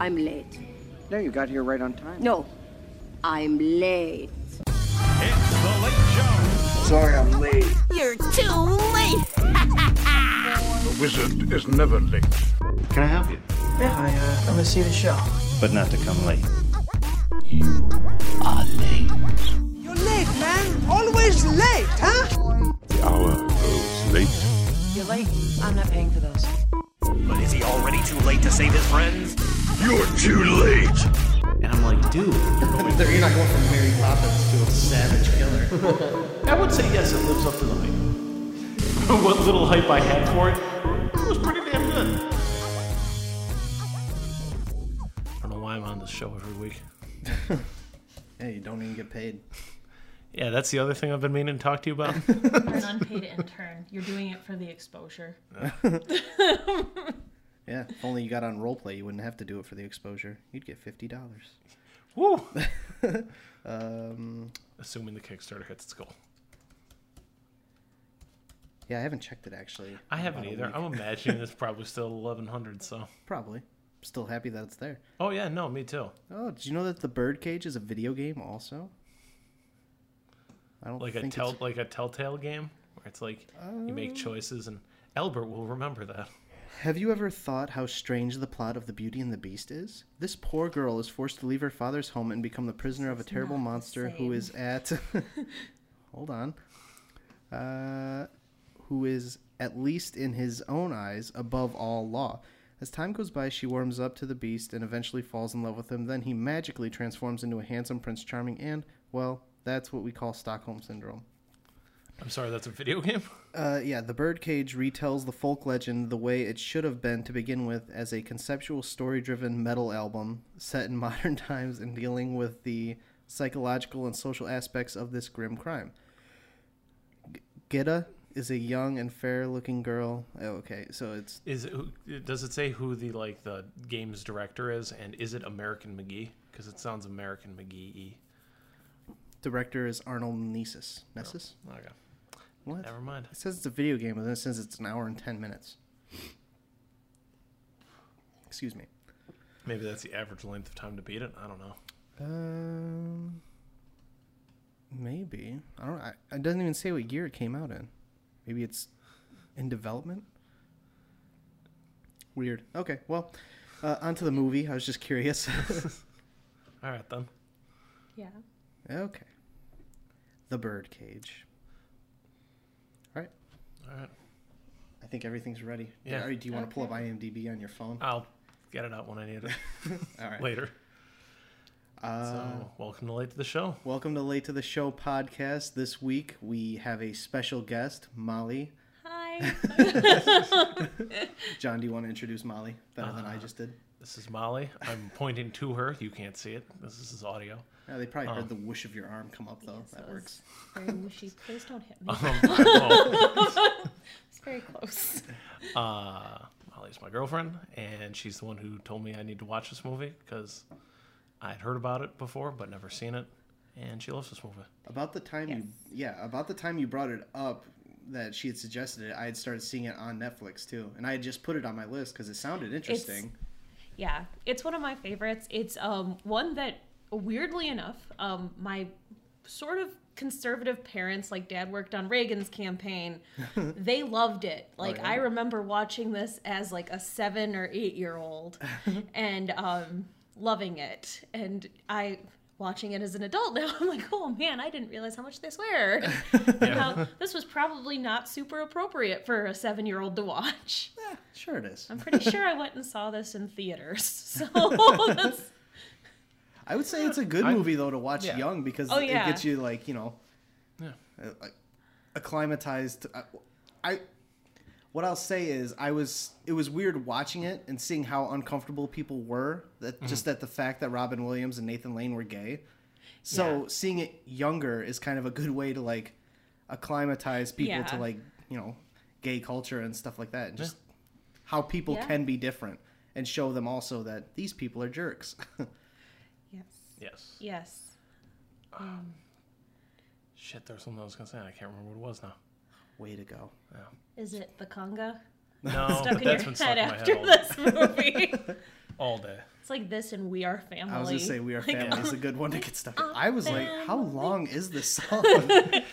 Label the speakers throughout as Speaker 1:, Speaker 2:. Speaker 1: I'm late.
Speaker 2: No, you got here right on time.
Speaker 1: No, I'm late.
Speaker 3: It's the Late Show.
Speaker 2: Sorry, I'm late.
Speaker 4: You're too late.
Speaker 3: The wizard is never late.
Speaker 5: Can I help you?
Speaker 6: Yeah, I, uh, I'm gonna see the show.
Speaker 5: But not to come late.
Speaker 7: You're late, man. Always late, huh?
Speaker 8: The hour grows late.
Speaker 6: You're late. I'm not paying for those.
Speaker 9: But is he already too late to save his friends?
Speaker 8: You're too late.
Speaker 5: And I'm like, dude.
Speaker 10: You're not going from Mary Poppins to a savage killer.
Speaker 5: I would say yes, it lives up to the hype. what little hype I had for it, it was pretty damn good. I don't know why I'm on this show every week.
Speaker 10: Yeah, you don't even get paid.
Speaker 5: Yeah, that's the other thing I've been meaning to talk to you about.
Speaker 11: You're an unpaid intern. You're doing it for the exposure.
Speaker 10: Yeah, if only you got on roleplay, you wouldn't have to do it for the exposure. You'd get fifty dollars. Um,
Speaker 5: Woo! Assuming the Kickstarter hits its goal.
Speaker 10: Yeah, I haven't checked it actually. in
Speaker 5: I haven't
Speaker 10: about a
Speaker 5: either.
Speaker 10: week.
Speaker 5: I'm imagining it's probably still 1100, so.
Speaker 10: Probably. Still happy that it's there.
Speaker 5: Oh, yeah, no, me too.
Speaker 10: Oh, did you know that the Birdcage is a video game also? I don't
Speaker 5: Like a
Speaker 10: think
Speaker 5: tell
Speaker 10: it's- Oh.
Speaker 5: like a telltale game where it's like you make choices and Albert will remember that.
Speaker 10: Have you ever thought how strange the plot of The Beauty and the Beast is? This poor girl is forced to leave her father's home and become the prisoner of a terrible monster who is at. hold on. Uh, who is, at least in his own eyes, above all law. As time goes by, she warms up to the beast and eventually falls in love with him. Then he magically transforms into a handsome Prince Charming, and, well, that's what we call Stockholm Syndrome.
Speaker 5: I'm sorry, that's a video game?
Speaker 10: Uh, yeah, The Birdcage retells the folk legend the way it should have been to begin with as a conceptual story driven metal album set in modern times and dealing with the psychological and social aspects of this grim crime. G- Gitta is a young and fair looking girl. Oh, okay, so it's.
Speaker 5: Is it, who- does it say who the like the game's director is and is it American McGee? Because it sounds American McGee.
Speaker 10: Director is Arnold Nesis. Nessus?
Speaker 5: Okay,
Speaker 10: What?
Speaker 5: never mind.
Speaker 10: It says it's a video game, but then it says it's an hour and 10 minutes. Excuse me.
Speaker 5: Maybe that's the average length of time to beat it. I don't know.
Speaker 10: Um, maybe I don't. I, it doesn't even say what year it came out in. Maybe it's in development. Weird. Okay. Well, uh, on to the movie. I was just curious.
Speaker 5: All right then.
Speaker 11: Yeah.
Speaker 10: okay. The Birdcage. All right.
Speaker 5: All right,
Speaker 10: I think everything's ready.
Speaker 5: Yeah.
Speaker 10: All right, do you want to pull up IMDb on your phone?
Speaker 5: I'll get it out when I need it
Speaker 10: All right. Uh,
Speaker 5: later. Oh, so welcome to late to the show.
Speaker 10: Welcome to Late to the Show podcast. This week we have a special guest, Molly.
Speaker 11: Hi.
Speaker 10: John, do you want to introduce Molly better than
Speaker 5: Uh-huh.
Speaker 10: I just did?
Speaker 5: This is Molly. I'm pointing to her. You can't see it. This is audio.
Speaker 10: Yeah, they probably heard the whoosh of your arm come up though. that
Speaker 11: that
Speaker 10: works.
Speaker 11: Very mushy. Please don't hit me.
Speaker 5: Um, well,
Speaker 11: It's very close.
Speaker 5: uh, Molly's my girlfriend, and she's the one who told me I need to watch this movie because I'd heard about it before but never seen it, and she loves this movie.
Speaker 10: About the time you, yeah, about the time you brought it up that she had suggested it, I had started seeing it on Netflix too, and I had just put it on my list because it sounded interesting.
Speaker 11: Yeah, it's one of my favorites. It's um one that weirdly enough, um my sort of conservative parents, like dad worked on Reagan's campaign, they loved it. Like I remember watching this as like a 7 or 8 year old and um loving it. And I watching it as an adult now I'm like, "Oh man, I didn't realize how much they swear." And how this was probably not super appropriate for a 7-year-old to watch.
Speaker 10: Sure, it is.
Speaker 11: I'm pretty sure I went and saw this in theaters. So that's,
Speaker 10: I would say it's a good movie though to watch
Speaker 5: Yeah.
Speaker 10: young because
Speaker 11: Oh, yeah.
Speaker 10: it gets you like you know,
Speaker 5: Yeah.
Speaker 10: uh, like, acclimatized. I, I, what I'll say is I was it was weird watching it and seeing how uncomfortable people were. That just that the fact that Robin Williams and Nathan Lane were gay. So
Speaker 11: Yeah.
Speaker 10: seeing it younger is kind of a good way to like acclimatize people to
Speaker 11: Yeah.
Speaker 10: like you know gay culture and stuff like that and just how people
Speaker 11: Yeah.
Speaker 10: can be different and show them also that these people are jerks.
Speaker 11: yes.
Speaker 5: Yes.
Speaker 11: Yes.
Speaker 5: Shit, there's something I was gonna say. and I can't remember what it was now.
Speaker 10: Way to go.
Speaker 11: Is it the conga?
Speaker 5: No,
Speaker 11: Stuck
Speaker 5: Oh, but
Speaker 11: in your
Speaker 5: that's been
Speaker 11: head
Speaker 5: stuck in my head
Speaker 11: after
Speaker 5: all,
Speaker 11: this movie.
Speaker 5: all day.
Speaker 11: It's like this and We Are Family.
Speaker 10: I was gonna say "We Are Family" is a good one to get stuck.
Speaker 11: "Oh,
Speaker 10: In. I was like, "How long is this song?"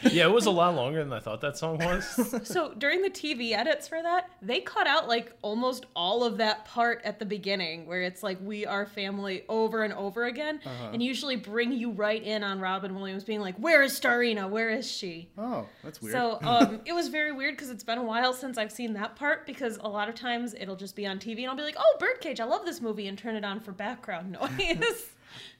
Speaker 5: yeah, it was a lot longer than I thought that song was.
Speaker 11: So during the TV edits for that, they cut out like almost all of that part at the beginning where it's like we are family over and over again,
Speaker 10: Uh-huh.
Speaker 11: and usually bring you right in on Robin Williams being like, "Where is Starina? Where is she?"
Speaker 10: Oh, that's weird.
Speaker 11: So um, it was very weird because it's been a while since I've seen that part because a lot of times it'll just be on TV and I'll be like, "Oh, Birdcage, I love this movie," and turn it on for background noise.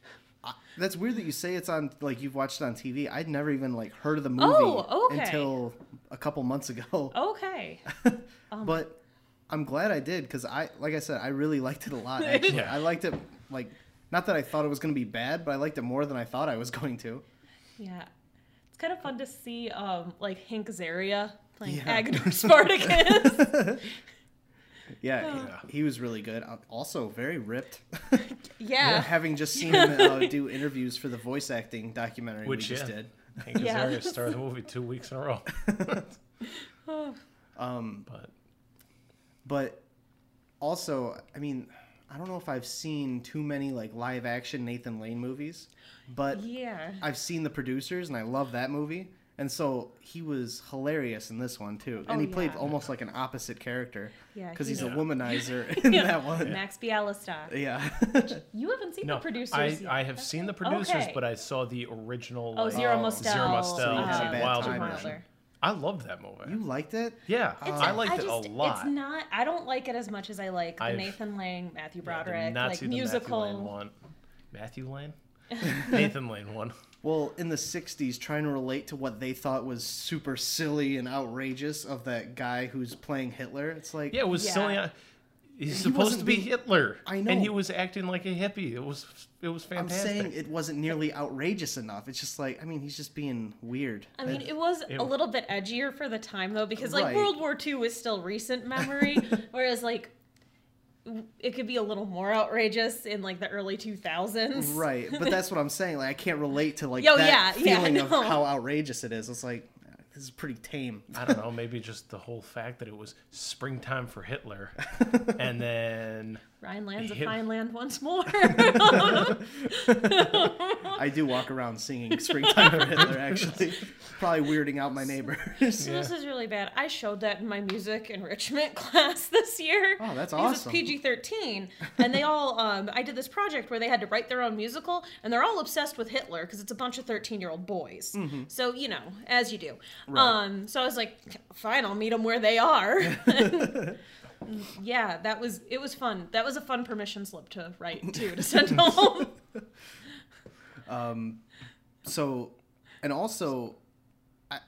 Speaker 10: That's weird that you say it's on like you've watched it on TV. I'd never even like heard of the movie
Speaker 11: Oh, okay.
Speaker 10: until a couple months ago.
Speaker 11: okay, Um.
Speaker 10: But I'm glad I did because I, like I said, I really liked it a lot. Actually,
Speaker 5: Yeah.
Speaker 10: I liked it like not that I thought it was going to be bad, but I liked it more than I thought I was going to.
Speaker 11: yeah, it's kind of fun to see um, like Hank Azaria playing
Speaker 10: Yeah.
Speaker 11: Agador Spartacus.
Speaker 10: Yeah,
Speaker 11: Oh.
Speaker 10: he was really good. Uh, Also, very ripped.
Speaker 11: Yeah.
Speaker 10: Having just seen him uh, do interviews for the voice acting documentary
Speaker 5: Which,
Speaker 10: we just
Speaker 5: yeah.
Speaker 10: did.
Speaker 5: Hank Azaria
Speaker 11: Yeah.
Speaker 5: started the movie two weeks in a row.
Speaker 11: Oh.
Speaker 5: um, but
Speaker 10: but also i mean i don't know if i've seen too many like live action nathan lane movies but
Speaker 11: Yeah.
Speaker 10: i've seen the producers and i love that movie and so he was hilarious in this one too and he played
Speaker 11: Oh, yeah.
Speaker 10: almost like an opposite character
Speaker 11: Yeah,
Speaker 10: because
Speaker 11: he-
Speaker 10: he's a womanizer in that one
Speaker 11: Max Bialystock.
Speaker 10: yeah
Speaker 11: You haven't seen
Speaker 5: no,
Speaker 11: the producers
Speaker 5: I,
Speaker 11: yet.
Speaker 5: I have seen the producers,
Speaker 11: Okay.
Speaker 5: but I saw the original.
Speaker 11: Oh,
Speaker 5: like,
Speaker 11: Zero
Speaker 10: Oh,
Speaker 11: Mostel.
Speaker 5: Zero
Speaker 10: So
Speaker 5: Mostel,
Speaker 10: you had a
Speaker 11: uh,
Speaker 10: bad
Speaker 5: Wild
Speaker 10: time
Speaker 5: Version.
Speaker 10: then.
Speaker 11: Wilder.
Speaker 5: I loved that movie.
Speaker 10: you liked it
Speaker 5: yeah, I liked it
Speaker 11: just-
Speaker 5: a lot.
Speaker 11: It's not. I don't like it as much as I like the
Speaker 5: I've-
Speaker 11: Nathan Lane, Matthew
Speaker 5: I did
Speaker 11: Broderick,
Speaker 5: not
Speaker 11: like
Speaker 5: see the
Speaker 11: musical.
Speaker 5: Matthew Lane one. Matthew Lane, Nathan Lane one.
Speaker 10: well in the 60s trying to relate to what they thought was super silly and outrageous of that guy who's playing hitler it's like
Speaker 5: Yeah, it was
Speaker 11: Yeah.
Speaker 5: silly. I- He's supposed
Speaker 10: wasn't
Speaker 5: to be
Speaker 10: being-
Speaker 5: Hitler.
Speaker 10: I
Speaker 5: and he
Speaker 10: know.
Speaker 5: was acting like a hippie. It was it was
Speaker 10: I'm
Speaker 5: fantastic.
Speaker 10: saying it wasn't nearly outrageous enough. It's just like, I mean, he's just being weird.
Speaker 11: I mean, it was
Speaker 5: It-
Speaker 11: a little bit edgier for the time though, because like
Speaker 10: Right.
Speaker 11: World War II was still recent memory, whereas like w- it could be a little more outrageous in like the early 2000s.
Speaker 10: right, but that's what I'm saying. Like, I can't relate to like
Speaker 11: Yo,
Speaker 10: that
Speaker 11: yeah, yeah,
Speaker 10: feeling of
Speaker 11: no.
Speaker 10: how outrageous it is. It's like this is pretty tame.
Speaker 5: I don't know, maybe just the whole fact that it was springtime for Hitler. and then
Speaker 11: Rhineland's a
Speaker 5: Yeah.
Speaker 11: fine land once more.
Speaker 10: I do walk around singing "Springtime for Hitler," actually, probably weirding out my neighbors.
Speaker 11: So This is really bad. I showed that in my music enrichment class this year.
Speaker 10: Oh, that's
Speaker 11: because
Speaker 10: awesome.
Speaker 11: It's PG thirteen, and they all. Um, I did this project where they had to write their own musical, and they're all obsessed with Hitler because it's a bunch of thirteen year old boys.
Speaker 10: Mm-hmm.
Speaker 11: So you know, as you do. Um, so I was like, fine, I'll meet them where they are. yeah, that was it. Was fun. That was a fun permission slip to write too to send home.
Speaker 10: So, and also, I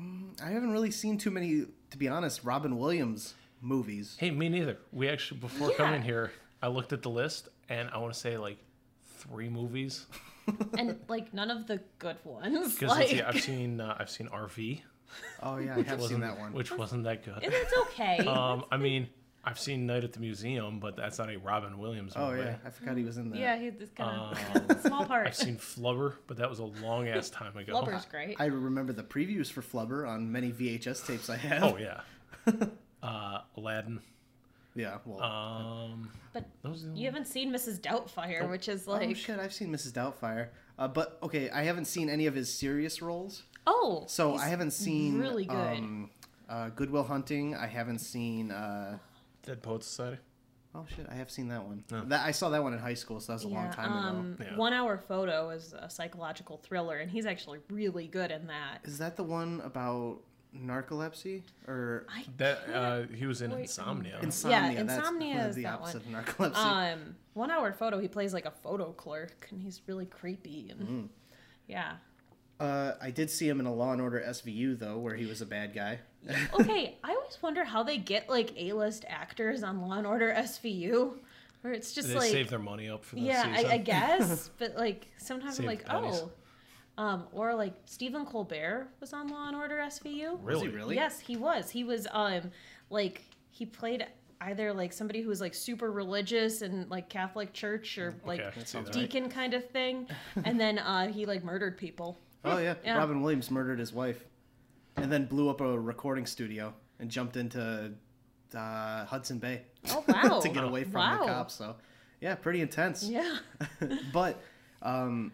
Speaker 10: mm, I haven't really seen too many, to be honest, Robin Williams movies.
Speaker 5: hey, me neither. We actually before
Speaker 11: Yeah.
Speaker 5: coming here, I looked at the list and I want to say like three movies
Speaker 11: and like none of the good ones.
Speaker 5: because
Speaker 11: Like,
Speaker 5: I've seen uh, I've seen RV,
Speaker 10: Oh yeah, I have seen
Speaker 5: wasn't-
Speaker 10: that one.
Speaker 5: which wasn't that good.
Speaker 11: it's okay.
Speaker 5: Um, I mean, I've seen Night at the Museum, but that's not a Robin Williams
Speaker 10: Oh
Speaker 5: movie.
Speaker 10: yeah, I forgot he was in that.
Speaker 11: Yeah, he's this kind of
Speaker 10: um,
Speaker 11: small part.
Speaker 5: I've seen Flubber, but that was a long ass time ago.
Speaker 11: Flubber's great.
Speaker 10: I remember the previews for Flubber on many VHS tapes I have.
Speaker 5: Oh yeah. Uh, Aladdin.
Speaker 10: Yeah, well,
Speaker 5: Um,
Speaker 11: but
Speaker 5: those are the
Speaker 11: you haven't seen Mrs. Doubtfire, which is
Speaker 10: oh
Speaker 11: like
Speaker 10: shit, I've seen Mrs. Doubtfire, uh, but okay, I haven't seen any of his serious roles,
Speaker 11: oh,
Speaker 10: so
Speaker 11: he's
Speaker 10: I haven't seen
Speaker 11: really good.
Speaker 10: Um, uh, Goodwill Hunting. I haven't seen. Uh,
Speaker 5: Dead Poet Society.
Speaker 10: oh shit, I have seen that one. That I saw that one in high school, so that was a long
Speaker 11: Yeah, um,
Speaker 10: time ago.
Speaker 5: Yeah.
Speaker 11: One Hour Photo is a psychological thriller, and he's actually really good in that.
Speaker 10: Is that the one about narcolepsy or
Speaker 5: That uh, he was in Insomnia.
Speaker 10: insomnia?
Speaker 11: Insomnia
Speaker 10: that's
Speaker 11: is
Speaker 10: the
Speaker 11: that
Speaker 10: opposite
Speaker 11: one.
Speaker 10: of narcolepsy.
Speaker 11: Um, One Hour Photo, he plays like a photo clerk, and he's really creepy and
Speaker 10: Hmm.
Speaker 11: yeah.
Speaker 10: Uh, I did see him in a Law and Order SVU though, where he was a bad guy.
Speaker 11: Okay, I always wonder how they get like A-list actors on Law and Order SVU, where it's just
Speaker 5: they
Speaker 11: like
Speaker 5: saved their money up for the
Speaker 11: yeah
Speaker 5: season.
Speaker 11: I, I guess but like sometimes i'm
Speaker 5: Save
Speaker 11: like
Speaker 5: the pennies.
Speaker 11: oh um, or like stephen colbert was on law and order svu
Speaker 10: Was
Speaker 5: really?
Speaker 10: he really?
Speaker 11: yes he was he was um like he played either like somebody who was like super religious and like catholic church or like
Speaker 5: I can see that.
Speaker 11: deacon kind of thing and then uh, he like murdered people
Speaker 10: Oh yeah.
Speaker 11: Yeah.
Speaker 10: Robin Williams murdered his wife, and then blew up a recording studio and jumped into uh, Hudson Bay
Speaker 11: oh wow
Speaker 10: to get away from
Speaker 11: wow.
Speaker 10: the cops. So Yeah, pretty intense.
Speaker 11: Yeah.
Speaker 10: but um,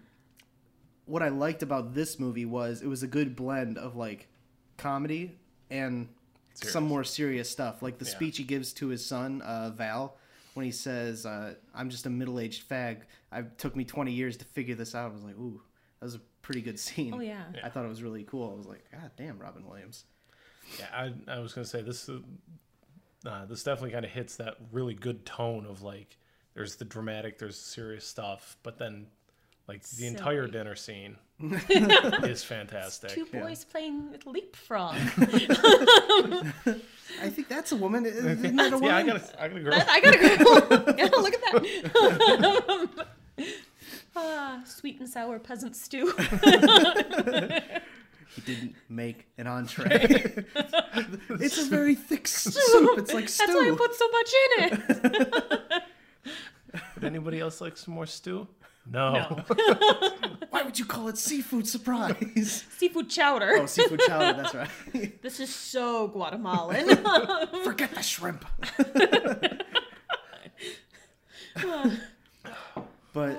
Speaker 10: what I liked about this movie was it was a good blend of like comedy and some more serious stuff. Like the speech he gives to his son uh, Val when he says, uh, "I'm just a middle-aged fag. I took me 20 years to figure this out." I was like, "Ooh, that was a pretty good scene."
Speaker 11: Oh, yeah.
Speaker 10: I thought it was really cool. I was like, "God damn, Robin Williams."
Speaker 5: Yeah, I, I was gonna say this. is- Uh, this definitely kind of hits that really good tone of like, there's the dramatic, there's serious stuff, but then, like the entire
Speaker 11: Silly.
Speaker 5: dinner scene is fantastic.
Speaker 11: Two boys playing with leapfrog.
Speaker 10: I think that's a woman. Isn't that a woman?
Speaker 5: yeah, I gotta, I gotta go.
Speaker 11: I gotta go. yeah, look at that. ah, sweet and sour peasant stew.
Speaker 10: He didn't make an entree. it's a very thick soup. It's like stew.
Speaker 11: That's why I put so much in it.
Speaker 5: Would anybody else like some more stew? No.
Speaker 10: Why would you call it seafood surprise?
Speaker 11: Seafood chowder.
Speaker 10: oh, seafood chowder. That's right.
Speaker 11: This is so Guatemalan.
Speaker 10: Forget the shrimp. but I-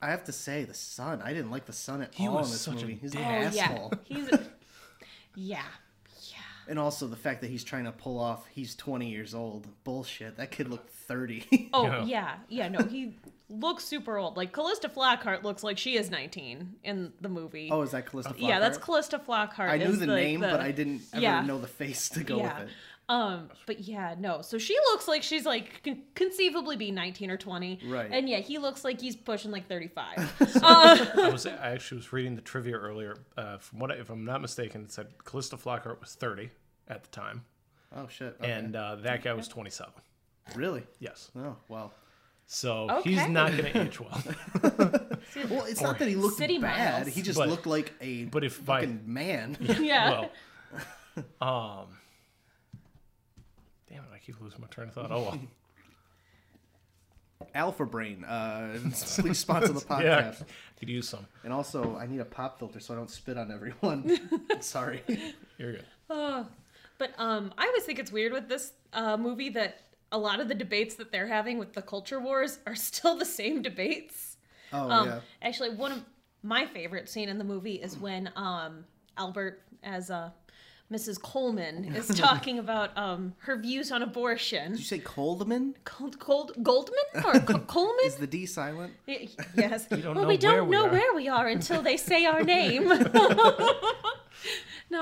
Speaker 10: I have to say, the son. I didn't like the son at
Speaker 5: He
Speaker 10: all
Speaker 5: was
Speaker 10: in this
Speaker 5: such a
Speaker 10: movie. He's an
Speaker 5: dick.
Speaker 10: asshole.
Speaker 11: Oh, Yeah, he's yeah.
Speaker 10: And also the fact that he's trying to pull off he's 20 years old. Bullshit. That kid looked 30.
Speaker 11: Oh
Speaker 5: Yeah.
Speaker 11: yeah. yeah, No, he looks super old. Like Callista Flockhart looks like she is 19 in the movie.
Speaker 10: oh, is that Callista Flockhart?
Speaker 11: yeah, that's Callista Flockhart.
Speaker 10: I knew
Speaker 11: is
Speaker 10: the, name, but I didn't ever
Speaker 11: yeah.
Speaker 10: know the face to go
Speaker 11: Yeah.
Speaker 10: with it.
Speaker 11: Um, but yeah, no. So she looks like she's like con- conceivably be 19 or 20.
Speaker 10: Right.
Speaker 11: And yeah, he looks like he's pushing like 35.
Speaker 5: I was I actually was reading the trivia earlier. Uh, from what, I, if I'm not mistaken, it said Callista Flockhart was 30 at the time,
Speaker 10: Oh shit! Okay.
Speaker 5: and uh, that guy was 27.
Speaker 10: really?
Speaker 5: Yes,
Speaker 10: Oh wow.
Speaker 5: so he's
Speaker 11: Okay.
Speaker 5: not going to age well.
Speaker 10: Well, it's not that he looked
Speaker 11: City
Speaker 10: bad.
Speaker 11: miles.
Speaker 10: He just
Speaker 5: But-
Speaker 10: looked like a
Speaker 5: But if by
Speaker 10: fucking man.
Speaker 11: yeah.
Speaker 5: well, um, damn it, I keep losing my train of thought. Oh well,
Speaker 10: Alpha brain. Uh, please sponsor the podcast.
Speaker 5: yeah, could use some.
Speaker 10: And also, I need a pop filter so I don't spit on everyone. Sorry.
Speaker 5: You're good.
Speaker 11: But um, I always think it's weird with this uh, movie that a lot of the debates that they're having with the culture wars are still the same debates.
Speaker 10: Oh
Speaker 11: Um,
Speaker 10: yeah.
Speaker 11: Actually, one of my favorite scene in the movie is when um, Albert, as uh, Mrs. Coleman, is talking about um, her views on abortion.
Speaker 10: Did you say Coldman?
Speaker 11: Cold, cold Goldman or Co- Coleman?
Speaker 10: Is the D silent?
Speaker 11: Y- Yes.
Speaker 5: don't
Speaker 11: well,
Speaker 5: know
Speaker 11: we
Speaker 5: where
Speaker 11: don't
Speaker 5: we
Speaker 11: know
Speaker 5: are.
Speaker 11: where we are until they say our name. no,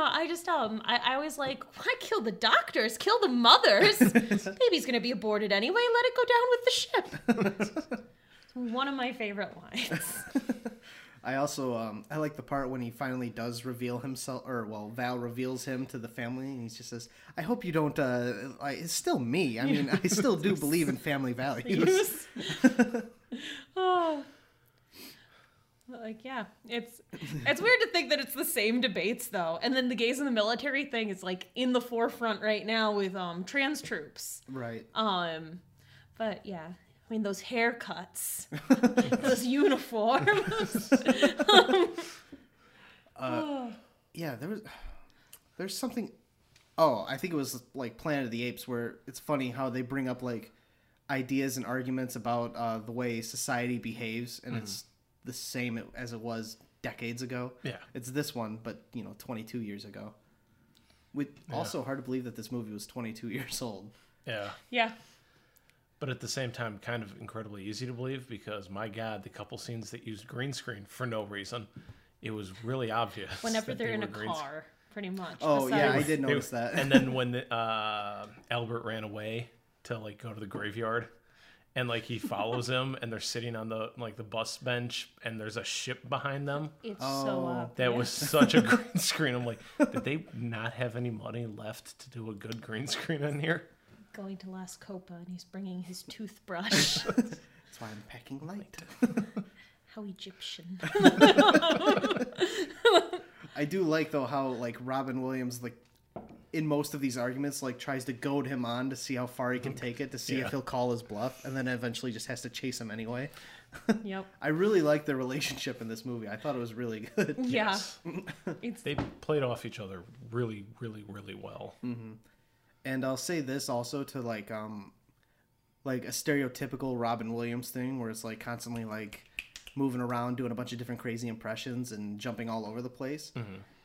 Speaker 11: I just um, I, I always like, why kill the doctors? Kill the mothers. Baby's gonna be aborted anyway. Let it go down with the ship. One of my favorite lines.
Speaker 10: I also um, I like the part when he finally does reveal himself, or well, Val reveals him to the family, and he just says, "I hope you don't." Uh, I, it's still me. I mean, I still do believe in family values.
Speaker 11: oh. Like yeah, it's it's weird to think that it's the same debates though, and then the gays in the military thing is like in the forefront right now with um trans troops.
Speaker 10: Right.
Speaker 11: Um, but yeah, I mean those haircuts, those uniforms.
Speaker 10: Yeah, there was there's something Oh, I think it was like Planet of the Apes where it's funny how they bring up like ideas and arguments about uh, the way society behaves and it's the same it- as it was decades ago.
Speaker 5: Yeah.
Speaker 10: It's this one but, you know, 22 years ago. With also hard to believe that this movie was 22 years old.
Speaker 5: Yeah,
Speaker 11: yeah,
Speaker 5: but at the same time, kind of incredibly easy to believe because my God, the couple scenes that used green screen for no reason, it was really obvious.
Speaker 11: whenever
Speaker 5: that they
Speaker 11: they're in
Speaker 5: were
Speaker 11: a
Speaker 5: green screen.
Speaker 11: car, pretty much.
Speaker 10: Oh, yeah, I
Speaker 11: besides-
Speaker 10: did
Speaker 5: They-
Speaker 10: notice that.
Speaker 5: and then when the, uh, Albert ran away to like go to the graveyard, and like he follows him, and they're sitting on the like the bus bench, and there's a ship behind them.
Speaker 11: It's
Speaker 10: Oh.
Speaker 11: so obvious.
Speaker 5: That was such a green screen. I'm like, did they not have any money left to do a good green screen in here?
Speaker 11: going to Las Copa, and he's bringing his toothbrush.
Speaker 10: That's why I'm packing light.
Speaker 11: How Egyptian.
Speaker 10: I do like though how like Robin Williams like in most of these arguments like tries to goad him on to see how far he can take it to see if
Speaker 5: Yeah.
Speaker 10: he'll call his bluff and then eventually just has to chase him anyway.
Speaker 11: yep.
Speaker 10: I really like their relationship in this movie. I thought it was really good.
Speaker 11: Yeah.
Speaker 5: They played off each other really,
Speaker 10: Mm.
Speaker 5: really, really well.
Speaker 10: And I'll say this also to like um like a stereotypical Robin Williams thing where it's like constantly like moving around, doing a bunch of different crazy impressions and jumping all over the place.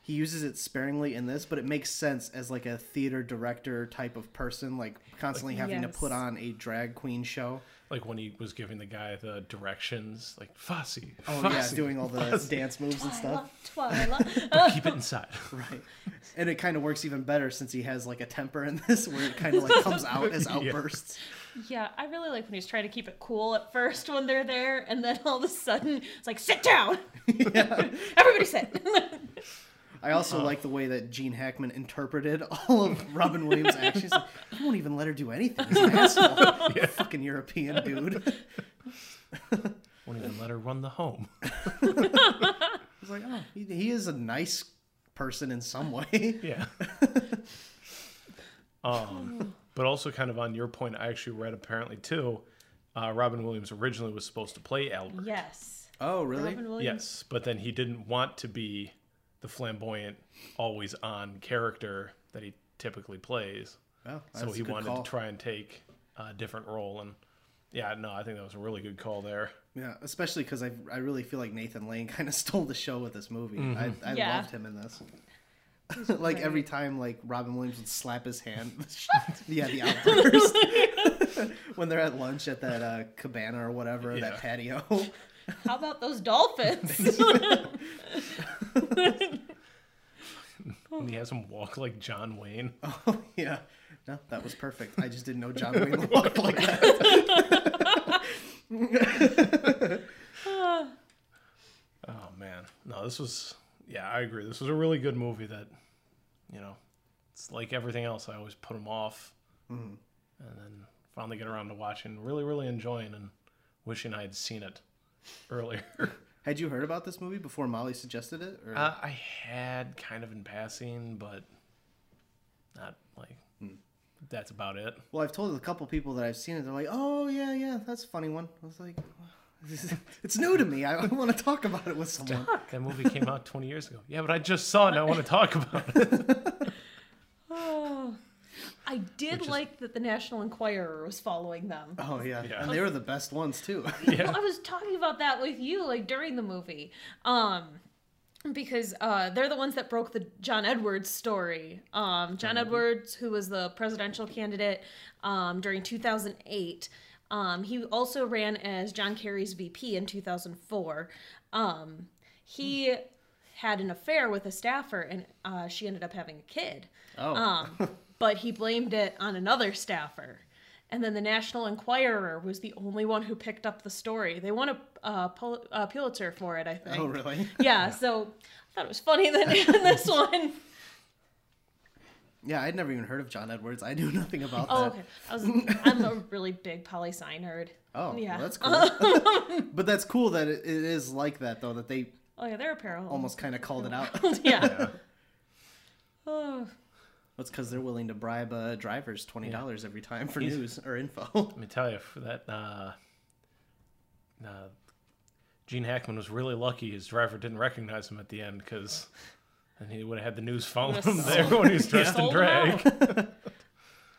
Speaker 10: He uses it sparingly in this, but it makes sense as like a theater director type of person, like constantly having to
Speaker 11: Yes.
Speaker 10: put on a drag queen show.
Speaker 5: Like when he was giving the guy the directions, like Fosse,
Speaker 10: Oh
Speaker 5: Fosse,
Speaker 10: yeah, doing all the dance moves and stuff.
Speaker 11: Twyla.
Speaker 5: keep it inside.
Speaker 10: Right. And it kind of works even better since he has like a temper in this where it kind of like comes out as outbursts.
Speaker 11: yeah, I really like when he's trying to keep it cool at first when they're there, and then all of a sudden it's like, sit down. Everybody sit.
Speaker 10: I also like the way that Gene Hackman interpreted all of Robin Williams' actions. Like, he won't even let her do anything. He's an asshole. Fucking European dude.
Speaker 5: Won't even let her run the home.
Speaker 10: He's like, oh, he, he is a nice person in some way.
Speaker 5: Yeah. um, but also, kind of on your point, I actually read apparently too. Uh, Robin Williams originally was supposed to play Albert.
Speaker 11: yes.
Speaker 10: Oh, really?
Speaker 11: Robin Williams.
Speaker 5: Yes, but then he didn't want to be the flamboyant, always on character that he typically plays.
Speaker 10: Oh,
Speaker 5: so
Speaker 10: that's a
Speaker 5: he
Speaker 10: good
Speaker 5: wanted
Speaker 10: call.
Speaker 5: to try and take a different role. And yeah, no, I think that was a really good call there.
Speaker 10: Yeah, especially because I, I really feel like Nathan Lane kind of stole the show with this movie. I, I
Speaker 11: Yeah.
Speaker 10: loved him in this. like every time, like Robin Williams would slap his hand. yeah, the outburst when they're at lunch at that uh, cabana or whatever, that patio.
Speaker 11: How about those dolphins?
Speaker 5: And he has him walk like John Wayne.
Speaker 10: yeah, no, that was perfect. I just didn't know John Wayne looked like that.
Speaker 5: Oh man, no, this was yeah, I agree. This was a really good movie that, you know, it's like everything else. I always put them off,
Speaker 10: Mm-hmm.
Speaker 5: and then finally get around to watching, really, really enjoying, and wishing I had seen it earlier.
Speaker 10: Had you heard about this movie before Molly suggested it? Or?
Speaker 5: uh, I had kind of in passing, but not like that's about it.
Speaker 10: Well, I've told a couple people that I've seen it. They're like, "Oh yeah, yeah, that's a funny one." I was like, "It's new to me. I, I want to talk about it with someone."
Speaker 5: That movie came out 20 years ago. Yeah, but I just saw it and I want to talk about it.
Speaker 11: oh. I did like that the National Enquirer was following them.
Speaker 10: Oh yeah.
Speaker 5: Yeah.
Speaker 10: and they were the best ones too.
Speaker 11: Well, I was talking about that with you like during the movie, um, because uh, they're the ones that broke the John Edwards story. Um, John Edwards, who was the presidential candidate um, during 2008, um, he also ran as John Kerry's VP in 2004. Um, he had an affair with a staffer, and uh, she ended up having a kid
Speaker 10: oh,
Speaker 11: Um, but he blamed it on another staffer. And then the National Enquirer was the only one who picked up the story. They won a uh, Pul- uh, Pulitzer for it, I think.
Speaker 10: oh really?
Speaker 11: Yeah, so I thought it was funny that in this one.
Speaker 10: Yeah, I'd never even heard of John Edwards. I knew nothing about
Speaker 11: Oh,
Speaker 10: that.
Speaker 11: okay. I was, I'm a really big poli sci nerd.
Speaker 10: Oh,
Speaker 11: Yeah.
Speaker 10: well, that's cool. but that's cool that it, it is like that though. That they
Speaker 11: Oh, yeah, they're a pair of
Speaker 10: almost kind of called it out.
Speaker 11: yeah. Oh,
Speaker 10: That's because they're willing to bribe uh, drivers twenty dollars every time for news or info.
Speaker 5: Let me tell you, for that, uh, uh, Gene Hackman was really lucky his driver didn't recognize him at the end because then he would have had the news following him
Speaker 11: Would've
Speaker 5: there when he was dressed in
Speaker 11: Sold
Speaker 5: drag.
Speaker 11: out.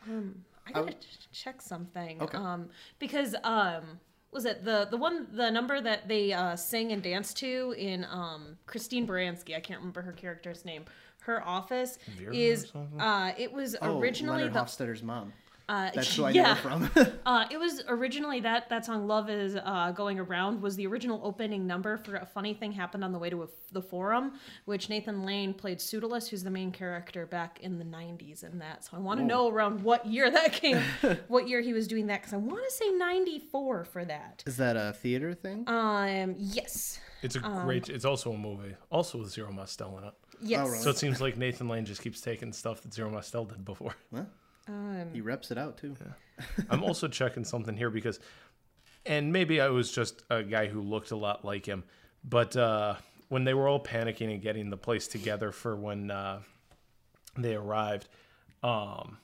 Speaker 11: um, I gotta ch- check something. Um, because um, was it the the one the number that they uh, sing and dance to in um Christine Baranski? I can't remember her character's name. Her office
Speaker 5: Vera or
Speaker 11: is
Speaker 5: something?
Speaker 11: uh, it was
Speaker 10: Oh,
Speaker 11: originally
Speaker 10: Leonard
Speaker 11: the
Speaker 10: Hofstadter's mom.
Speaker 11: uh,
Speaker 10: That's who I
Speaker 11: yeah.
Speaker 10: knew her from.
Speaker 11: Uh, it was originally that that song "Love Is uh, Going Around" was the original opening number for a funny thing happened on the way to a, the forum, which Nathan Lane played Pseudolus, who's the main character back in the '90s in that. So I want to know around what year that came, what year he was doing that, because I want to say '94 for that.
Speaker 10: is that a theater thing?
Speaker 11: Um, yes,
Speaker 5: It's a great. It's also a movie, also with Zero Mostel in it.
Speaker 11: yes.
Speaker 10: really?
Speaker 5: So it seems like Nathan Lane just keeps taking stuff that Zero Mostel did before.
Speaker 10: he reps it out too.
Speaker 5: I'm also checking something here because, and maybe I was just a guy who looked a lot like him, but uh, when they were all panicking and getting the place together for when uh, they arrived, um,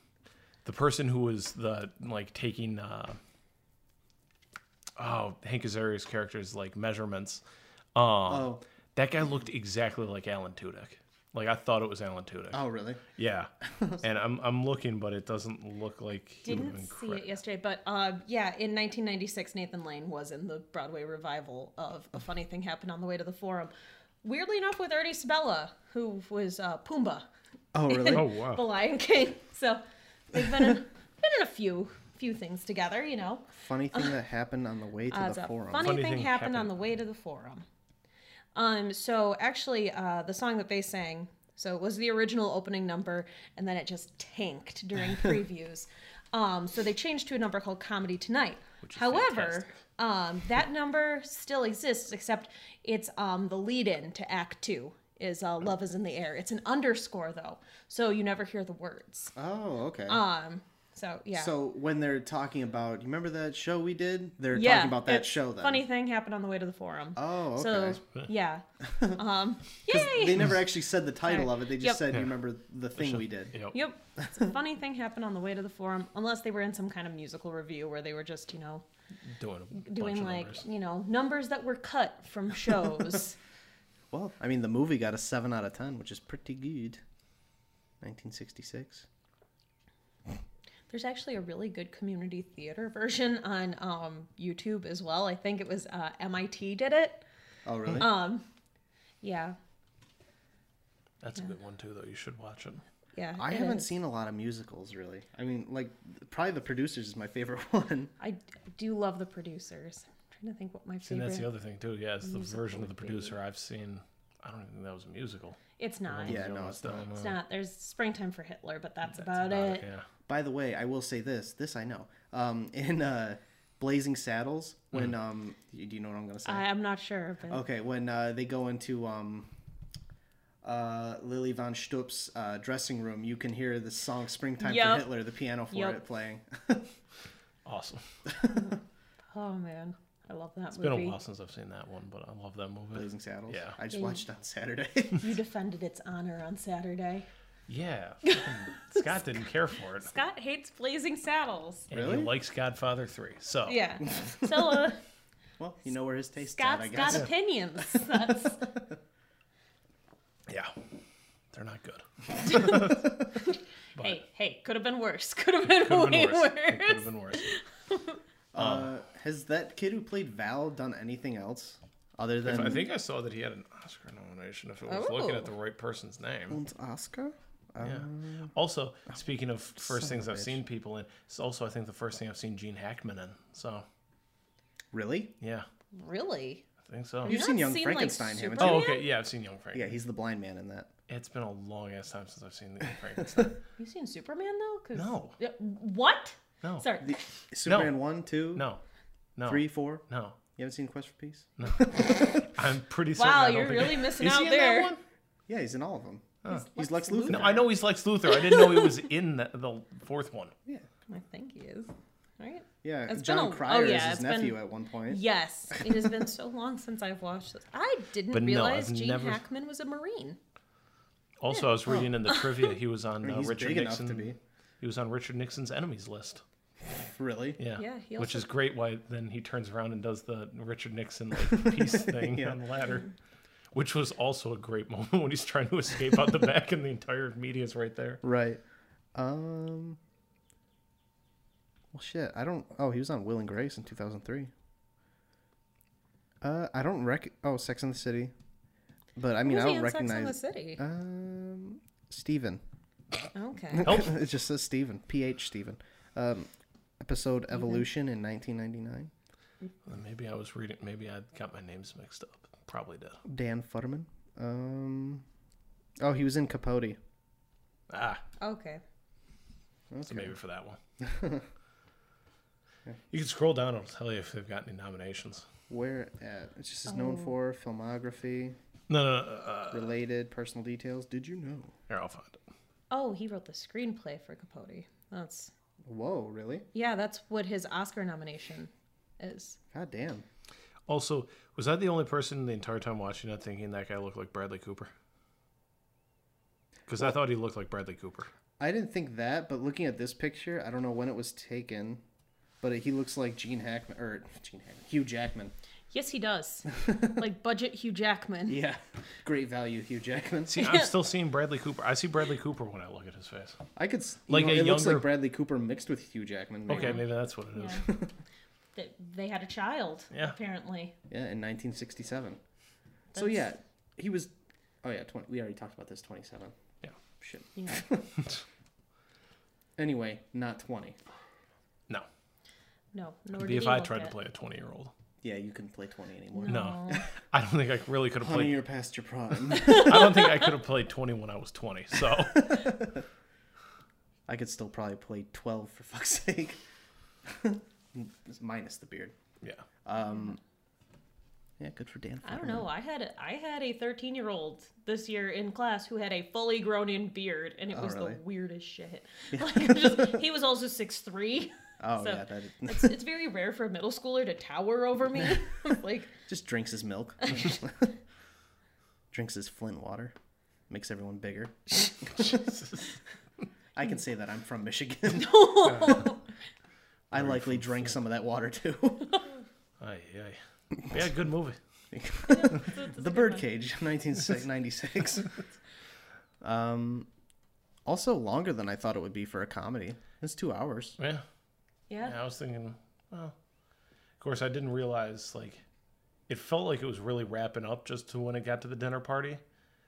Speaker 5: the person who was the like taking, uh, oh Hank Azaria's character's like measurements, um,
Speaker 10: Oh.
Speaker 5: that guy looked exactly like Alan Tudyk. Like I thought it was Alan Tudyk.
Speaker 10: Oh, really?
Speaker 5: Yeah, and I'm I'm looking, but it doesn't look like he would've
Speaker 11: Didn't
Speaker 5: been
Speaker 11: see
Speaker 5: cra-
Speaker 11: it yesterday, but uh, yeah, in 1996, Nathan Lane was in the Broadway revival of A Funny Thing Happened on the Way to the Forum. Weirdly enough, with Ernie Sabella, who was uh, Pumbaa,
Speaker 10: Oh, really?
Speaker 5: Oh wow.
Speaker 11: the Lion King. So they've been in, been in a few few things together, you know.
Speaker 10: Funny thing that happened on the way to
Speaker 11: Uh,
Speaker 10: the
Speaker 11: it's a
Speaker 10: forum.
Speaker 11: Funny,
Speaker 5: Funny
Speaker 11: thing,
Speaker 5: thing
Speaker 11: happened, on
Speaker 5: happened.
Speaker 11: the way to the forum. Um, so actually, uh, the song that they sang, so it was the original opening number, and then it just tanked during previews. um, so they changed to a number called Comedy Tonight. However, um, that number still exists, except it's um, the lead-in to Act Two is uh, "Love Is in the Air." It's an underscore though, so you never hear the words.
Speaker 10: Oh, okay.
Speaker 11: Um, so yeah.
Speaker 10: So when they're talking about, you remember that show we did? They're
Speaker 11: yeah,
Speaker 10: talking about that
Speaker 11: it's
Speaker 10: show. Then
Speaker 11: Funny thing happened on the way to the forum.
Speaker 10: Oh,
Speaker 11: So yeah, um, yay!
Speaker 10: They never actually said the title
Speaker 11: Sorry.
Speaker 10: of it. They just
Speaker 11: Yep.
Speaker 10: said, "You remember the thing we did?"
Speaker 5: Yep.
Speaker 11: Yep, it's a funny thing happened on the way to the forum. Unless they were in some kind of musical review where they were just you know
Speaker 5: Doing a bunch
Speaker 11: doing
Speaker 5: of
Speaker 11: like
Speaker 5: numbers.
Speaker 11: you know numbers that were cut from shows.
Speaker 10: Well, I mean, the movie got a seven out of ten, which is pretty good. 1966.
Speaker 11: There's actually a really good community theater version on um, YouTube as well. I think it was uh, MIT did it.
Speaker 10: Oh, really?
Speaker 11: Uh, Yeah,
Speaker 5: That's a good one too, though. You should watch it.
Speaker 11: yeah.
Speaker 10: I
Speaker 11: it
Speaker 10: haven't
Speaker 11: is.
Speaker 10: seen a lot of musicals, really. I mean, like probably The Producers is my favorite one.
Speaker 11: I do love the producers. I'm trying to think what my
Speaker 5: And
Speaker 11: favorite.
Speaker 5: that's the other thing too. Yeah, it's the version of the producer I've seen. I don't even think that was a musical.
Speaker 11: It's not.
Speaker 10: Yeah, no, it's not.
Speaker 11: It's not. There's springtime for Hitler, but that's, about, it.
Speaker 5: Yeah.
Speaker 10: By the way, I will say this. This I know. Um, in uh, Blazing Saddles, when
Speaker 5: Mm.
Speaker 10: um, y- do you know what I'm gonna say?
Speaker 11: I, I'm not sure, but
Speaker 5: Oh.
Speaker 10: Okay, when uh, they go into um, uh, Lily von Stupp's uh, dressing room, you can hear the song "Springtime
Speaker 11: Yep.
Speaker 10: for Hitler," the piano for
Speaker 11: Yep.
Speaker 10: it playing.
Speaker 5: Awesome.
Speaker 11: oh man, I love that
Speaker 5: It's
Speaker 11: movie.
Speaker 5: been a while since I've seen that one, but I love that movie.
Speaker 10: Blazing Saddles.
Speaker 5: Yeah.
Speaker 10: I just
Speaker 11: Yeah.
Speaker 10: watched it on Saturday.
Speaker 11: You defended its honor on Saturday.
Speaker 5: Yeah. fucking Scott didn't care for it.
Speaker 11: Scott hates Blazing Saddles.
Speaker 5: And he likes Godfather 3. So,
Speaker 11: Yeah. So uh,
Speaker 10: well, you know where his taste at, I
Speaker 11: Scott's
Speaker 10: guess.
Speaker 11: got opinions. That's,
Speaker 5: yeah. They're not good.
Speaker 11: hey, hey, could have been worse. Could have been
Speaker 5: Could have
Speaker 11: way
Speaker 5: been worse. It could
Speaker 11: worse.
Speaker 5: have been worse.
Speaker 10: uh, has that kid who played Val done anything else other than
Speaker 5: I think I saw that he had an Oscar nomination if it was looking at the right person's
Speaker 10: Oh,
Speaker 5: name.
Speaker 10: Oscar?
Speaker 5: Yeah. Also, speaking of first things
Speaker 10: Mm. of a
Speaker 5: I've
Speaker 10: bitch.
Speaker 5: seen people in, it's also, I think, the first thing I've seen Gene Hackman in. So,
Speaker 10: Really?
Speaker 5: yeah,
Speaker 11: Really?
Speaker 5: I think so.
Speaker 10: You've seen
Speaker 11: not
Speaker 10: Young
Speaker 11: seen, like,
Speaker 10: Frankenstein, haven't you?
Speaker 5: Oh, okay. Yeah, I've seen Young Frank.
Speaker 10: Yeah, he's the blind man in that.
Speaker 5: It's been a long ass time since I've seen Young Frankenstein.
Speaker 11: You seen Superman though? 'Cause-
Speaker 5: No.
Speaker 11: Yeah, What?
Speaker 5: No.
Speaker 11: Sorry.
Speaker 10: Superman one, two,
Speaker 5: No. No.
Speaker 10: three, four.
Speaker 5: No.
Speaker 10: You haven't seen Quest for Peace?
Speaker 5: I'm pretty certain.
Speaker 11: Wow,
Speaker 5: I don't
Speaker 11: you're
Speaker 5: think-
Speaker 11: really missing
Speaker 5: Is he
Speaker 11: out
Speaker 5: in that
Speaker 11: there.
Speaker 5: one?
Speaker 10: Yeah, he's in all of them. He's, Lex, Luthor.
Speaker 5: No, I know he's Lex Luthor. I didn't know he was in the, the fourth one.
Speaker 11: I think he is. All right.
Speaker 10: Yeah,
Speaker 11: It's been a-
Speaker 10: John
Speaker 11: oh,
Speaker 10: Cryer
Speaker 11: yeah,
Speaker 10: is
Speaker 11: it's
Speaker 10: his nephew
Speaker 11: been-
Speaker 10: at one point.
Speaker 11: Yes, it has been so long since I've watched this. I didn't
Speaker 5: But no,
Speaker 11: realize
Speaker 5: I've
Speaker 11: Gene
Speaker 5: never-
Speaker 11: Hackman was a Marine.
Speaker 5: Also, I was reading in the trivia he was on uh,
Speaker 10: Oh. he's
Speaker 5: Richard
Speaker 10: big enough
Speaker 5: Nixon.
Speaker 10: to be.
Speaker 5: He was on Richard Nixon's enemies list.
Speaker 10: Really?
Speaker 5: Yeah,
Speaker 11: Yeah, he
Speaker 5: which
Speaker 11: also-
Speaker 5: is great. Why then he turns around and does the Richard Nixon like, peace thing on the ladder, which was also a great moment when he's trying to escape out the back and the entire media is right there.
Speaker 10: Right. Um. Well, shit. I don't. Oh, he was on Will and Grace in 2003. Uh, I don't rec. Oh, Sex in the City. But I mean,
Speaker 11: was
Speaker 10: I
Speaker 11: he
Speaker 10: don't
Speaker 11: in Sex and the
Speaker 10: recognize.
Speaker 11: City?
Speaker 10: Um, Steven.
Speaker 11: okay.
Speaker 5: Help!
Speaker 10: it just says Steven. PH Steven. Um, episode Evolution in 1999.
Speaker 5: Maybe I was reading. Maybe I got my names mixed up. Probably did.
Speaker 10: Dan Futterman. Um. Oh, he was in Capote.
Speaker 5: Ah,
Speaker 11: Okay.
Speaker 5: so maybe for that one. You can scroll down. It'll tell you if they've got any nominations.
Speaker 10: Where at? It just is known
Speaker 5: Oh.
Speaker 10: for filmography,
Speaker 5: No, no, no. Uh,
Speaker 10: related personal details. Did you know?
Speaker 5: here, I'll find it.
Speaker 11: Oh, he wrote the screenplay for Capote. That's
Speaker 10: Whoa, really?
Speaker 11: yeah. That's what his Oscar nomination is.
Speaker 10: God damn.
Speaker 5: Also, was I the only person the entire time watching that thinking that guy looked like Bradley Cooper? Because I thought he looked like Bradley Cooper.
Speaker 10: I didn't think that, but looking at this picture, I don't know when it was taken, but he looks like Gene Hackman or Gene Hackman, Hugh Jackman.
Speaker 11: Yes, he does. like budget Hugh Jackman.
Speaker 10: Yeah, great value, Hugh Jackman.
Speaker 5: See, I'm still seeing Bradley Cooper. I see Bradley Cooper when I look at his face.
Speaker 10: I could s- you
Speaker 5: Like
Speaker 10: know,
Speaker 5: a
Speaker 10: it looks
Speaker 5: younger-
Speaker 10: like Bradley Cooper mixed with Hugh Jackman. maybe.
Speaker 5: Okay, maybe that's what it is.
Speaker 11: Yeah. That they had a child,
Speaker 5: Yeah.
Speaker 11: apparently.
Speaker 10: Yeah, in 1967. So yeah, he was. Oh yeah, 20, we already talked about this. 27.
Speaker 5: Yeah.
Speaker 10: Shit.
Speaker 11: Yeah.
Speaker 10: Anyway, not 20.
Speaker 5: No,
Speaker 11: No, nor
Speaker 5: It'd
Speaker 11: did
Speaker 5: be if
Speaker 11: he
Speaker 5: I
Speaker 11: look
Speaker 5: tried to
Speaker 11: it.
Speaker 5: play a 20 year old.
Speaker 10: Yeah, you couldn't play 20 anymore.
Speaker 11: Oh.
Speaker 5: No, I don't think I really could have
Speaker 10: Honey,
Speaker 5: played.
Speaker 10: you're past your prime.
Speaker 5: I don't think I could have played 20 when I was 20. So
Speaker 10: I could still probably play 12 for fuck's sake. Minus the beard.
Speaker 5: yeah,
Speaker 10: Yeah, good for Dan.
Speaker 11: I don't know. I had a, I had a 13 year old this year in class who had a fully grown in beard, and it was
Speaker 10: Oh, really?
Speaker 11: the weirdest shit. Like, it was just, he was also six three.
Speaker 10: Oh
Speaker 11: so
Speaker 10: yeah, that
Speaker 11: it's, it's very rare for a middle schooler to tower over me. like
Speaker 10: just drinks his milk. drinks his Flint water. Makes everyone bigger. I can say that I'm from Michigan. I likely drank some of that water too.
Speaker 5: aye, aye. yeah, good movie.
Speaker 10: the Birdcage, 1996. um, also longer than I thought it would be for a comedy. It's two hours.
Speaker 5: Yeah.
Speaker 11: yeah,
Speaker 5: Yeah, I was thinking, well, of course, I didn't realize like it felt like it was really wrapping up just to when it got to the dinner party,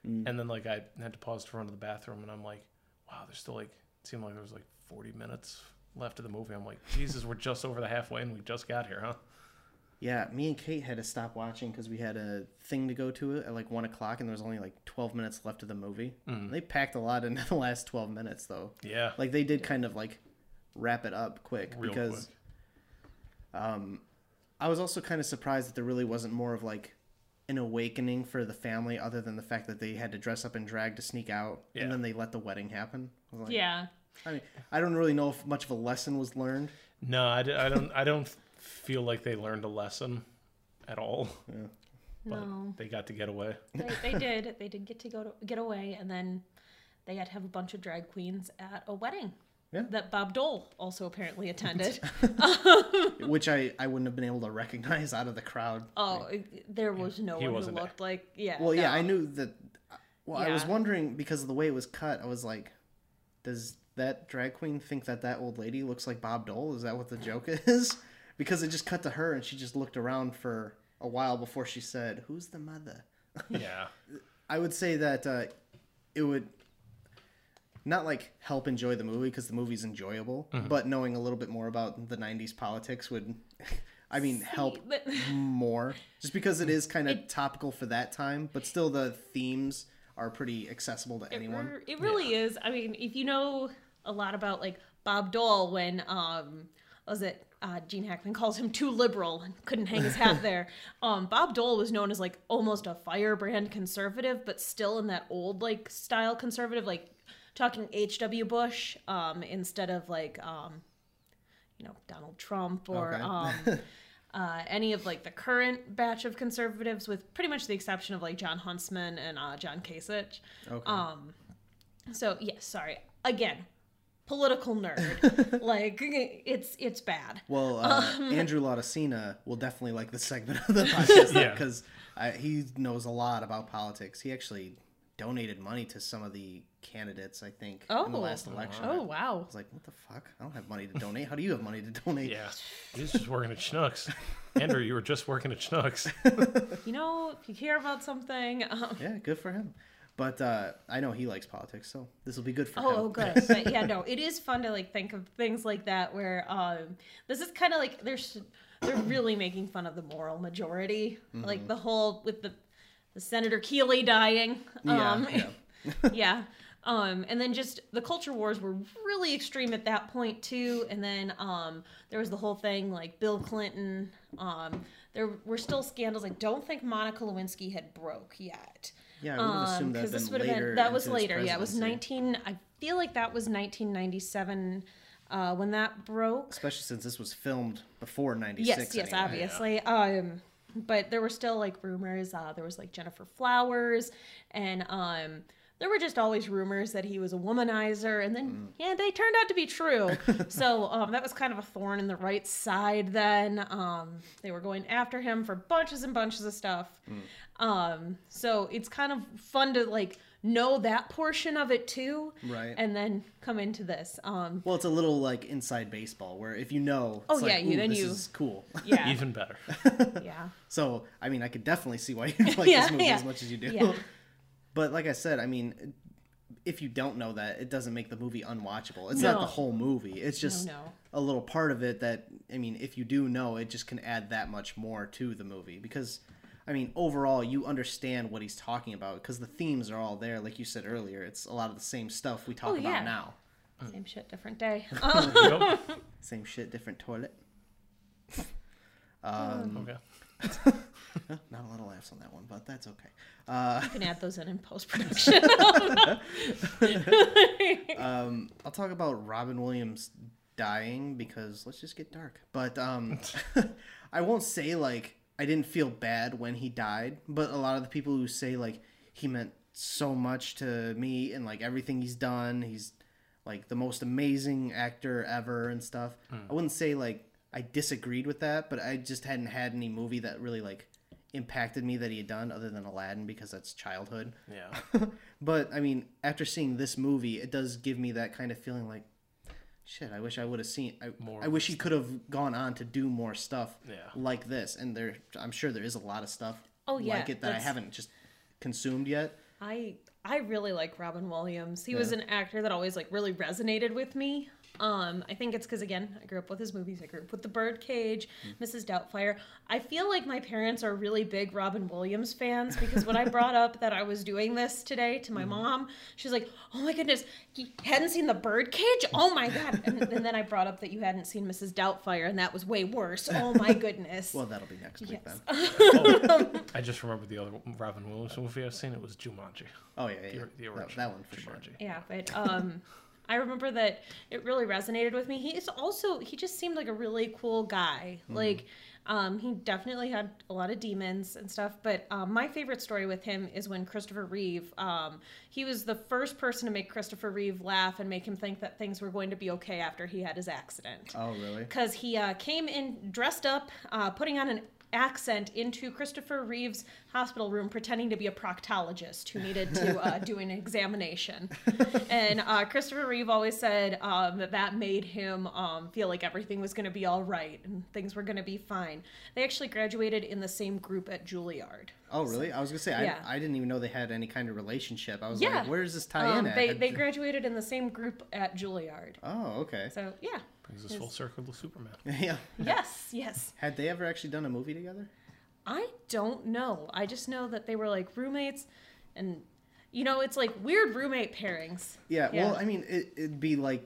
Speaker 5: and then like I had to pause to run to the bathroom, and I'm like, wow, there's still like it seemed like there was like 40 minutes left of the movie. I'm like, Jesus, we're just over the halfway, and we just got here, huh?
Speaker 10: Yeah, me and Kate had to stop watching because we had a thing to go to at like one o'clock, and there was only like 12 minutes left of the movie. They packed a lot into the last 12 minutes though.
Speaker 5: Yeah,
Speaker 10: like they did kind of like wrap it up quick
Speaker 5: real
Speaker 10: because um,
Speaker 5: quick.
Speaker 10: I was also kind of surprised that there really wasn't more of like an awakening for the family other than the fact that they had to dress up and drag to sneak out
Speaker 5: Yeah.
Speaker 10: and then they let the wedding happen. I was like,
Speaker 11: yeah.
Speaker 10: I mean, I don't really know if much of a lesson was learned.
Speaker 5: No, I, d- I don't. I don't feel like they learned a lesson at all. But
Speaker 11: No.
Speaker 5: they got to get away.
Speaker 11: They, they did. They did get to go to, get away, and then they had to have a bunch of drag queens at a wedding
Speaker 10: Yeah.
Speaker 11: that Bob Dole also apparently attended.
Speaker 10: Which I, I wouldn't have been able to recognize out of the crowd.
Speaker 11: oh, there was no
Speaker 5: He
Speaker 11: one who
Speaker 5: wasn't there.
Speaker 11: looked like yeah.
Speaker 10: well, yeah,
Speaker 11: no.
Speaker 10: I knew that. uh, Well, I was
Speaker 11: Yeah.
Speaker 10: wondering because of the way it was cut, I was like, does that drag queen think that that old lady looks like Bob Dole? Is that what the joke is? Because it just cut to her and she just looked around for a while before she said, Who's the mother?
Speaker 5: Yeah,
Speaker 10: I would say that uh, it would not like help enjoy the movie because the movie's enjoyable, but knowing a little bit more about the '90s politics would, I mean, help
Speaker 11: But-
Speaker 10: more. Just because it is kind of topical for that time, but still the themes are pretty accessible to anyone.
Speaker 11: It, it really is. I mean, if you know a lot about like Bob Dole, when um, what was it uh, Gene Hackman calls him too liberal and couldn't hang his hat there. Um, Bob Dole was known as like almost a firebrand conservative, but still in that old like style conservative, like talking H.W. Bush um, instead of like um, you know Donald Trump or
Speaker 10: Okay.
Speaker 11: um, uh, any of like the current batch of conservatives, with pretty much the exception of like John Huntsman and uh, John Kasich.
Speaker 10: Okay.
Speaker 11: Oh. So yes, sorry again, political nerd. like it's it's bad.
Speaker 10: well, uh, Andrew Laudacina will definitely like this segment of the podcast
Speaker 5: Yeah.
Speaker 10: because he knows a lot about politics. He actually donated money to some of the candidates, I think, in the
Speaker 11: Oh.
Speaker 10: last election.
Speaker 11: Oh wow.
Speaker 10: I was like, what the fuck? I don't have money to donate. How do you have money to donate?
Speaker 5: yeah. He's just working at Schnucks. Andrew, you were just working at Schnucks.
Speaker 11: You know, if you care about something, um,
Speaker 10: Yeah, good for him. But uh, I know he likes politics, so this will be good for him.
Speaker 11: oh, good. But yeah, no, it is fun to like think of things like that where um, this is kind of like they're s- they're really making fun of the moral majority,
Speaker 10: Mm-hmm.
Speaker 11: like the whole with the, the Senator Keeley dying.
Speaker 10: Yeah,
Speaker 11: Um,
Speaker 10: yeah.
Speaker 11: yeah. Um, and then just the culture wars were really extreme at that point too. And then um, there was the whole thing like Bill Clinton. Um, there were still scandals. I don't think Monica Lewinsky had broke yet.
Speaker 10: Yeah, I would have assumed that
Speaker 11: because
Speaker 10: had
Speaker 11: this
Speaker 10: been
Speaker 11: would have
Speaker 10: later.
Speaker 11: been that was
Speaker 10: into his
Speaker 11: later. Yeah, it was
Speaker 10: presidency.
Speaker 11: nineteen. I feel like that was nineteen ninety seven uh, when that broke.
Speaker 10: Especially since this was filmed before '96.
Speaker 11: Yes, yes,
Speaker 10: anyway.
Speaker 11: obviously. Um, but there were still like rumors. Uh, there was like Jennifer Flowers and um, there were just always rumors that he was a womanizer, and
Speaker 10: Mm.
Speaker 11: then yeah, they turned out to be true. so um, that was kind of a thorn in the right side. Then um, they were going after him for bunches and bunches of stuff.
Speaker 10: Mm.
Speaker 11: Um, so it's kind of fun to like know that portion of it too,
Speaker 10: Right.
Speaker 11: And then come into this. Um,
Speaker 10: Well, it's a little like inside baseball where if you know, it's
Speaker 11: Oh, yeah,
Speaker 10: like,
Speaker 11: you-
Speaker 10: "Ooh,
Speaker 11: then
Speaker 10: this
Speaker 11: you-
Speaker 10: is cool.
Speaker 11: yeah,
Speaker 5: Even better.
Speaker 11: yeah,
Speaker 10: So, I mean, I could definitely see why you like
Speaker 11: Yeah,
Speaker 10: this movie
Speaker 11: yeah.
Speaker 10: as much as you do.
Speaker 11: Yeah.
Speaker 10: But like I said, I mean, if you don't know that, it doesn't make the movie unwatchable. It's not
Speaker 11: No.
Speaker 10: the whole movie. It's just
Speaker 11: no.
Speaker 10: a little part of it that I mean, if you do know, it just can add that much more to the movie because I mean, overall, you understand what he's talking about because the themes are all there. Like you said earlier, it's a lot of the same stuff we talk
Speaker 11: Oh,
Speaker 10: about
Speaker 11: yeah.
Speaker 10: now.
Speaker 11: same shit, different day.
Speaker 5: Yep.
Speaker 10: Same shit, different toilet.
Speaker 5: Okay.
Speaker 10: Not a lot of laughs on that one, but that's okay.
Speaker 11: You can add those in in post production.
Speaker 10: um, I'll talk about Robin Williams dying because let's just get dark. But um I won't say like I didn't feel bad when he died, but a lot of the people who say like he meant so much to me and like everything he's done, he's like the most amazing actor ever and stuff. I wouldn't say like I disagreed with that, but I just hadn't had any movie that really like impacted me that he had done other than Aladdin because that's childhood.
Speaker 5: Yeah.
Speaker 10: But I mean, after seeing this movie, it does give me that kind of feeling like, shit. I wish I would have seen. I,
Speaker 5: More
Speaker 10: I
Speaker 5: of
Speaker 10: wish he could have gone on to do more stuff
Speaker 5: Yeah.
Speaker 10: like this. And there, I'm sure there is a lot of stuff
Speaker 11: Oh, yeah,
Speaker 10: like it that I
Speaker 11: that's-
Speaker 10: haven't just consumed yet.
Speaker 11: I I really like Robin Williams. He was an actor that always like really resonated with me. Um, I think it's because again, I grew up with his movies. I grew up with The Birdcage, Mrs. Doubtfire. I feel like my parents are really big Robin Williams fans because when I brought up that I was doing this today to my mom, she's like, "Oh my goodness, he hadn't seen The Birdcage? Oh my god!" And, and then I brought up that you hadn't seen Mrs. Doubtfire, and that was way worse. Oh my goodness.
Speaker 10: Well, that'll be next week
Speaker 11: Yes.
Speaker 10: then.
Speaker 5: I just remember the other Robin Williams movie I've seen. It was Jumanji.
Speaker 10: Oh yeah, yeah, yeah.
Speaker 5: The, the
Speaker 10: That-
Speaker 5: original.
Speaker 10: that, one for sure.
Speaker 5: Jumanji.
Speaker 11: Yeah, but um, I remember that it really resonated with me. He's also he just seemed like a really cool guy. Like, um, he definitely had a lot of demons and stuff. But um, my favorite story with him is when Christopher Reeve. Um, he was the first person to make Christopher Reeve laugh and make him think that things were going to be okay after he had his accident
Speaker 10: Oh really?
Speaker 11: because he uh, came in dressed up, uh, putting on an accent into Christopher Reeve's hospital room, pretending to be a proctologist who needed to uh, do an examination. and uh, Christopher Reeve always said um, that that made him um, feel like everything was going to be all right and things were going to be fine. They actually graduated in the same group at Juilliard.
Speaker 10: Oh really? I was gonna say
Speaker 11: Yeah.
Speaker 10: I, I didn't even know they had any kind of relationship. I was
Speaker 11: Yeah.
Speaker 10: like, where does this tie
Speaker 11: Um,
Speaker 10: in? At?
Speaker 11: they, they graduated in the same group at Juilliard.
Speaker 10: oh okay.
Speaker 11: So, yeah.
Speaker 5: Brings us full circle to Superman.
Speaker 10: yeah.
Speaker 11: Yes, yes.
Speaker 10: Had they ever actually done a movie together?
Speaker 11: I don't know. I just know that they were like roommates and you know, it's like weird roommate pairings.
Speaker 10: Yeah,
Speaker 11: Yeah.
Speaker 10: well, I mean, it, it'd be like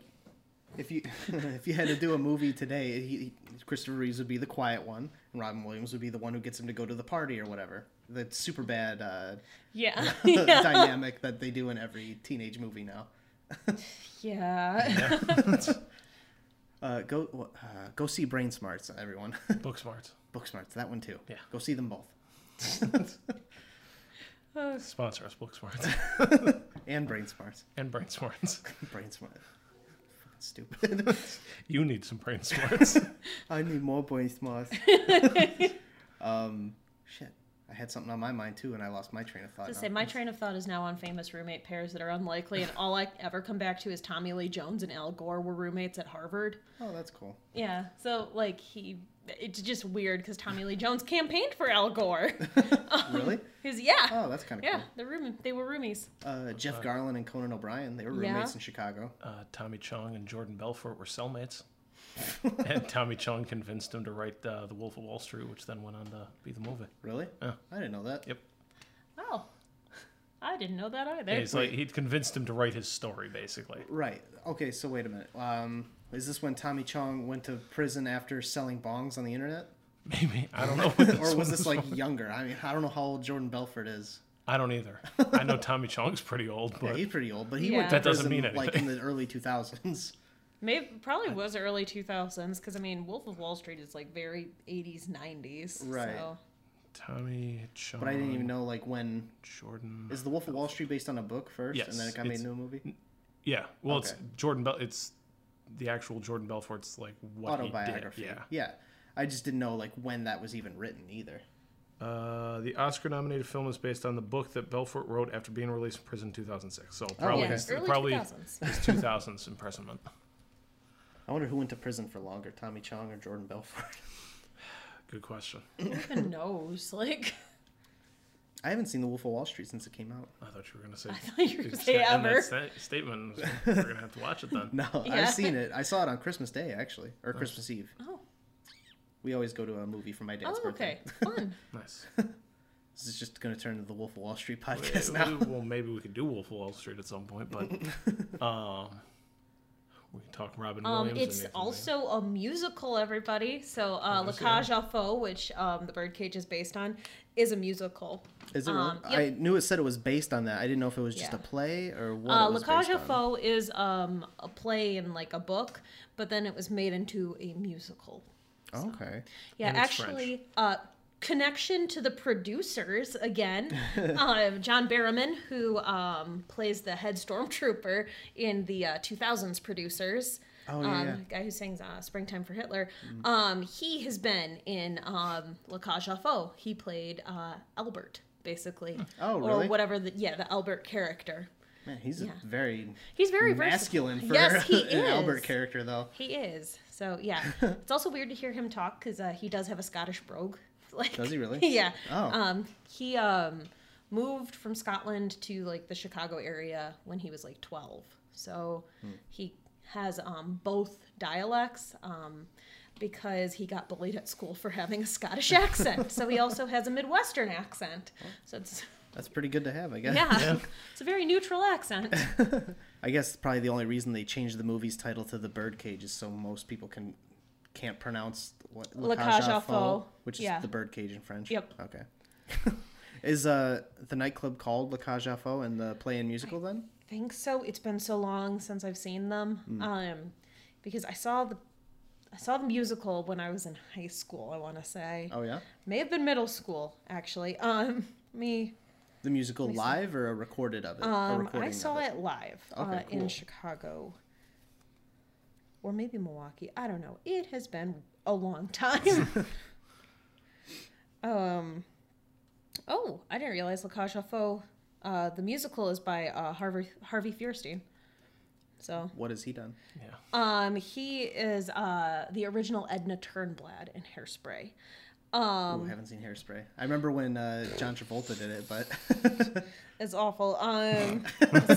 Speaker 10: if you if you had to do a movie today, he, he, Christopher Reeves would be the quiet one, and Robin Williams would be the one who gets him to go to the party or whatever. That super bad uh,
Speaker 11: Yeah. yeah.
Speaker 10: dynamic that they do in every teenage movie now.
Speaker 11: yeah.
Speaker 10: Uh, go uh, go see Brain Smarts, everyone.
Speaker 5: Book smarts.
Speaker 10: Book Smarts, that one too.
Speaker 5: Yeah.
Speaker 10: go see them both
Speaker 5: Sponsor us, Book smarts
Speaker 10: and Brain Smarts.
Speaker 5: and Brain Smarts.
Speaker 10: Brain Smart. Stupid.
Speaker 5: You need some Brain Smarts.
Speaker 10: I need more brain smarts. um, shit. I had something on my mind too, and I lost my train of thought.
Speaker 11: To
Speaker 10: now.
Speaker 11: say my train of thought is now on famous roommate pairs that are unlikely and all I ever come back to is Tommy Lee Jones and Al Gore were roommates at Harvard.
Speaker 10: Oh, that's cool.
Speaker 11: Yeah. So like he it's just weird cuz Tommy Lee Jones campaigned for Al Gore.
Speaker 10: Really?
Speaker 11: His yeah.
Speaker 10: Oh, that's kind of
Speaker 11: yeah, the room they were roomies.
Speaker 10: cool. Uh, Jeff Garland and Conan O'Brien, they were
Speaker 11: Yeah.
Speaker 10: roommates in Chicago.
Speaker 5: Uh, Tommy Chong and Jordan Belfort were cellmates. and Tommy Chong convinced him to write uh, The Wolf of Wall Street, which then went on to be the movie.
Speaker 10: Really?
Speaker 5: Yeah.
Speaker 10: I didn't know that.
Speaker 5: Yep.
Speaker 11: Wow. Oh. I didn't know that either.
Speaker 5: Yeah, he's like, he'd convinced him to write his story, basically.
Speaker 10: Right. Okay, so wait a minute. Um, is this when Tommy Chong went to prison after selling bongs on the internet?
Speaker 5: Maybe. I don't know. What this
Speaker 10: Or
Speaker 5: one
Speaker 10: was this
Speaker 5: is
Speaker 10: like
Speaker 5: from.
Speaker 10: younger? I mean, I don't know how old Jordan Belfort is.
Speaker 5: I don't either. I know Tommy Chong's pretty old,
Speaker 10: Yeah,
Speaker 5: but
Speaker 10: he's pretty old, but he went
Speaker 11: Yeah.
Speaker 10: to
Speaker 11: That
Speaker 5: doesn't
Speaker 10: prison
Speaker 5: mean
Speaker 10: like in the early 2000s.
Speaker 11: Maybe probably was early two thousands because I mean Wolf of Wall Street is like very eighties nineties.
Speaker 10: Right.
Speaker 11: So
Speaker 5: Tommy, John,
Speaker 10: But I
Speaker 5: Um,
Speaker 10: didn't even know like when
Speaker 5: Jordan.
Speaker 10: is the Wolf of Wall Street based on a book first,
Speaker 5: Yes,
Speaker 10: and then it got made
Speaker 5: it's-
Speaker 10: into a movie.
Speaker 5: Yeah. Well, it's
Speaker 10: Okay.
Speaker 5: Jordan Bell. It's the actual Jordan Belfort's like what
Speaker 10: Autobiography.
Speaker 5: He did.
Speaker 10: yeah. I just didn't know like when that was even written either.
Speaker 5: Yeah. Uh, the Oscar-nominated film is based on the book that Belfort wrote after being released from prison in 2006. So probably
Speaker 10: okay.
Speaker 5: his,
Speaker 11: Early
Speaker 5: probably
Speaker 11: 2000s.
Speaker 5: his 2000s imprisonment.
Speaker 10: I wonder who went to prison for longer, Tommy Chong or Jordan Belfort.
Speaker 5: Good question.
Speaker 11: Who even knows? Like,
Speaker 10: I haven't seen The Wolf of Wall Street since it came out.
Speaker 5: I thought you were gonna say. I
Speaker 11: thought you were gonna say ever.
Speaker 5: statement. I was like, We're gonna have to watch it then.
Speaker 10: No,
Speaker 11: Yeah.
Speaker 10: I've seen it. I saw it on Christmas Day actually, or Christmas Eve.
Speaker 11: oh,
Speaker 10: We always go to a movie for my dad's
Speaker 11: oh
Speaker 10: birthday.
Speaker 11: okay, fun.
Speaker 5: Nice.
Speaker 10: This is just going to turn into the Wolf of Wall Street
Speaker 5: Wait,
Speaker 10: podcast
Speaker 5: we-
Speaker 10: now.
Speaker 5: well, maybe we could do Wolf of Wall Street at some point, but um, we can talk Robin Williams.
Speaker 11: Um,
Speaker 5: and
Speaker 11: it's
Speaker 5: Nathan Lane.
Speaker 11: also a musical, everybody. So uh, La
Speaker 5: Oh, is it? Yeah.
Speaker 11: Cage aux Folles, which um, the Birdcage is based on, is a musical.
Speaker 10: Is it?
Speaker 11: um,
Speaker 10: really? I knew it said it was based on that. I didn't know if it was just
Speaker 11: Yeah.
Speaker 10: a play or what.
Speaker 11: Uh,
Speaker 10: it
Speaker 11: La
Speaker 10: was
Speaker 11: Cage
Speaker 10: based
Speaker 11: aux
Speaker 10: on.
Speaker 11: Folles is um, a play and like a book, but then it was made into a musical.
Speaker 10: Okay.
Speaker 11: Yeah,
Speaker 5: And it's French.
Speaker 11: actually, uh, connection to the producers again. uh, John Barrowman, who um, plays the head stormtrooper in the uh, 2000s producers.
Speaker 10: Oh, yeah,
Speaker 11: um,
Speaker 10: yeah. Mm.
Speaker 11: guy who sings uh, "Springtime for Hitler." Um, he has been in um, *La Cage aux Folles*. He played uh, Albert, basically.
Speaker 10: Oh,
Speaker 11: Or
Speaker 10: really?
Speaker 11: whatever the yeah the Albert character.
Speaker 10: Man, he's a very
Speaker 11: He's very versatile.
Speaker 10: masculine for
Speaker 11: Yes, he
Speaker 10: an Albert
Speaker 11: is.
Speaker 10: character, though.
Speaker 11: He is. So yeah, it's also weird to hear him talk because uh, he does have a Scottish brogue. Like,
Speaker 10: Does he really?
Speaker 11: Yeah.
Speaker 10: Oh.
Speaker 11: Um, he um moved from Scotland to like the Chicago area when he was like 12. So
Speaker 10: Hmm.
Speaker 11: he has um both dialects um because he got bullied at school for having a Scottish accent. so he also has a Midwestern accent.
Speaker 10: Oh.
Speaker 11: So it's
Speaker 10: That's pretty good to have, I guess.
Speaker 11: yeah, it's a very neutral accent.
Speaker 10: I guess probably the only reason they changed the movie's title to The Birdcage is so most people can can't pronounce what
Speaker 11: La Cage aux Folles.
Speaker 10: which is
Speaker 11: Yeah.
Speaker 10: the birdcage in French.
Speaker 11: Yep.
Speaker 10: Okay. is uh the nightclub called La Cage aux Folles and the play and musical then?
Speaker 11: think so. It's been so long since I've seen them.
Speaker 10: Hmm.
Speaker 11: Um, because I saw the I saw the musical when I was in high school. I want to say
Speaker 10: Oh yeah.
Speaker 11: may have been middle school actually. Um, me
Speaker 10: The musical live or a recorded of it? a
Speaker 11: um,
Speaker 10: recording
Speaker 11: I
Speaker 10: of
Speaker 11: saw it live
Speaker 10: Okay,
Speaker 11: uh, in
Speaker 10: cool.
Speaker 11: Chicago or maybe Milwaukee. I don't know. It has been a long time. um, oh, I didn't realize La Cage aux Folles, uh, the musical is by uh, Harvey Harvey Fierstein. So
Speaker 10: What has he done?
Speaker 11: Um, he is uh, the original Edna Turnblad in Hairspray. Um,
Speaker 10: Ooh, haven't seen Hairspray. I remember when uh, John Travolta did it, but
Speaker 11: It's awful. Um,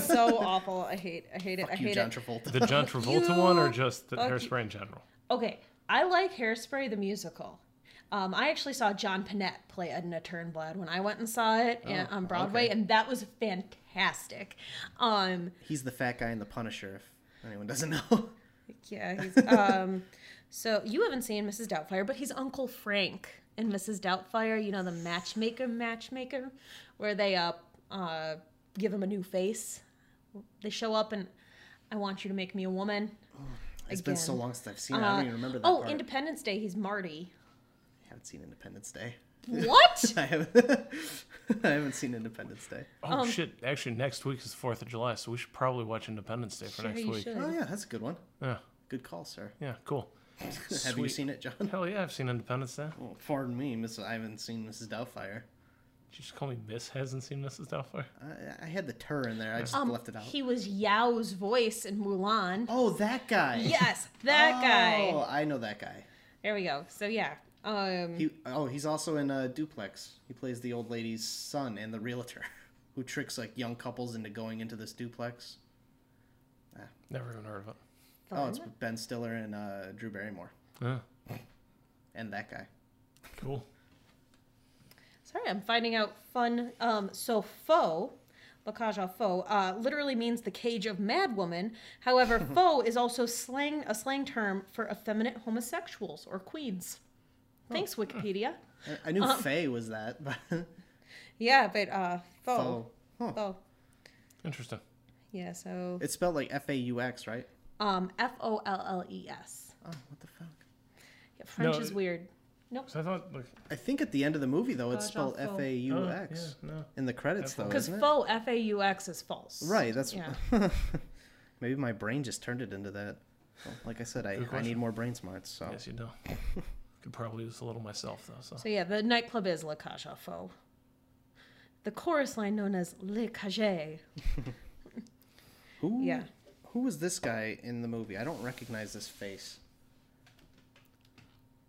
Speaker 11: so awful. I hate. I hate it. I
Speaker 10: you,
Speaker 11: hate
Speaker 10: John
Speaker 11: it.
Speaker 10: Travolta.
Speaker 5: The John Travolta one, or
Speaker 11: You-
Speaker 5: just the
Speaker 11: fuck you.
Speaker 5: hairspray in general?
Speaker 11: Okay, I like Hairspray the musical. Um, I actually saw John Panette play Edna Turnblad when I went and saw it and, on Broadway,
Speaker 10: Oh, okay.
Speaker 11: and that was fantastic. Um,
Speaker 10: He's the fat guy in The Punisher. If anyone doesn't know,
Speaker 11: yeah. He's, um, so you haven't seen Mrs. Doubtfire, but he's Uncle Frank in Mrs. Doubtfire. You know the matchmaker, matchmaker, where they uh, uh give him a new face. They show up and I want you to make me a woman.
Speaker 10: it's been so
Speaker 11: Again.
Speaker 10: long since I've seen it. I don't even remember that
Speaker 11: oh,
Speaker 10: part.
Speaker 11: Independence Day. He's Marty.
Speaker 10: I haven't seen Independence Day.
Speaker 11: What?
Speaker 10: I haven't. I haven't seen Independence Day.
Speaker 5: Oh
Speaker 11: Um,
Speaker 5: shit! Actually, next week is the Fourth of July, so we should probably watch Independence Day for
Speaker 11: Sure
Speaker 5: next
Speaker 11: you
Speaker 5: week.
Speaker 11: should.
Speaker 10: Oh yeah, that's a good one.
Speaker 5: Yeah,
Speaker 10: Good call, sir.
Speaker 5: yeah, cool.
Speaker 10: Have you
Speaker 5: Sweet.
Speaker 10: seen it, John?
Speaker 5: Hell yeah, I've seen Independence Day.
Speaker 10: Oh, pardon me, Miss. I haven't seen Mrs. Doubtfire.
Speaker 5: Did you just call me Miss? Hasn't seen Mrs. Doubtfire.
Speaker 10: I, I had the tur in there. I just left it out.
Speaker 11: Um, He was Yao's voice in Mulan.
Speaker 10: Oh, that guy.
Speaker 11: Yes, that guy.
Speaker 10: Oh, I know that guy.
Speaker 11: There we go. So yeah. Um,
Speaker 10: He. Oh, he's also in uh, Duplex. He plays the old lady's son and the realtor, who tricks like young couples into going into this duplex.
Speaker 5: Never even heard of it.
Speaker 10: Oh, it's Ben Stiller and uh, Drew Barrymore
Speaker 5: Yeah,
Speaker 10: and that guy.
Speaker 5: cool.
Speaker 11: Sorry, I'm finding out fun. Um, so faux, bocage aux faux, uh, literally means the cage of mad woman. However, faux is also slang a slang term for effeminate homosexuals or queens. Thanks, Wikipedia.
Speaker 10: I- I knew
Speaker 11: Um,
Speaker 10: Faye was that, but
Speaker 11: Yeah, but uh, faux,
Speaker 10: oh, huh.
Speaker 11: faux.
Speaker 5: Interesting.
Speaker 11: Yeah, so
Speaker 10: it's spelled like F A U X, right?
Speaker 11: um, F O L L E S.
Speaker 10: Oh, what the fuck?
Speaker 11: Yeah, French
Speaker 5: No,
Speaker 11: is
Speaker 5: it-
Speaker 11: weird. Nope.
Speaker 5: 'Cause I thought, like,
Speaker 10: I think at the end of the movie though, it's
Speaker 11: Gosh,
Speaker 10: spelled
Speaker 11: awful.
Speaker 10: F A U X
Speaker 5: Oh, yeah, no.
Speaker 10: in the credits though,
Speaker 11: Because
Speaker 10: isn't it?
Speaker 11: faux F A U X is false.
Speaker 10: Right. That's
Speaker 11: Yeah.
Speaker 10: maybe my brain just turned it into that. Well, like I said, I, I
Speaker 5: question.
Speaker 10: need more brain smarts. So
Speaker 5: yes, you know, could probably use a little myself though. So,
Speaker 11: So yeah, the nightclub is La Cage aux Folles. The chorus line known as Le Cage.
Speaker 10: who
Speaker 11: Yeah.
Speaker 10: who was this guy in the movie? I don't recognize this face.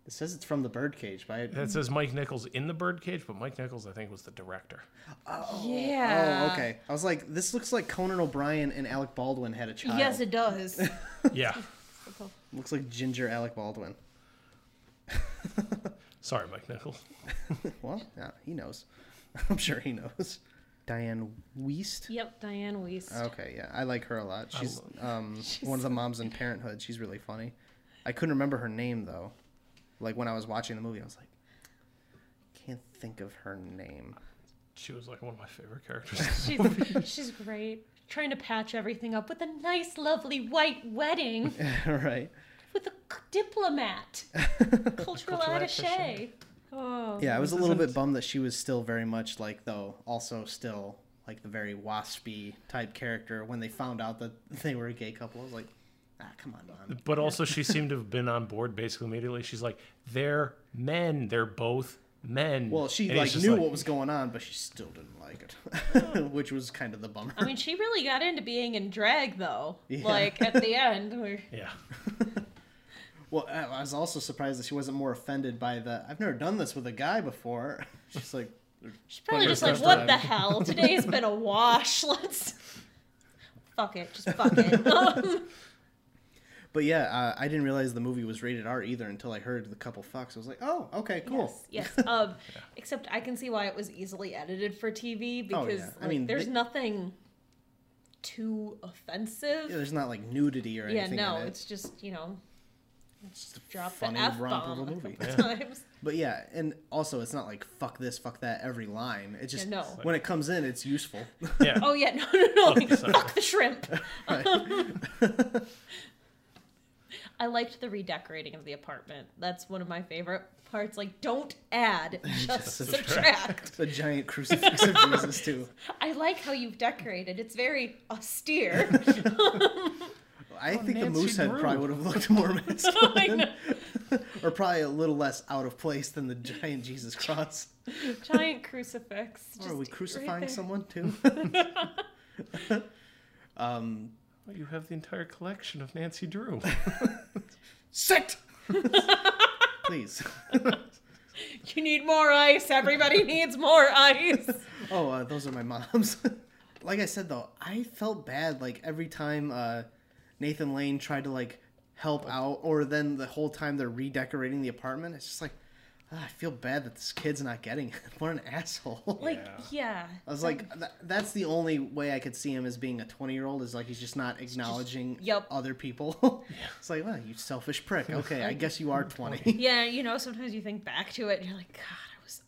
Speaker 10: It says it's from the Birdcage, but I,
Speaker 5: that says Mike Nichols in the Birdcage, but Mike Nichols, I think, was the director.
Speaker 11: Yeah.
Speaker 10: oh okay. I was like, this looks like Conan O'Brien and Alec Baldwin had a child.
Speaker 11: Yes, it does.
Speaker 5: Yeah.
Speaker 10: looks like ginger Alec Baldwin.
Speaker 5: Sorry, Mike Nichols.
Speaker 10: Well, yeah, he knows. I'm sure he knows. Diane Wiest.
Speaker 11: yep, Diane Weiss.
Speaker 10: Okay, yeah, I like her a lot. She's um one of the moms in Parenthood. She's really funny. I couldn't remember her name though. Like when I was watching the movie, I was like, can't think of her name.
Speaker 5: She was like one of my favorite characters.
Speaker 11: She's she's great. Trying to patch everything up with a nice, lovely white wedding
Speaker 10: All right.
Speaker 11: with a c- diplomat, cultural attaché. Oh,
Speaker 10: Yeah, I was a little bit bummed that she was still very much like though also still like the very waspy type character when they found out that they were a gay couple. I was like, ah, come on, mom.
Speaker 5: but also, she seemed to have been on board basically immediately. She's like, they're men. They're both men.
Speaker 10: Well, she
Speaker 5: And it's
Speaker 10: like
Speaker 5: just
Speaker 10: knew what was going on, but she still didn't like it, which was kind of the bummer.
Speaker 11: I mean, she really got into being in drag though. Like at the end, where
Speaker 5: Yeah.
Speaker 10: Well, I I was also surprised that she wasn't more offended by the "I've never done this with a guy before." She's like,
Speaker 11: she's probably
Speaker 10: Plenty of
Speaker 11: just like,
Speaker 10: stuff
Speaker 11: "What
Speaker 10: done.
Speaker 11: the hell? Today's been a wash. Let's fuck it. Just fuck it."
Speaker 10: but yeah, uh, I didn't realize the movie was rated R either until I heard the couple fucks. I was like, "Oh, okay, cool."
Speaker 11: Yes. yes. Um, Except I can see why it was easily edited for TV
Speaker 10: Oh,
Speaker 11: because
Speaker 10: yeah. I
Speaker 11: like,
Speaker 10: mean,
Speaker 11: there's
Speaker 10: they-
Speaker 11: nothing too offensive.
Speaker 10: Yeah, there's not like nudity or
Speaker 11: yeah,
Speaker 10: anything.
Speaker 11: no,
Speaker 10: in it.
Speaker 11: it's just you know,
Speaker 10: just a
Speaker 11: drop
Speaker 10: funny
Speaker 11: the f
Speaker 10: romp of a
Speaker 11: bomb a
Speaker 10: movie.
Speaker 11: couple times.
Speaker 10: But yeah, and also it's not like "fuck this, fuck that" every line. It just
Speaker 11: no.
Speaker 10: when it comes in, it's useful.
Speaker 5: Yeah.
Speaker 11: Oh yeah, no, no, no! like, fuck the shrimp. I liked the redecorating of the apartment. That's one of my favorite parts. Like, don't add, just subtract.
Speaker 10: the giant crucifix of Jesus too.
Speaker 11: I like how you've decorated. It's very austere.
Speaker 10: I think the
Speaker 5: Nancy
Speaker 10: moose head
Speaker 5: Drew.
Speaker 10: probably would have looked more
Speaker 11: Oh, I
Speaker 10: masculine,
Speaker 11: know.
Speaker 10: or probably a little less out of place than the giant Jesus cross.
Speaker 11: Giant crucifix.
Speaker 10: Are we
Speaker 11: just right
Speaker 10: crucifying
Speaker 11: there.
Speaker 10: someone too?
Speaker 5: Well, you have the entire collection of Nancy Drew.
Speaker 10: Sit! Please.
Speaker 11: You need more ice. Everybody needs more ice.
Speaker 10: Oh, uh, those are my mom's. like I said though, I felt bad like every time uh, Nathan Lane tried to like help out, or then the whole time they're redecorating the apartment. It's just like ah, I feel bad that this kid's not getting it. What an asshole.
Speaker 11: Like, yeah.
Speaker 10: I was like, th- that's the only way I could see him as being a 20 year old is like he's just not acknowledging
Speaker 11: yep.
Speaker 10: other people. It's like, well, you selfish prick. Okay, I guess you are 20.
Speaker 11: Yeah, you know, sometimes you think back to it and you're like, God, I was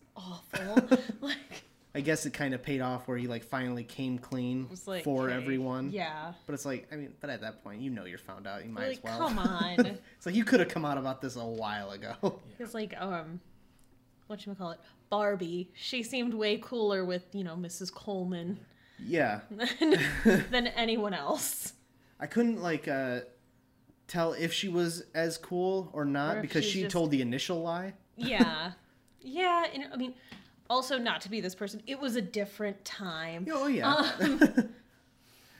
Speaker 11: awful. like,
Speaker 10: I guess it kind of paid off where he like finally came clean
Speaker 11: it's like
Speaker 10: for
Speaker 11: okay,
Speaker 10: everyone.
Speaker 11: Yeah.
Speaker 10: But it's like, I mean, but at that point, you know you're found out. You might
Speaker 11: Like,
Speaker 10: as well.
Speaker 11: come on.
Speaker 10: It's like you could have come out about this a while ago.
Speaker 11: It's like, um, what you call it? Barbie. She seemed way cooler with, you know, Mrs. Coleman
Speaker 10: Yeah.
Speaker 11: than anyone else.
Speaker 10: I couldn't like uh, tell if she was as cool or not
Speaker 11: Or if
Speaker 10: because
Speaker 11: she's
Speaker 10: she
Speaker 11: just-
Speaker 10: told the initial lie.
Speaker 11: Yeah. yeah. And I mean, also, not to be this person, it was a different time.
Speaker 10: Oh yeah.
Speaker 11: Uh.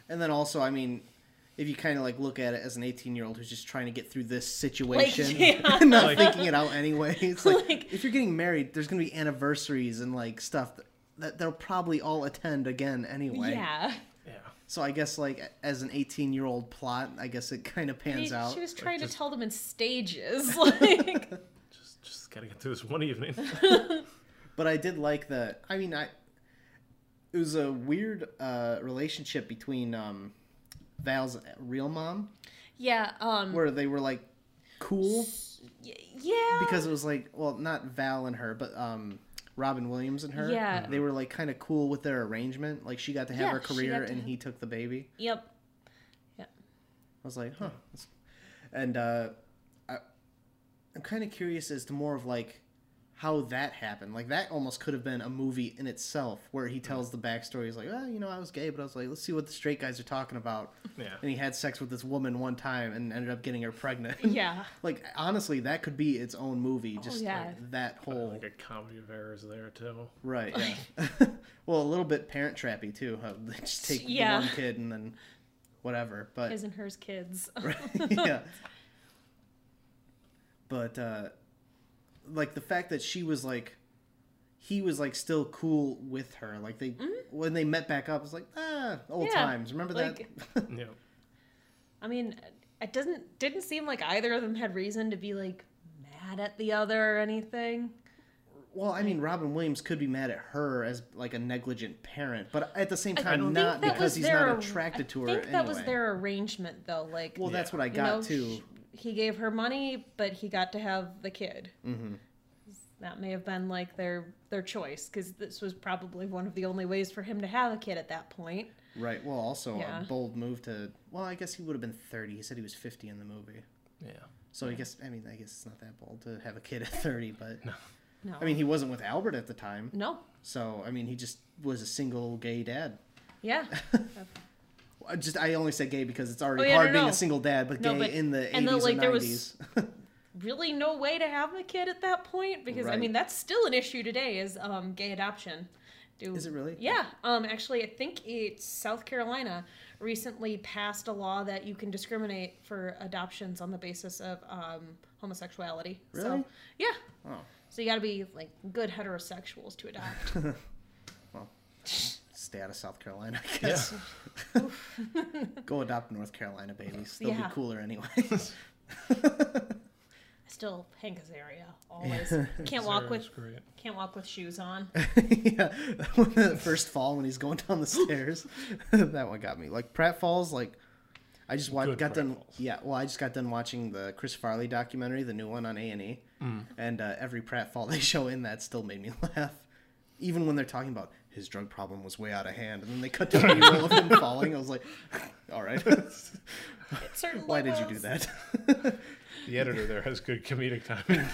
Speaker 10: and then also, I mean, if you kind of like look at it as an 18 year old who's just trying to get through this situation,
Speaker 11: yeah.
Speaker 10: not thinking it out anyway. It's like,
Speaker 11: Like-
Speaker 10: if you're getting married, there's gonna be anniversaries and like stuff that, that they'll probably all attend again anyway.
Speaker 11: Yeah.
Speaker 5: yeah.
Speaker 10: So I guess like as an 18 year old plot, I guess it kind of
Speaker 11: I mean,
Speaker 10: pans out.
Speaker 11: she was trying to tell them in stages. Like,
Speaker 5: Just, just gotta get through this one evening.
Speaker 10: But I did like the. I mean, I. It was a weird uh, relationship between um, Val's real mom,
Speaker 11: yeah, um,
Speaker 10: where they were like cool.
Speaker 11: yeah.
Speaker 10: because it was like well not val and her but um robin williams and her
Speaker 11: Yeah.
Speaker 10: they were like kind of cool with their arrangement like she got to have
Speaker 11: Yeah,
Speaker 10: her
Speaker 11: she
Speaker 10: career
Speaker 11: got to
Speaker 10: and
Speaker 11: have-
Speaker 10: he took the baby
Speaker 11: Yep.
Speaker 10: i was like huh that's- and uh I, i'm kind of curious as to more of like how that happened. Like that almost could have been a movie in itself, where he tells the backstory. He's like, well, you know, I was gay, but I was like, let's see what the straight guys are talking about.
Speaker 5: Yeah.
Speaker 10: And he had sex with this woman one time and ended up getting her pregnant.
Speaker 11: Yeah. Oh,
Speaker 10: like honestly, that could be its own movie. Just
Speaker 11: yeah.
Speaker 10: like, that whole
Speaker 5: Like a comedy of errors there too.
Speaker 10: right. Yeah. well, a little bit parent trappy too. How they just take the
Speaker 11: Yeah.
Speaker 10: one kid and then whatever. But
Speaker 11: His and hers kids.
Speaker 10: yeah. But uh like the fact that she was like he was like still cool with her. Like they when they met back up, it was like, ah, old
Speaker 11: Mm-hmm. Yeah,
Speaker 10: times. Remember
Speaker 11: like-
Speaker 10: that?
Speaker 5: Yeah.
Speaker 11: I mean, it doesn't didn't seem like either of them had reason to be like mad at the other or anything.
Speaker 10: well, I mean Robin Williams could be mad at her as like a negligent parent, but at the same time
Speaker 11: think
Speaker 10: not
Speaker 11: that
Speaker 10: because
Speaker 11: was
Speaker 10: he's
Speaker 11: their
Speaker 10: not
Speaker 11: ar-
Speaker 10: attracted to her
Speaker 11: I think that was
Speaker 10: anyway.
Speaker 11: their arrangement though. Like
Speaker 10: Well, that's what I
Speaker 11: you
Speaker 10: got
Speaker 11: know,
Speaker 10: too.
Speaker 11: sh- He gave her money, but he got to have the kid. Mm-hmm. That may have been like their their choice because this was probably one of the only ways for him to have a kid at that point.
Speaker 10: Right. Well, also
Speaker 11: Yeah.
Speaker 10: a bold move to well, I guess he would have been 30. He said he was 50 in the movie.
Speaker 5: Yeah.
Speaker 10: So I guess I mean I guess it's not that bold to have a kid at 30, but
Speaker 11: No,
Speaker 10: I mean he wasn't with Albert at the time.
Speaker 11: no,
Speaker 10: So I mean, he just was a single gay dad.
Speaker 11: yeah,
Speaker 10: I Just I only say gay because it's already
Speaker 11: Oh, yeah,
Speaker 10: hard
Speaker 11: no,
Speaker 10: being
Speaker 11: no.
Speaker 10: a single dad, but
Speaker 11: No,
Speaker 10: gay
Speaker 11: but-
Speaker 10: in the
Speaker 11: and the,
Speaker 10: eighties
Speaker 11: like,
Speaker 10: and
Speaker 11: there was-
Speaker 10: nineties.
Speaker 11: really no way to have a kid at that point because I
Speaker 10: Right.
Speaker 11: mean that's still an issue today is um, gay adoption. Do,
Speaker 10: Is it really?
Speaker 11: Yeah. Um, actually, I think it's South Carolina recently passed a law that you can discriminate for adoptions on the basis of um, homosexuality.
Speaker 10: Really?
Speaker 11: So, yeah.
Speaker 10: Oh.
Speaker 11: So you got to be like good heterosexuals to adopt.
Speaker 10: Stay out of South Carolina, I guess. Go adopt North Carolina babies. They'll
Speaker 11: Yeah.
Speaker 10: be cooler anyway.
Speaker 11: Still Hank Azaria always can't walk with
Speaker 5: That's great.
Speaker 11: can't walk with shoes on.
Speaker 10: yeah. When the first fall when he's going down the stairs. that one got me. Like Pratt Falls, like I just watched,
Speaker 5: Good
Speaker 10: got done.
Speaker 5: Pratfalls.
Speaker 10: Yeah, well, I just got done watching the Chris Farley documentary, the new one on A and E, and uh, every Pratt Fall they show in that still made me laugh. Even when they're talking about his drug problem was way out of hand, and then they cut to a roll of him falling, I was like, "All right,
Speaker 11: It certainly
Speaker 10: why did you
Speaker 11: was.
Speaker 10: do that?"
Speaker 5: The editor there has good comedic timing.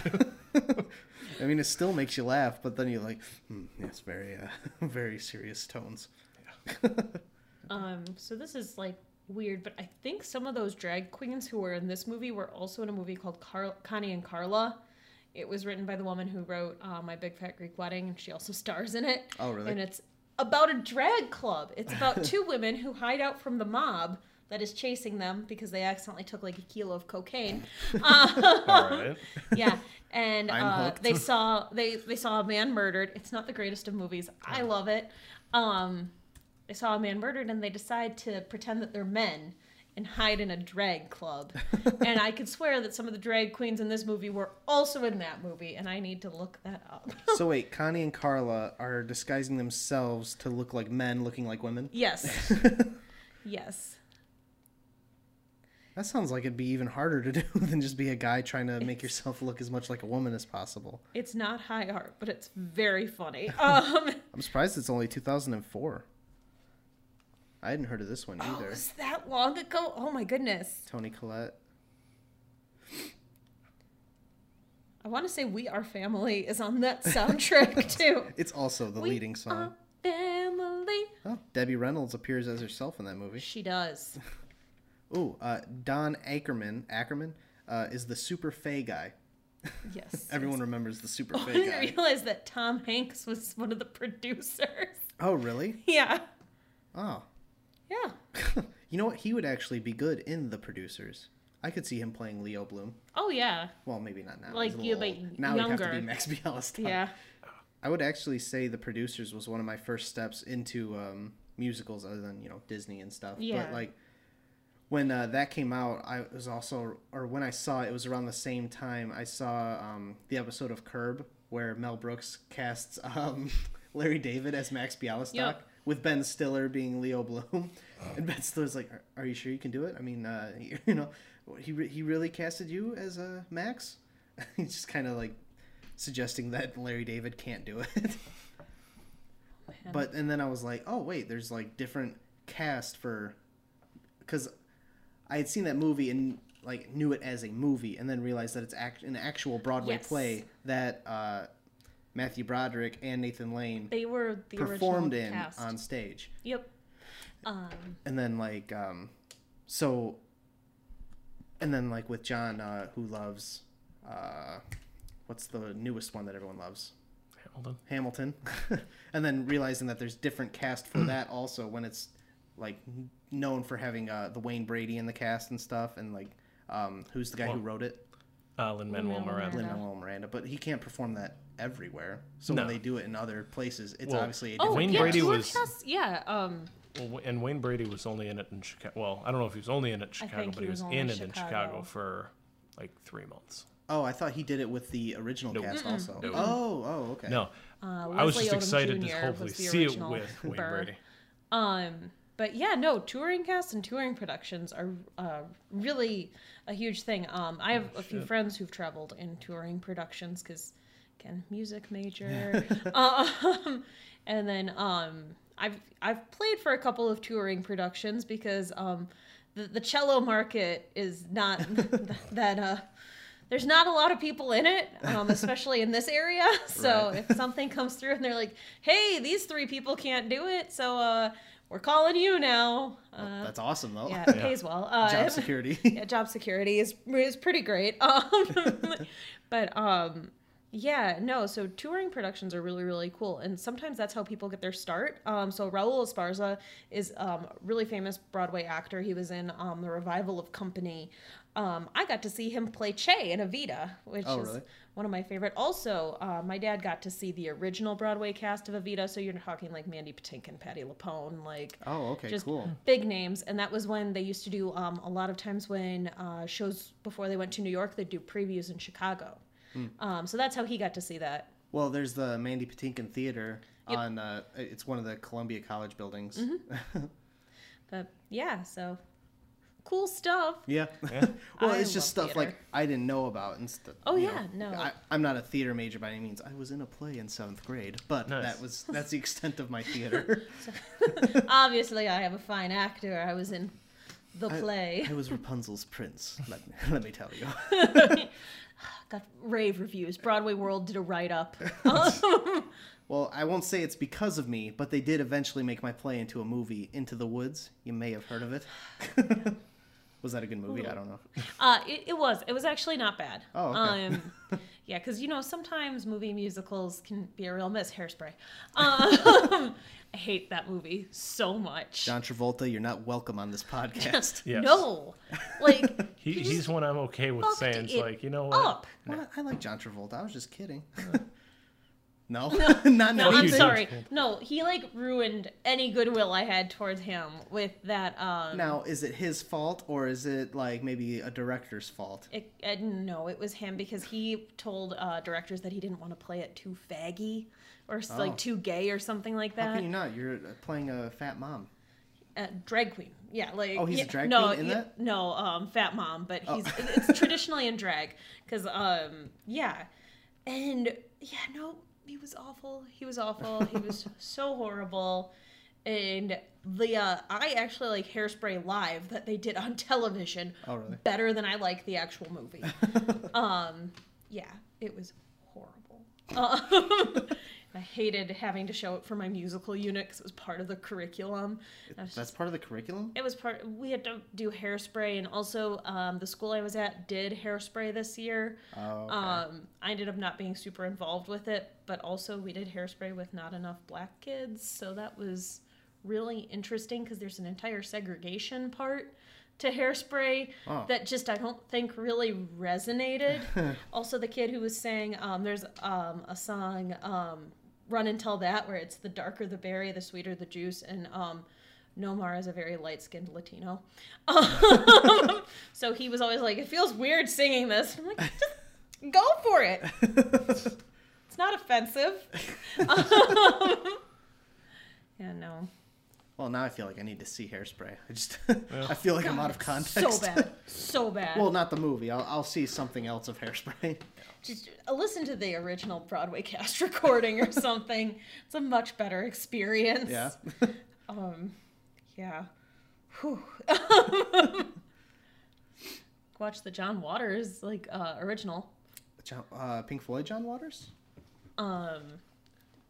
Speaker 10: I mean, it still makes you laugh, but then you're like, hmm, "Yes, very, uh, very serious tones."
Speaker 11: Um, so this is like weird, but I think some of those drag queens who were in this movie were also in a movie called Car- Connie and Carla. It was written by the woman who wrote uh, My Big Fat Greek Wedding, and she also stars in it.
Speaker 10: Oh, really?
Speaker 11: And it's about a drag club. It's about two women who hide out from the mob that is chasing them because they accidentally took like a kilo of cocaine.
Speaker 5: All right.
Speaker 11: Yeah, and
Speaker 10: I'm
Speaker 11: uh,
Speaker 10: hooked.
Speaker 11: they saw they they saw a man murdered. It's not the greatest of movies. I love it. Um, they saw a man murdered, and they decide to pretend that they're men and hide in a drag club. and I could swear that some of the drag queens in this movie were also in that movie, and I need to look that up.
Speaker 10: So wait, Connie and Carla are disguising themselves to look like men, looking like women.
Speaker 11: yes, yes.
Speaker 10: That sounds like it'd be even harder to do than just be a guy trying to make yourself look as much like a woman as possible.
Speaker 11: It's not high art, but it's very funny. Um,
Speaker 10: I'm surprised it's only 2004. I hadn't heard of this one either.
Speaker 11: oh, was that long ago? Oh my goodness.
Speaker 10: Tony Collette.
Speaker 11: I want to say We Are Family is on that soundtrack too.
Speaker 10: It's also the
Speaker 11: We
Speaker 10: leading song.
Speaker 11: are family.
Speaker 10: Oh, Debbie Reynolds appears as herself in that movie.
Speaker 11: She does.
Speaker 10: Ooh, uh, Don Ackerman. Ackerman uh, is the super fey guy.
Speaker 11: Yes. Oh,
Speaker 10: Everyone remembers the super
Speaker 11: I
Speaker 10: fey
Speaker 11: didn't
Speaker 10: guy.
Speaker 11: realize that Tom Hanks was one of the producers.
Speaker 10: Oh, really?
Speaker 11: Yeah.
Speaker 10: Oh.
Speaker 11: Yeah.
Speaker 10: You know what? He would actually be good in The Producers. I could see him playing Leo Bloom.
Speaker 11: Oh yeah.
Speaker 10: Well, maybe not now.
Speaker 11: Like,
Speaker 10: He's a
Speaker 11: you-
Speaker 10: little
Speaker 11: but
Speaker 10: old. now he'd have to
Speaker 11: younger.
Speaker 10: be Max Bialystock.
Speaker 11: Yeah.
Speaker 10: I would actually say The Producers was one of my first steps into um, musicals, other than you know Disney and stuff.
Speaker 11: Yeah.
Speaker 10: But like when uh, that came out, I was also, or when I saw it, it was around the same time I saw um, the episode of Curb where Mel Brooks casts um, Larry David as Max Bialystock.
Speaker 11: Yep.
Speaker 10: With Ben Stiller being Leo Bloom, and Ben Stiller's like, "Are, are you sure you can do it? I mean, uh, you know, he re- he really casted you as uh, Max. He's just kind of like suggesting that Larry David can't do it. but and then I was like, oh wait, there's like different cast for because I had seen that movie and like knew it as a movie, and then realized that it's act an actual Broadway
Speaker 11: Yes.
Speaker 10: play that uh, Matthew Broderick, and Nathan Lane
Speaker 11: They were the
Speaker 10: performed
Speaker 11: original
Speaker 10: in
Speaker 11: cast.
Speaker 10: on stage.
Speaker 11: Yep.
Speaker 10: and then like um so and then like with john uh who loves uh what's the newest one that everyone loves
Speaker 5: Hold on.
Speaker 10: hamilton and then realizing that there's different cast
Speaker 5: Hmm.
Speaker 10: for that also when it's like n- known for having uh the wayne brady in the cast and stuff and like um who's the guy who wrote it
Speaker 5: Uh, Lin Manuel Miranda.
Speaker 10: lin manuel miranda but he can't perform that everywhere so
Speaker 5: No.
Speaker 10: when they do it in other places it's
Speaker 5: Well,
Speaker 10: obviously a
Speaker 11: Oh,
Speaker 10: different
Speaker 5: Wayne
Speaker 11: yeah,
Speaker 5: Brady
Speaker 11: Tour
Speaker 5: was-
Speaker 11: Cast- yeah. Um,
Speaker 5: Well, and Wayne Brady was only in it in Chicago. Well, I don't know if he was only in it in Chicago,
Speaker 11: think
Speaker 5: but
Speaker 11: he
Speaker 5: he was
Speaker 11: was
Speaker 5: in
Speaker 11: only
Speaker 5: it
Speaker 11: in
Speaker 5: in
Speaker 11: Chicago.
Speaker 5: Chicago for like three months.
Speaker 10: oh i thought he did it with the original cast also oh oh okay
Speaker 5: No,
Speaker 11: uh,
Speaker 5: I was
Speaker 11: Leslie
Speaker 5: just
Speaker 11: Odom
Speaker 5: excited
Speaker 11: Jr.
Speaker 5: to hopefully
Speaker 11: was the
Speaker 5: see it
Speaker 11: original
Speaker 5: with Wayne
Speaker 11: Burr.
Speaker 5: Brady.
Speaker 11: Um, but yeah, no, touring cast and touring productions are uh, really a huge thing. Um, I have a few friends who've traveled in touring productions because, again, music major. um, and then um, I've I've played for a couple of touring productions because um, the the cello market is not that uh. There's not a lot of people in it, um, especially in this area. So if something comes through and they're like, "Hey, these three people can't do it," so uh, we're calling you now. Uh,
Speaker 10: that's awesome though
Speaker 11: yeah, it pays well. Uh,
Speaker 10: job security
Speaker 11: yeah, job security is is pretty great. Um, but um, yeah, no. So touring productions are really really cool, and sometimes that's how people get their start. Um, so Raul Esparza is um, a really famous Broadway actor. He was in um, the revival of Company. Um, I got to see him play Che in Evita, which
Speaker 10: Oh,
Speaker 11: is
Speaker 10: really?
Speaker 11: one of my favorite. Also, uh, my dad got to see the original Broadway cast of Evita. So you're talking like Mandy Patinkin, Patty LaPone, like
Speaker 10: Oh, okay,
Speaker 11: just
Speaker 10: cool.
Speaker 5: Hmm.
Speaker 11: big names. And that was when they used to do um, a lot of times when uh, shows before they went to New York, they'd do previews in Chicago.
Speaker 10: Hmm.
Speaker 11: Um, so that's how he got to see that.
Speaker 10: Well, there's the Mandy Patinkin Theater on. Uh, it's one of the Columbia College buildings.
Speaker 11: Mm-hmm. But yeah, so cool stuff.
Speaker 10: Yeah. well,
Speaker 11: I
Speaker 10: it's just
Speaker 11: love
Speaker 10: stuff like
Speaker 11: theater.
Speaker 10: I didn't know about and stuff.
Speaker 11: Oh,
Speaker 10: you
Speaker 11: yeah,
Speaker 10: know.
Speaker 11: no.
Speaker 10: I, I'm not a theater major by any means. I was in a play in seventh grade, but
Speaker 5: Nice.
Speaker 10: that was that's the extent of my theater.
Speaker 11: Obviously, I am a fine actor. I was in the play.
Speaker 10: I was Rapunzel's prince. Let me, let me tell you.
Speaker 11: Got rave reviews. Broadway World did a write up.
Speaker 10: Well, I won't say it's because of me, but they did eventually make my play into a movie, Into the Woods. You may have heard of it. was that a good movie? I don't know.
Speaker 11: Uh, it, it was. It was actually not bad.
Speaker 10: Oh, okay.
Speaker 11: Um, yeah, because you know sometimes movie musicals can be a real miss. Hairspray. Um, I hate that movie so much.
Speaker 10: John Travolta, you're not welcome on this podcast.
Speaker 5: Yes.
Speaker 11: No, like
Speaker 5: He,
Speaker 11: just
Speaker 5: he's one I'm okay with
Speaker 11: fucked
Speaker 5: saying. It's
Speaker 11: it
Speaker 5: like, you know what?
Speaker 11: up.
Speaker 10: Well, I like John Travolta. I was just kidding. no, not
Speaker 11: No,
Speaker 10: now.
Speaker 11: I'm
Speaker 5: you did.
Speaker 11: sorry. No, he like ruined any goodwill I had towards him with that. Um,
Speaker 10: Now, is it his fault or is it like maybe a director's fault?
Speaker 11: It, uh, no, it was him because he told uh, directors that he didn't want to play it too faggy or s like too gay or something like that.
Speaker 10: Oh. How can you not? You're uh, playing a fat mom.
Speaker 11: uh, drag queen. Yeah, like
Speaker 10: Oh, he's a
Speaker 11: yeah,
Speaker 10: drag
Speaker 11: no,
Speaker 10: queen in
Speaker 11: yeah,
Speaker 10: that? Oh.
Speaker 11: No, um, fat mom, but he's it's traditionally in drag because um, yeah, and yeah, no, he was awful. He was awful. He was so horrible. And the uh, I actually like Hairspray live that they did on television
Speaker 10: Oh, really?
Speaker 11: better than I like the actual movie. um, yeah, it was horrible. Um, I hated having to show it for my musical unit because it was part of the curriculum. And I was
Speaker 10: That's part of the curriculum?
Speaker 11: it was part. We had to do hairspray, and also um, the school I was at did hairspray this year.
Speaker 10: Oh, okay.
Speaker 11: Um, I ended up not being super involved with it, but also we did hairspray with not enough black kids, so that was really interesting because there's an entire segregation part to hairspray that just I don't think really resonated. also, the kid who was saying um, there's um, a song. Um, Run and tell that where it's the darker the berry, the sweeter the juice, and um, Nomar is a very light-skinned Latino, um, so he was always like, "It feels weird singing this." I'm like, "Just go for it. it's not offensive. Um, yeah, no.
Speaker 10: well, now I feel like I need to see Hairspray. I just, I feel like I'm out of context.
Speaker 11: So bad. So bad.
Speaker 10: well, not the movie. I'll, I'll see something else of Hairspray.
Speaker 11: Just uh, listen to the original Broadway cast recording or something. It's a much better experience.
Speaker 10: Yeah.
Speaker 11: Yeah. Whew. Watch the John Waters like uh, original.
Speaker 10: John, uh, Pink Floyd, John Waters?
Speaker 11: um,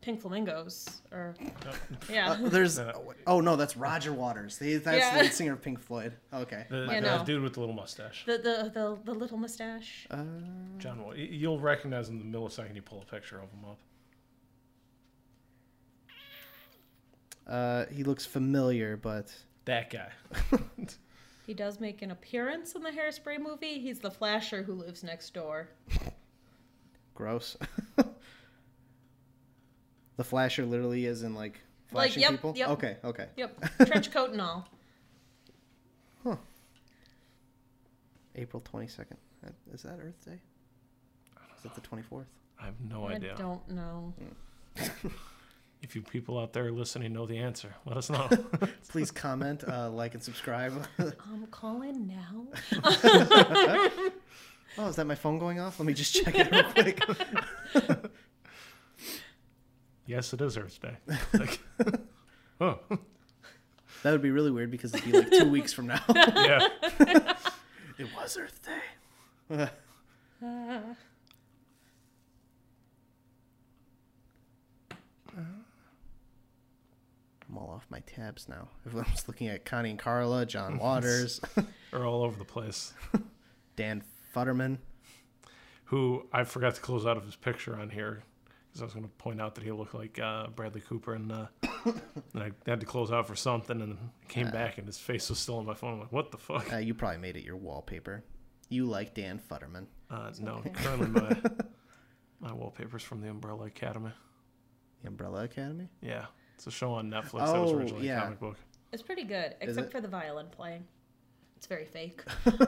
Speaker 11: Pink Flamingos or
Speaker 5: Oh.
Speaker 11: yeah.
Speaker 10: Uh, there's oh no, that's Roger Waters. He, that's
Speaker 11: Yeah.
Speaker 10: the lead singer of Pink Floyd. Okay,
Speaker 5: The,
Speaker 11: Yeah,
Speaker 5: the
Speaker 11: no.
Speaker 5: dude with the little mustache,
Speaker 11: the, the, the, the little mustache.
Speaker 10: Uh.
Speaker 5: John. Wall. Y- You'll recognize him the millisecond you pull a picture of him up.
Speaker 10: uh, he looks familiar, but
Speaker 5: That guy.
Speaker 11: He does make an appearance in the Hairspray movie. He's the flasher who lives next door.
Speaker 10: gross. the flasher literally is in like
Speaker 11: Like,
Speaker 10: flashing
Speaker 11: yep,
Speaker 10: people.
Speaker 11: yep.
Speaker 10: Okay, okay.
Speaker 11: Yep, trench coat and all.
Speaker 10: April twenty second. Is that Earth Day? Is it the twenty fourth?
Speaker 5: I have no
Speaker 11: I
Speaker 5: idea.
Speaker 11: don't know.
Speaker 5: If you people out there listening know the answer, let us know.
Speaker 10: Please comment, uh, like, and subscribe.
Speaker 11: Um, call in now.
Speaker 10: oh, is that my phone going off? Let me just check it real quick.
Speaker 5: yes, it is Earth Day. Like, oh,
Speaker 10: That would be really weird because it'd be like two weeks from now. it
Speaker 5: yeah.
Speaker 10: was Earth Day. I'm all off my tabs now. Everyone's looking at Connie and Carla, John Waters,
Speaker 5: Are all over the place.
Speaker 10: Dan Futterman.
Speaker 5: Who I forgot to close out of his picture on here because I was going to point out that he looked like uh, Bradley Cooper, and, uh, and I had to close out for something, and I came back and his face was still on my phone. I'm like, what the fuck?
Speaker 10: Uh, you probably made it your wallpaper. You like Dan Futterman.
Speaker 5: Uh, no, currently my my wallpaper's from the Umbrella Academy.
Speaker 10: The Umbrella Academy?
Speaker 5: Yeah, it's a show on Netflix that was
Speaker 10: Oh,
Speaker 5: originally
Speaker 10: yeah.
Speaker 5: a comic book.
Speaker 11: It's pretty good, except
Speaker 10: it?
Speaker 11: for the violin playing. It's very fake.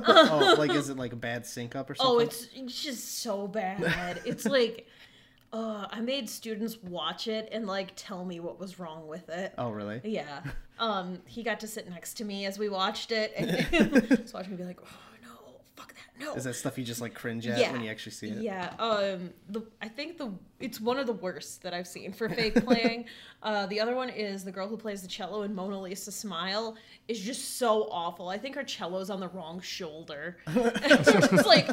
Speaker 10: Oh, like is it like a bad sync up or something?
Speaker 11: Oh, it's, it's just so bad. It's like, uh, I made students watch it and like tell me what was wrong with it.
Speaker 10: Oh, really?
Speaker 11: Yeah. Um, he got to sit next to me as we watched it and just watch me be like, oh no, fuck that, no.
Speaker 10: Is that stuff you just like cringe at
Speaker 11: yeah.
Speaker 10: when you actually see it?
Speaker 11: Yeah. Um, the, I think the it's one of the worst that I've seen for fake playing. uh, the other one is the girl who plays the cello in Mona Lisa Smile is just so awful. I think her cello's on the wrong shoulder. it's like,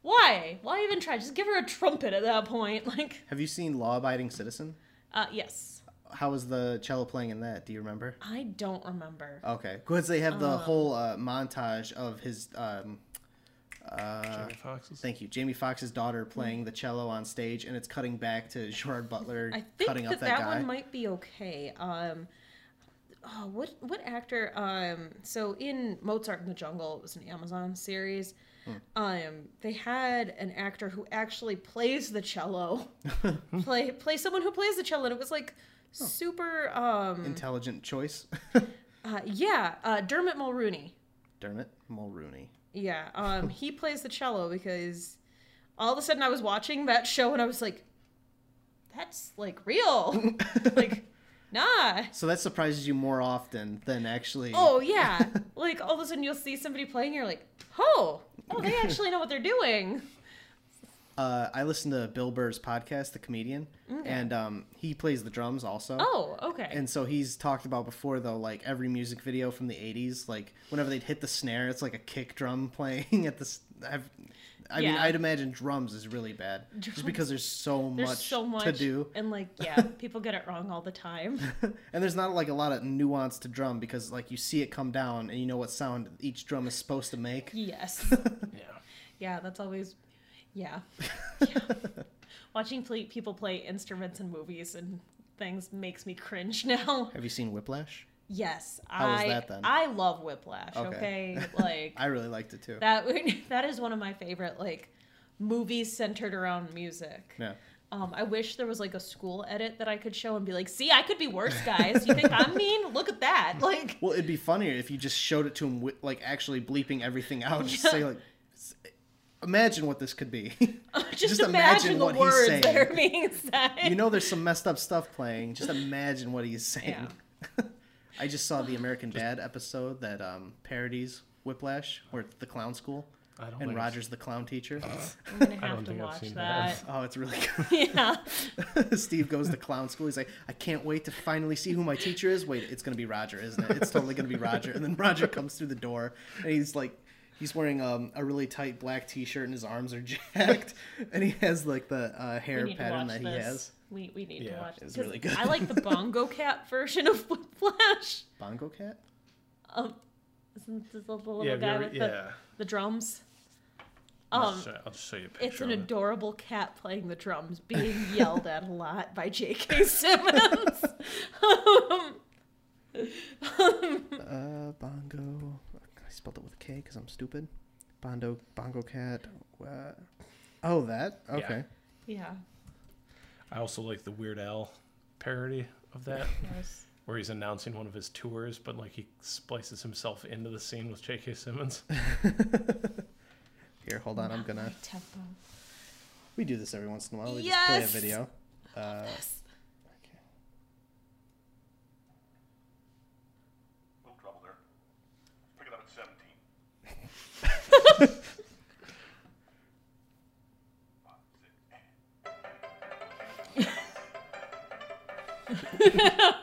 Speaker 11: why? Why even try? Just give her a trumpet at that point. Like,
Speaker 10: Have you seen Law Abiding Citizen?
Speaker 11: uh, yes.
Speaker 10: How was the cello playing in that? Do you remember?
Speaker 11: I don't remember.
Speaker 10: Okay, because they have the
Speaker 11: Um,
Speaker 10: whole uh, montage of his. Um,
Speaker 5: Jamie Foxx's.
Speaker 10: Uh, thank you, Jamie Foxx's daughter playing the cello on stage, and it's cutting back to Gerard Butler
Speaker 11: I think
Speaker 10: cutting
Speaker 11: that
Speaker 10: up that,
Speaker 11: that,
Speaker 10: guy.
Speaker 11: one might be okay. Um, oh, what what actor? Um, so in Mozart in the Jungle, it was an Amazon series.
Speaker 10: Hmm.
Speaker 11: Um, they had an actor who actually plays the cello, play play someone who plays the cello, and it was like
Speaker 10: Oh.
Speaker 11: super. Um,
Speaker 10: Intelligent choice,
Speaker 11: uh, yeah, uh, Dermot Mulrooney.
Speaker 10: Dermot Mulrooney.
Speaker 11: Yeah, um, he plays the cello because all of a sudden I was watching that show and I was like, that's like real, like. Nah,
Speaker 10: So that surprises you more often than actually.
Speaker 11: Oh yeah, like all of a sudden you'll see somebody playing, you're like, oh, oh, they actually know what they're doing.
Speaker 10: Uh, I listen to Bill Burr's podcast, The Comedian, and um, he plays the drums also.
Speaker 11: Mm-hmm. Oh, okay.
Speaker 10: And so he's talked about before though, like every music video from the '80s, like whenever they'd hit the snare, it's like a kick drum playing at the. s- I've, I mean,
Speaker 11: Yeah.
Speaker 10: I'd imagine drums is really bad, just because there's so
Speaker 11: There's
Speaker 10: much
Speaker 11: so much
Speaker 10: to do,
Speaker 11: and like yeah, people get it wrong all the time.
Speaker 10: and there's not like a lot of nuance to drum because like you see it come down and you know what sound each drum is supposed to make.
Speaker 11: Yes. yeah. Yeah, that's always, yeah. yeah. Watching ple- people play instruments in movies and things makes me cringe now.
Speaker 10: Have you seen Whiplash?
Speaker 11: Yes,
Speaker 10: How was
Speaker 11: I
Speaker 10: that then?
Speaker 11: I love Whiplash.
Speaker 10: Okay.
Speaker 11: Okay, like
Speaker 10: I really liked it too.
Speaker 11: that. That is one of my favorite like movies centered around music.
Speaker 10: yeah.
Speaker 11: Um, I wish there was like a school edit that I could show and be like, "See, I could be worse, guys. You think I'm mean? Look at that!" Like,
Speaker 10: Well, it'd be funnier if you just showed it to him, with, like actually bleeping everything out. Just say like, s- imagine what this could be.
Speaker 11: just,
Speaker 10: Just imagine
Speaker 11: imagine, the
Speaker 10: what he's
Speaker 11: words that
Speaker 10: saying.
Speaker 11: are being said.
Speaker 10: you know there's some messed up stuff playing. Just imagine what he's saying.
Speaker 11: Yeah.
Speaker 10: I just saw the American Dad episode that um, parodies Whiplash, where it's the clown school
Speaker 5: I don't
Speaker 10: and
Speaker 5: think
Speaker 10: Roger's the clown teacher.
Speaker 11: I'm gonna
Speaker 5: I
Speaker 11: have
Speaker 5: don't
Speaker 11: to
Speaker 5: think I've
Speaker 11: watch
Speaker 5: seen
Speaker 11: that.
Speaker 5: that.
Speaker 10: Oh, it's really
Speaker 11: yeah,
Speaker 10: good. Steve goes to clown school. He's like, I can't wait to finally see who my teacher is. Wait, it's gonna be Roger, isn't it? It's totally gonna be Roger. And then Roger comes through the door, and he's like. He's wearing um, a really tight black T-shirt and his arms are jacked, and he has like the uh, hair
Speaker 11: need to
Speaker 10: pattern
Speaker 11: watch
Speaker 10: that he
Speaker 11: this.
Speaker 10: has.
Speaker 11: We, we need to
Speaker 5: Yeah,
Speaker 11: watch
Speaker 10: it's
Speaker 11: because
Speaker 10: really good.
Speaker 11: I like the Bongo Cat version of Whiplash.
Speaker 10: Bongo cat.
Speaker 11: Um, isn't this the little
Speaker 5: Yeah, have you
Speaker 11: guy
Speaker 5: ever-
Speaker 11: with the,
Speaker 5: yeah.
Speaker 11: the drums?
Speaker 5: I'll,
Speaker 11: Um,
Speaker 5: just show, I'll just show you a picture.
Speaker 11: it's an
Speaker 5: of it.
Speaker 11: adorable cat playing the drums, being yelled at a lot by J.K. Simmons. um,
Speaker 10: Uh, bongo. I spelled it with a K because I'm stupid. Bondo, bongo cat. Uh, oh, that. Okay.
Speaker 11: yeah,
Speaker 5: I also like the Weird Al parody of that,
Speaker 11: yes.
Speaker 5: where he's announcing one of his tours, but like he splices himself into the scene with J.K. Simmons.
Speaker 10: Here, hold on. I'm gonna.
Speaker 11: Tempo.
Speaker 10: We do this every once in a while. We
Speaker 11: Yes!
Speaker 10: just play a video. Uh,
Speaker 11: Yes.
Speaker 10: okay.
Speaker 3: Little trouble there. Pick it up at 17.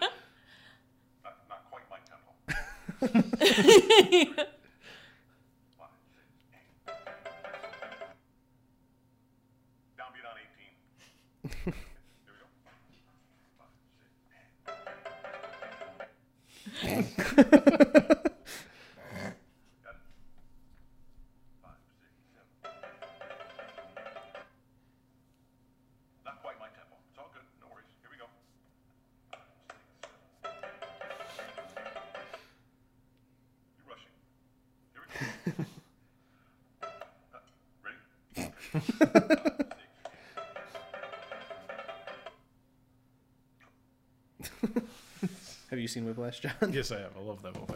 Speaker 3: not, not quite my tempo. Five, six, eight. Downbeat on 18. Here we go. Five, six, eight. Got it. Five, six, seven. Not quite my tempo. It's all good. No worries. Here we go. Five, six, seven. You're rushing. Here we go. Uh, Ready? Five, six,
Speaker 10: Have you seen Whiplash, John?
Speaker 5: Yes, I have. I love that movie.
Speaker 10: All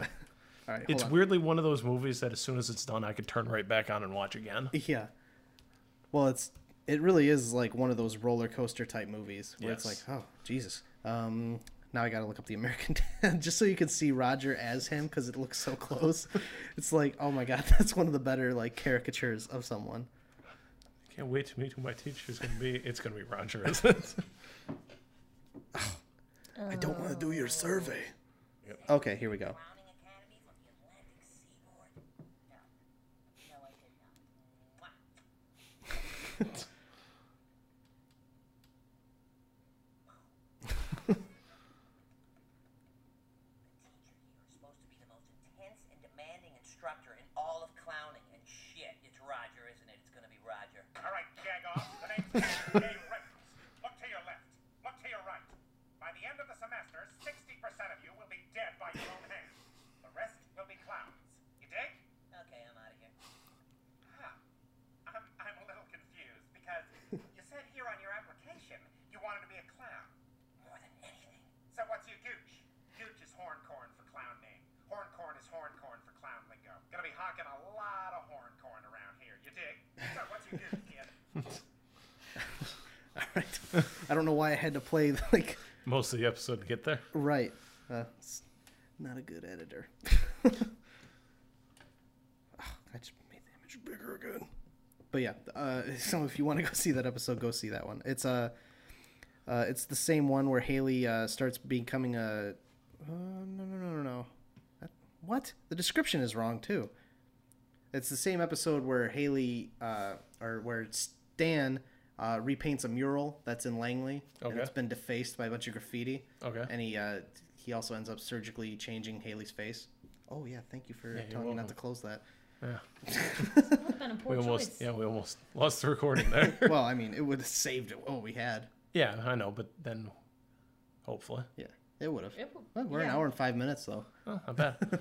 Speaker 10: right. Hold
Speaker 5: It's
Speaker 10: on.
Speaker 5: weirdly one of those movies that as soon as it's done, I could turn right back on and watch again.
Speaker 10: Yeah. Well, it's it really is like one of those roller coaster type movies where it's like,
Speaker 5: Yes.
Speaker 10: oh Jesus. Um, now I gotta look up the American Dad just so you can see Roger as him because it looks so close. it's like, oh my God, that's one of the better like caricatures of someone.
Speaker 5: Can't wait to meet who my teacher's gonna be. It's gonna be Roger, isn't it?
Speaker 10: I don't want to do your survey. Okay, here we go.
Speaker 12: supposed to be the most intense and demanding instructor in all of clowning. And shit, it's Roger, isn't it? It's gonna be Roger.
Speaker 3: All right, jag off. The name's Gay Rates. Look to your left. Look to your right. By the end of the semester, 60% of you will be dead by your own hand. The rest will be clowns. You dig?
Speaker 12: Okay, I'm out of here.
Speaker 3: Huh. I'm, I'm a little confused because you said here on your application you wanted to be a clown.
Speaker 12: More than anything.
Speaker 3: So what's your gooch? Gooch is horncorn for clown name. Horncorn is horncorn for clown lingo. Gonna be hawking a lot of horncorn around here. You dig? So what's your gooch, kid?
Speaker 10: All right. I don't know why I had to play like
Speaker 5: Most of the episode to get there.
Speaker 10: right. Uh, it's not a good editor. Ah, I just made the image bigger again. But yeah, uh, so if you want to go see that episode, go see that one. It's uh, uh, it's the same one where Haley uh, starts becoming a. Uh, no no no no no. That- What? The description is wrong too. It's the same episode where Haley uh, or where Stan uh, repaints a mural that's in Langley and
Speaker 5: Okay.
Speaker 10: it's been defaced by a bunch of graffiti.
Speaker 5: Okay.
Speaker 10: And he uh, he also ends up surgically changing Haley's face. Oh yeah, thank you for
Speaker 5: you're
Speaker 10: telling me
Speaker 5: welcome.
Speaker 10: not to close that.
Speaker 5: Yeah.
Speaker 11: Would've been a poor
Speaker 5: We almost
Speaker 11: choice.
Speaker 5: yeah, we almost lost the recording there.
Speaker 10: well, I mean, it would have saved what we had.
Speaker 5: yeah, I know, but then hopefully.
Speaker 10: Yeah, it would have.
Speaker 11: It w-
Speaker 10: We're an
Speaker 11: yeah.
Speaker 10: hour and five minutes though.
Speaker 5: Oh, not bad. but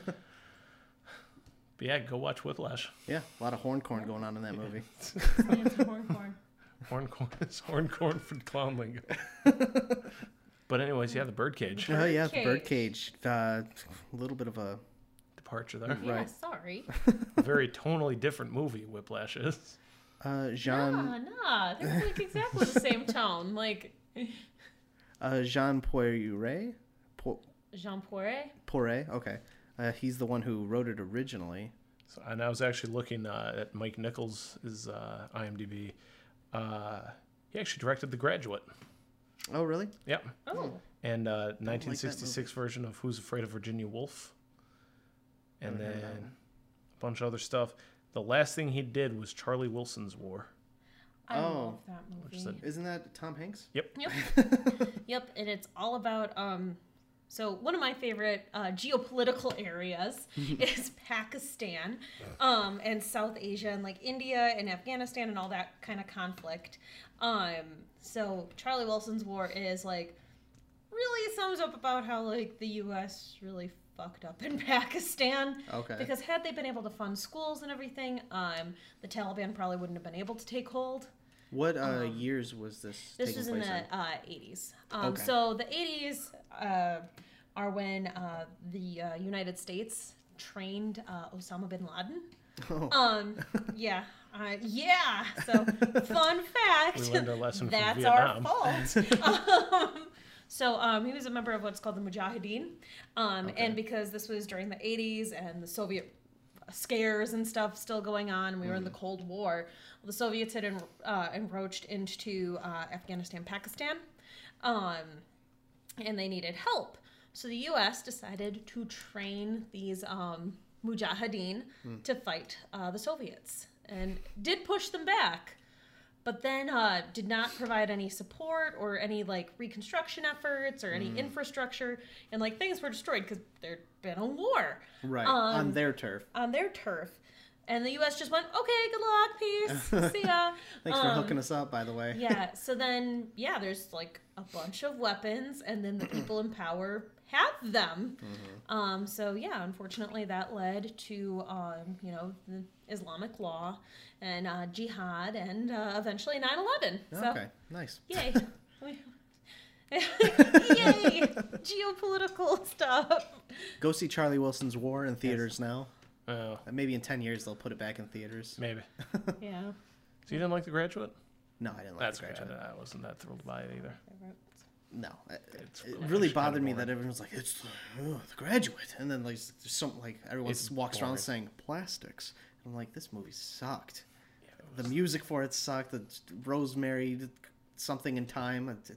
Speaker 5: yeah, go watch Whiplash.
Speaker 10: Yeah, a lot of horn corn going on in that movie.
Speaker 11: It's horncorn.
Speaker 5: Horncorn is horncorn for clown lingo. but anyways, yeah, the birdcage
Speaker 10: Oh yeah, the
Speaker 11: Birdcage.
Speaker 10: birdcage. Uh, a little bit of a
Speaker 5: departure there.
Speaker 11: Yeah,
Speaker 10: Right.
Speaker 11: sorry.
Speaker 5: Very tonally different movie. Whiplash is.
Speaker 10: uh, Jean
Speaker 11: Nah, nah, they're like exactly the same tone. Like
Speaker 10: uh, Jean Poiret. Po-
Speaker 11: Jean Poiret.
Speaker 10: Poiret. Okay, uh, he's the one who wrote it originally.
Speaker 5: So, and I was actually looking uh, at Mike Nichols' his, uh, IMDb. Uh, he actually directed The Graduate.
Speaker 10: Oh really?
Speaker 5: Yep.
Speaker 11: Oh,
Speaker 5: And uh,
Speaker 10: that
Speaker 5: 1966 version of Who's Afraid of Virginia Woolf. And then a bunch of other stuff. The last thing he did was Charlie Wilson's War.
Speaker 11: I love that
Speaker 5: Which is
Speaker 11: movie.
Speaker 5: a-
Speaker 10: Isn't that Tom Hanks?
Speaker 5: Yep.
Speaker 11: Yep. yep. And it's all about um. So one of my favorite uh, geopolitical areas is Pakistan, um, and South Asia, and like India and Afghanistan, and all that kind of conflict. Um, so Charlie Wilson's War is like really sums up about how like the U.S. really fucked up in Pakistan.
Speaker 10: Okay.
Speaker 11: Because had they been able to fund schools and everything, um, the Taliban probably wouldn't have been able to take hold.
Speaker 10: What uh, years was this?
Speaker 11: Um, This
Speaker 10: taking
Speaker 11: was in
Speaker 10: place
Speaker 11: the uh, 80s. Um,
Speaker 10: Okay.
Speaker 11: So the 80s uh, are when uh, the uh, United States trained uh, Osama bin Laden.
Speaker 10: Oh.
Speaker 11: Um, yeah, uh, yeah. So fun fact.
Speaker 5: We learned our lesson from
Speaker 11: that's
Speaker 5: Vietnam.
Speaker 11: our fault. um, so um, he was a member of what's called the Mujahideen, um, and because this was during the 80s and the Soviet scares and stuff still going on. We were
Speaker 5: Mm-hmm.
Speaker 11: in the Cold War. Well, the Soviets had en- uh, encroached into uh, Afghanistan, Pakistan, um, and they needed help. So the U.S. decided to train these um, mujahideen
Speaker 10: Hmm.
Speaker 11: to fight uh, the Soviets and did push them back. But then uh, did not provide any support or any like reconstruction efforts or any
Speaker 10: Hmm.
Speaker 11: infrastructure, and like things were destroyed because there'd been a war
Speaker 10: Right.
Speaker 11: um,
Speaker 10: on their turf.
Speaker 11: on their turf. And the U.S. just went, okay, good luck, peace, see ya.
Speaker 10: Thanks for
Speaker 11: Um,
Speaker 10: hooking us up, by the way.
Speaker 11: yeah. So then, yeah, there's like a bunch of weapons, and then the people in power have them.
Speaker 10: Mm-hmm.
Speaker 11: Um, so yeah, unfortunately, that led to um, you know the Islamic law and uh, jihad, and uh, eventually 9/11. So
Speaker 10: okay. Nice.
Speaker 11: yay, We- yay, geopolitical stuff.
Speaker 10: Go see Charlie Wilson's War in theaters now.
Speaker 5: Oh,
Speaker 10: Uh, Maybe in 10 years they'll put it back in theaters.
Speaker 5: maybe.
Speaker 11: Yeah.
Speaker 5: So you didn't like The Graduate?
Speaker 10: No, I didn't like
Speaker 5: That's
Speaker 10: The
Speaker 5: okay.
Speaker 10: Graduate.
Speaker 5: I, I wasn't that thrilled by it either.
Speaker 10: No. I-
Speaker 5: It's
Speaker 10: it
Speaker 5: really
Speaker 10: really
Speaker 5: just kinda
Speaker 10: bothered me
Speaker 5: boring.
Speaker 10: that everyone's like, it's the, oh, the graduate. And then like, s- there's some, like everyone
Speaker 5: It's
Speaker 10: walks around
Speaker 5: boring.
Speaker 10: saying plastics. And I'm like, this movie sucked. the music for it sucked. The Rosemary, d- something in time. uh, d-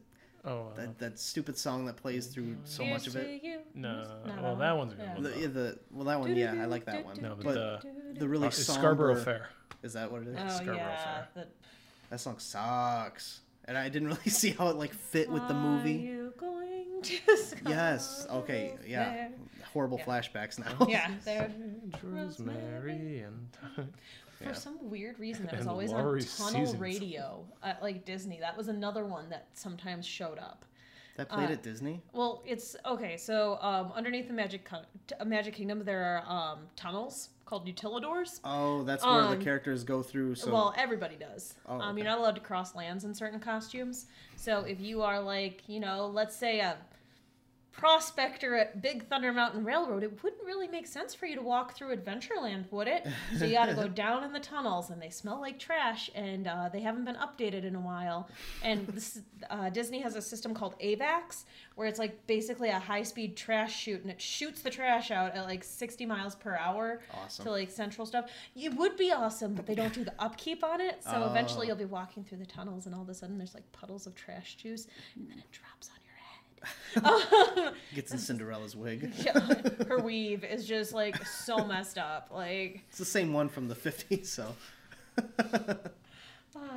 Speaker 5: Oh, uh,
Speaker 10: That, that stupid song that plays through so much of
Speaker 11: Here's
Speaker 10: it.
Speaker 11: to you.
Speaker 5: no.
Speaker 11: Not
Speaker 5: Well,
Speaker 11: on.
Speaker 5: that one's a good
Speaker 11: Yeah.
Speaker 5: one.
Speaker 10: The,
Speaker 5: though.
Speaker 10: yeah, the well, that one, yeah, I like that one.
Speaker 5: No, but
Speaker 10: but
Speaker 11: the-
Speaker 10: the, really
Speaker 5: Uh, it's
Speaker 10: somber
Speaker 5: Scarborough Fair.
Speaker 10: Is that what it is?
Speaker 11: Oh
Speaker 5: Scarborough
Speaker 11: yeah,
Speaker 5: Fair.
Speaker 11: the
Speaker 10: That song sucks, and I didn't really see how it like fit with the movie.
Speaker 11: Are Oh, you going to
Speaker 10: Yes. Okay. Yeah.
Speaker 11: Fair?
Speaker 10: Horrible
Speaker 11: Yeah.
Speaker 10: flashbacks now.
Speaker 11: Yeah, there.
Speaker 5: Rosemary and
Speaker 11: For some weird reason, that was
Speaker 5: And
Speaker 11: always
Speaker 5: Laurie
Speaker 11: on tunnel
Speaker 5: Seasons.
Speaker 11: radio at like Disney. That was another one that sometimes showed up.
Speaker 10: that played
Speaker 11: Uh,
Speaker 10: at Disney.
Speaker 11: Well, it's okay. So um, underneath the Magic Con- t- uh, Magic Kingdom, there are um, tunnels called utilidors.
Speaker 10: Oh, that's where
Speaker 11: um,
Speaker 10: the characters go through. So
Speaker 11: well, everybody does.
Speaker 10: Oh,
Speaker 11: um, You're
Speaker 10: okay.
Speaker 11: not allowed to cross lands in certain costumes. So if you are like, you know, let's say a prospector at Big Thunder Mountain Railroad, it wouldn't really make sense for you to walk through Adventureland, would it? So you got to go down in the tunnels, and they smell like trash, and uh, they haven't been updated in a while. And this, uh, Disney has a system called AVAX, where it's like basically a high-speed trash chute, and it shoots the trash out at like 60 miles per hour
Speaker 10: Awesome.
Speaker 11: to like central stuff. It would be awesome, but they don't do the upkeep on it. So eventually you'll be walking through the tunnels, and all of a sudden there's like puddles of trash juice, and then it drops on your head.
Speaker 10: gets in Cinderella's wig.
Speaker 11: Yeah, her weave is just like so messed up. Like
Speaker 10: It's the same one from the '50s, so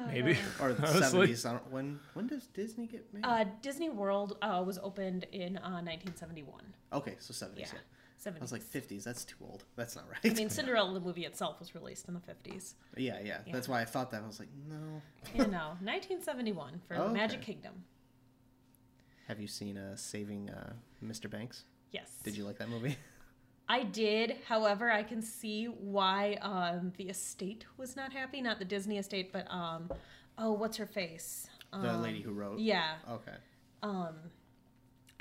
Speaker 5: maybe
Speaker 10: or the
Speaker 5: Honestly.
Speaker 10: '70s. I don't, when when does Disney get made?
Speaker 11: uh, Disney World uh, was opened in uh, 1971.
Speaker 10: okay, so '70s. Yeah.
Speaker 11: Yeah, 70s.
Speaker 10: I was like '50s. That's too old. That's not right.
Speaker 11: I mean, Cinderella the movie itself was released in the 50s.
Speaker 10: yeah, yeah, That's why I thought that. I was like, no.
Speaker 11: You know, 1971 for
Speaker 10: Okay.
Speaker 11: Magic Kingdom.
Speaker 10: Have you seen uh, Saving uh, Mr. Banks?
Speaker 11: Yes.
Speaker 10: Did you like that movie?
Speaker 11: I did. However, I can see why um, the estate was not happy. Not the Disney estate, but um, oh, what's her face? Um,
Speaker 10: the lady who wrote.
Speaker 11: yeah.
Speaker 10: Okay.
Speaker 11: Um,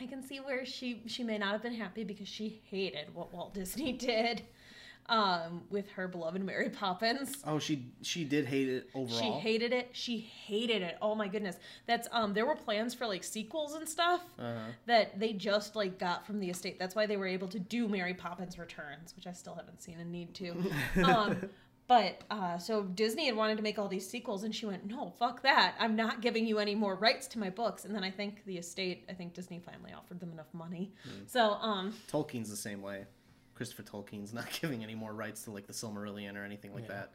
Speaker 11: I can see where she she may not have been happy because she hated what Walt Disney did um, with her beloved Mary Poppins.
Speaker 10: Oh, she she did hate it
Speaker 11: She
Speaker 10: overall.
Speaker 11: hated it. She hated it. Oh my goodness. That's um there were plans for like sequels and stuff that they just like got from the estate. That's why they were able to do Mary Poppins Returns, which I still haven't seen and need to. um but uh so Disney had wanted to make all these sequels and she went, "No, fuck that. I'm not giving you any more rights to my books." And then I think the estate, I think Disney finally offered them enough money. So um
Speaker 10: Tolkien's the same way. Christopher Tolkien's not giving any more rights to like the Silmarillion or anything like
Speaker 5: Yeah.
Speaker 10: that.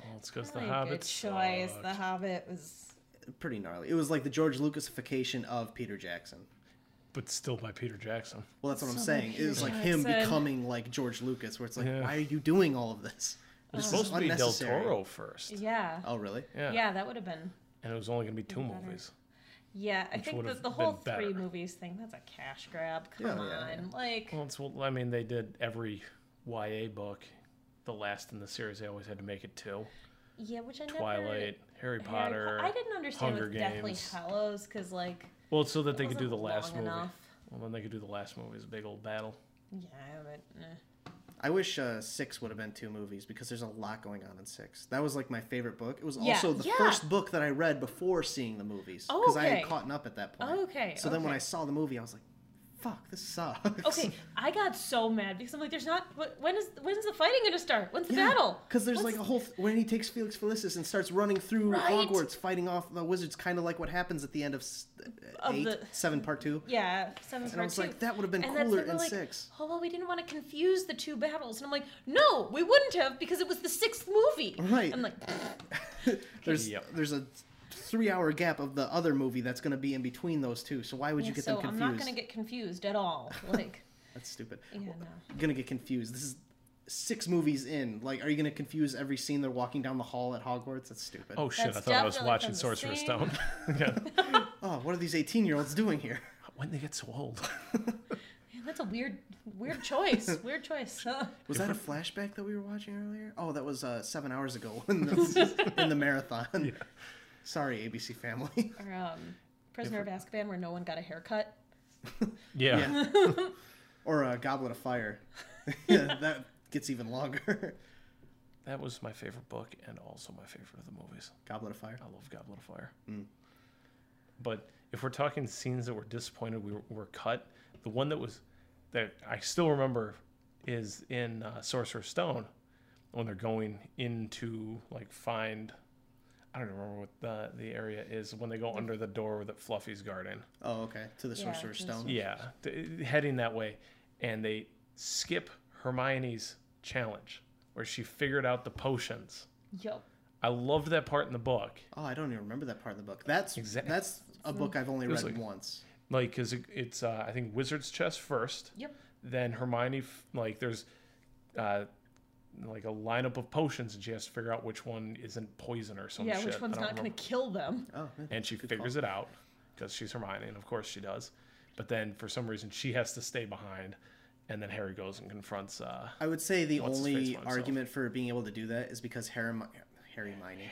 Speaker 5: Well, it's because
Speaker 11: Really good choice. The Hobbit was.
Speaker 10: pretty gnarly. It was like the George Lucasification of Peter Jackson.
Speaker 5: But still by Peter Jackson.
Speaker 10: Well, that's what I'm
Speaker 5: Still by
Speaker 10: saying. It
Speaker 5: Peter
Speaker 10: was like him
Speaker 5: Jackson.
Speaker 10: becoming like George Lucas, where it's like,
Speaker 5: Yeah.
Speaker 10: why are you doing all of this?
Speaker 5: It was
Speaker 10: This is
Speaker 5: supposed to be Del
Speaker 10: unnecessary."
Speaker 5: Toro first.
Speaker 11: Yeah.
Speaker 10: Oh, really?
Speaker 5: Yeah.
Speaker 11: Yeah, that would have been.
Speaker 5: And it was only going to be two
Speaker 11: Better.
Speaker 5: movies.
Speaker 11: Yeah, I
Speaker 5: Which
Speaker 11: think
Speaker 5: would've
Speaker 11: that the
Speaker 5: been
Speaker 11: whole
Speaker 5: better.
Speaker 11: three movies thing—that's a cash grab. Come
Speaker 5: Yeah,
Speaker 11: on,
Speaker 5: yeah,
Speaker 11: like
Speaker 5: Well, it's, well, I mean, they did every YA book. The last in the series, they always had to make it two.
Speaker 11: yeah, which I never.
Speaker 5: Twilight, Harry Potter,
Speaker 11: I didn't understand
Speaker 5: Hunger
Speaker 11: with Deathly
Speaker 5: Games.
Speaker 11: Hallows because like.
Speaker 5: Well, it's so that
Speaker 11: it
Speaker 5: they could do
Speaker 11: wasn't
Speaker 5: the last
Speaker 11: long
Speaker 5: movie.
Speaker 11: enough.
Speaker 5: Well, then they could do the last movie as a big old battle.
Speaker 11: Yeah, but. eh.
Speaker 10: I wish uh, six would have been two movies because there's a lot going on in six. That was like my favorite book. It was
Speaker 11: Yeah,
Speaker 10: also the
Speaker 11: yeah.
Speaker 10: first book that I read before seeing the movies because I
Speaker 11: Okay.
Speaker 10: had caught up at that point.
Speaker 11: Okay,
Speaker 10: So then when
Speaker 11: okay.
Speaker 10: I saw the movie, I was like, "Fuck, this sucks."
Speaker 11: Okay, I got so mad because I'm like, there's not. wh- When is when's the fighting gonna start? When's the battle?
Speaker 10: Because there's
Speaker 11: When's-
Speaker 10: like a whole th- when he takes Felix Felicis and starts running through
Speaker 11: Right.
Speaker 10: Hogwarts, fighting off the wizards, kind of like what happens at the end of, s-
Speaker 11: Of
Speaker 10: eight,
Speaker 11: the-
Speaker 10: seven, part two.
Speaker 11: Yeah, seven
Speaker 10: And I
Speaker 11: part
Speaker 10: was
Speaker 11: two.
Speaker 10: like, that would've been
Speaker 11: And that's
Speaker 10: cooler
Speaker 11: when we're
Speaker 10: in
Speaker 11: like,
Speaker 10: six.
Speaker 11: Oh well, we didn't want to confuse the two battles, and I'm like, no, we wouldn't have because it was the sixth movie.
Speaker 10: Right.
Speaker 11: I'm like,
Speaker 10: There's there's a three hour gap of the other movie that's going to be in between those two. So why would
Speaker 11: yeah,
Speaker 10: you get
Speaker 11: so
Speaker 10: them confused?
Speaker 11: I'm not gonna get confused at all. Like,
Speaker 10: That's stupid.
Speaker 11: yeah, no.
Speaker 10: gonna get confused. This is six movies in. Like, are you gonna confuse every scene they're walking down the hall at Hogwarts? That's stupid.
Speaker 5: Oh shit! I thought I was watching Sorcerer's Stone.
Speaker 10: oh, what are these eighteen-year-olds doing here?
Speaker 5: When they get so old.
Speaker 11: Man, that's a weird, weird choice. weird choice.
Speaker 10: Was that a flashback that we were watching earlier? Oh, that was uh, seven hours ago in the, in the marathon. Sorry, ABC Family.
Speaker 11: or um, Prisoner of Azkaban, where no one got a haircut.
Speaker 5: Yeah.
Speaker 10: or a Goblet of Fire. yeah, that gets even longer.
Speaker 5: That was my favorite book and also my favorite of the movies.
Speaker 10: Goblet of Fire.
Speaker 5: I love Goblet of Fire. But if we're talking scenes that were disappointed we were, were cut, the one that was that I still remember is in uh, Sorcerer's Stone when they're going into like find. I don't remember what the the area is when they go under the door that Fluffy's guarding.
Speaker 10: Oh, okay. To the
Speaker 11: Yeah,
Speaker 10: Sorcerer's
Speaker 11: to the
Speaker 10: Stone.
Speaker 5: Yeah, th- heading that way, and they skip Hermione's challenge where she figured out the potions.
Speaker 11: Yo,
Speaker 5: I loved that part in the book.
Speaker 10: Oh, I don't even remember that part of the book. That's
Speaker 5: Exact-
Speaker 10: that's a book I've only
Speaker 5: It was
Speaker 10: read
Speaker 5: like-
Speaker 10: once.
Speaker 5: Like, cause it, it's uh, I think Wizard's Chest first.
Speaker 11: Yep.
Speaker 5: Then Hermione, f- like, there's, uh, like a lineup of potions, and she has to figure out which one isn't poison or some
Speaker 11: yeah,
Speaker 5: Oh, shit.
Speaker 11: which one's
Speaker 5: I don't
Speaker 11: not gonna
Speaker 5: remember.
Speaker 11: kill them?
Speaker 10: Oh,
Speaker 5: And she figures it out because she's Hermione, and of course she does. But then for some reason she has to stay behind, and then Harry goes and confronts. Uh,
Speaker 10: I would say the
Speaker 5: what's his face
Speaker 10: only
Speaker 5: by himself.
Speaker 10: argument for being able to do that is because Harry, Harry Hermione,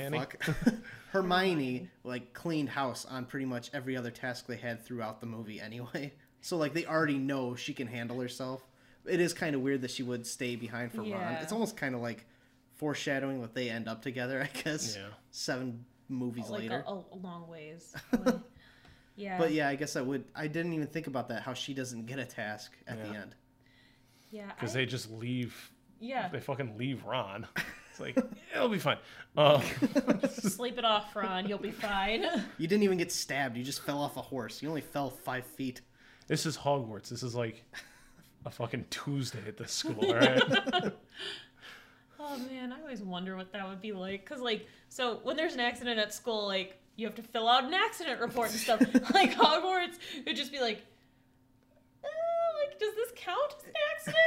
Speaker 5: Hermione?
Speaker 10: what the fuck? Hermione, like cleaned house on pretty much every other task they had throughout the movie anyway. So like they already know she can handle herself. It is kind of weird that she would stay behind for Ron.
Speaker 11: Yeah.
Speaker 10: It's almost kind of like foreshadowing that they end up together. I guess.
Speaker 5: Yeah.
Speaker 10: Seven movies
Speaker 11: Like
Speaker 10: later.
Speaker 11: a, a, a long ways. Like, yeah.
Speaker 10: But yeah, I guess I would. I didn't even think about that. How she doesn't get a task at the
Speaker 5: Yeah.
Speaker 10: end.
Speaker 11: Yeah.
Speaker 5: because
Speaker 11: I-
Speaker 5: they just leave.
Speaker 11: Yeah.
Speaker 5: They fucking leave Ron. It's like it'll be fine. Um,
Speaker 11: Sleep it off, Ron. You'll be fine.
Speaker 10: You didn't even get stabbed. You just fell off a horse. You only fell five feet.
Speaker 5: This is Hogwarts. This is like a fucking Tuesday at this school, all right?
Speaker 11: Oh man, I always wonder what that would be like. Cause like, so when there's an accident at school, like you have to fill out an accident report and stuff. like Hogwarts, it'd just be like, uh, like does this count as an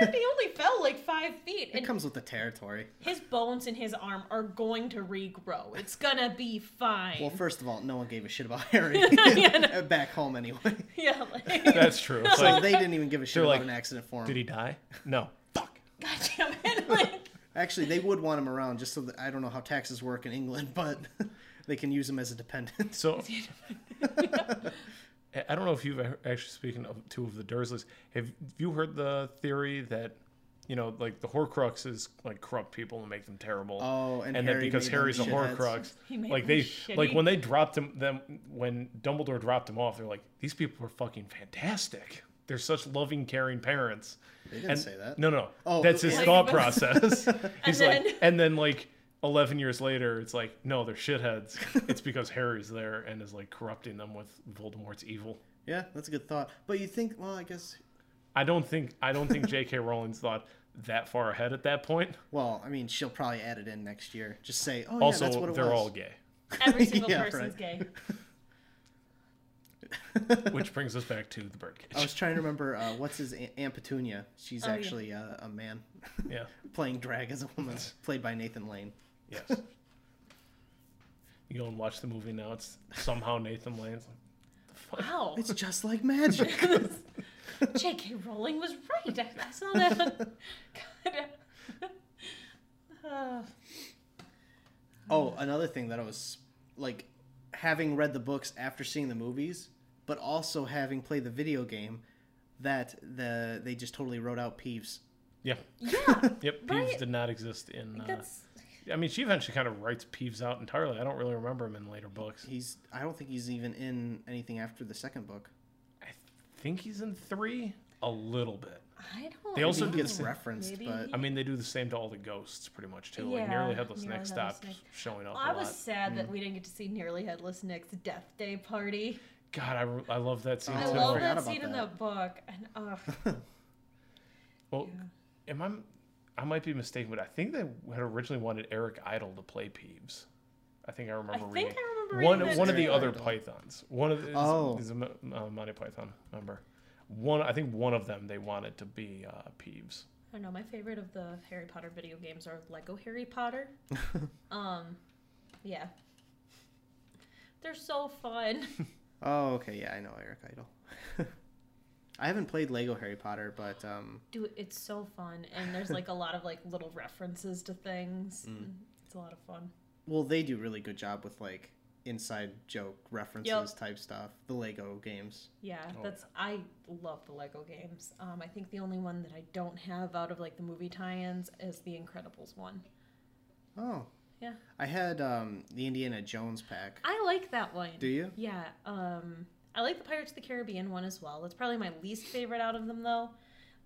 Speaker 11: accident? he only fell like five feet,
Speaker 10: It
Speaker 11: and
Speaker 10: comes with the territory.
Speaker 11: his bones in his arm are going to regrow. It's gonna be fine.
Speaker 10: Well, first of all, no one gave a shit about Harry back home anyway.
Speaker 11: yeah, like,
Speaker 5: That's true. It's
Speaker 10: So
Speaker 5: like,
Speaker 10: they didn't even give a shit
Speaker 5: they're
Speaker 10: about
Speaker 5: like,
Speaker 10: an accident for him.
Speaker 5: did he die? No. Fuck.
Speaker 11: God damn it! Like,
Speaker 10: Actually, they would want him around just so that I don't know how taxes work in England, but they can use him as a dependent.
Speaker 5: So I- I don't know if you've ever- actually speaking of two of the Dursleys. Have you heard the theory that you know, like the Horcruxes, like corrupt people and make them terrible.
Speaker 10: Oh, and
Speaker 5: that
Speaker 10: Harry
Speaker 5: because
Speaker 10: made them
Speaker 5: Harry's a
Speaker 10: shitheads.
Speaker 5: Horcrux,
Speaker 11: He made
Speaker 5: like
Speaker 11: them
Speaker 5: they, like
Speaker 11: shitty.
Speaker 5: when they dropped them, them when Dumbledore dropped them off, they're like, these people are fucking fantastic. They're such loving, caring parents.
Speaker 10: They didn't
Speaker 5: And-
Speaker 10: say that.
Speaker 5: No, no.
Speaker 10: Oh.
Speaker 5: that's his
Speaker 11: Like,
Speaker 5: thought
Speaker 11: but-
Speaker 5: process. He's
Speaker 11: And then-
Speaker 5: like, and then like eleven years later, it's like, no, they're shitheads. it's because Harry's there and is like corrupting them with Voldemort's evil.
Speaker 10: Yeah, that's a good thought. But you think, well, I guess
Speaker 5: I don't think I don't think J.K. Rowling's thought that far ahead at that point.
Speaker 10: Well, I mean, she'll probably add it in next year. Just say, oh,
Speaker 5: also,
Speaker 10: yeah, that's what it
Speaker 5: they're
Speaker 10: was.
Speaker 5: all gay.
Speaker 11: Every single
Speaker 10: Yeah,
Speaker 11: person's
Speaker 10: right.
Speaker 11: gay.
Speaker 5: Which brings us back to the birdcage.
Speaker 10: I was trying to remember uh, what's his aunt, aunt Petunia. She's
Speaker 11: Oh, yeah.
Speaker 10: actually uh, a man.
Speaker 5: Yeah.
Speaker 10: playing drag as a woman, played by Nathan Lane.
Speaker 5: Yes. You go and watch the movie now. It's somehow Nathan Lane's. Like,
Speaker 11: Wow.
Speaker 10: It's just like magic.
Speaker 11: J.K. Rowling was right. I, I saw that. God. Uh,
Speaker 10: Oh, another thing that I was like having read the books after seeing the movies, but also having played the video game, that the they just totally wrote out Peeves.
Speaker 5: yeah.
Speaker 11: Yeah.
Speaker 5: Yep. Peeves
Speaker 11: Right?
Speaker 5: did not exist in. Uh,
Speaker 11: that's
Speaker 5: I mean, she eventually kind of writes Peeves out entirely. I don't really remember him in later books.
Speaker 10: He's I don't think he's even in anything after the second book.
Speaker 5: think he's in three a little bit.
Speaker 11: I don't.
Speaker 5: They also
Speaker 10: Maybe
Speaker 5: do
Speaker 10: he
Speaker 5: the
Speaker 10: gets
Speaker 5: same-
Speaker 10: referenced,
Speaker 11: Maybe
Speaker 10: but
Speaker 11: he-
Speaker 5: I mean, they do the same to all the ghosts, pretty much too. like
Speaker 11: Yeah,
Speaker 5: nearly headless
Speaker 11: Nearly
Speaker 5: Nick
Speaker 11: Headless
Speaker 5: stops
Speaker 11: Nick.
Speaker 5: showing up.
Speaker 11: I
Speaker 5: a
Speaker 11: was
Speaker 5: lot.
Speaker 11: sad
Speaker 10: Mm.
Speaker 11: that we didn't get to see Nearly Headless Nick's death day party.
Speaker 5: God, I, re- I love that scene
Speaker 10: I
Speaker 11: I
Speaker 5: too.
Speaker 11: love
Speaker 10: forgot
Speaker 11: that
Speaker 10: about
Speaker 11: scene in the
Speaker 10: that.
Speaker 11: book. And, ugh.
Speaker 5: Well, am I? I might be mistaken, but I think they had originally wanted Eric Idle to play Peeves. I think I remember
Speaker 11: think
Speaker 5: reading.
Speaker 11: I remember
Speaker 5: one
Speaker 11: reading that
Speaker 5: one of the
Speaker 10: trailer.
Speaker 5: other Pythons. One of the,
Speaker 10: Oh.
Speaker 5: is, is a Mo- uh, Monty Python member. One, I think one of them they wanted to be uh, Peeves.
Speaker 11: I don't know. My favorite of the Harry Potter video games are Lego Harry Potter. um, yeah, they're so fun.
Speaker 10: oh okay, yeah, I know Eric Idle. I haven't played Lego Harry Potter, but um,
Speaker 11: Dude, it's so fun, and there's like a lot of like little references to things.
Speaker 10: Mm.
Speaker 11: Mm, It's a lot of fun.
Speaker 10: well, they do really good job with like inside joke references
Speaker 11: Yep.
Speaker 10: type stuff. The Lego games.
Speaker 11: Yeah, that's I love the Lego games. Um, I think the only one that I don't have out of like the movie tie-ins is the Incredibles one.
Speaker 10: Oh,
Speaker 11: Yeah,
Speaker 10: I had um, the Indiana Jones pack.
Speaker 11: I like that one.
Speaker 10: Do you?
Speaker 11: Yeah. Um, I like the Pirates of the Caribbean one as well. It's probably my least favorite out of them though.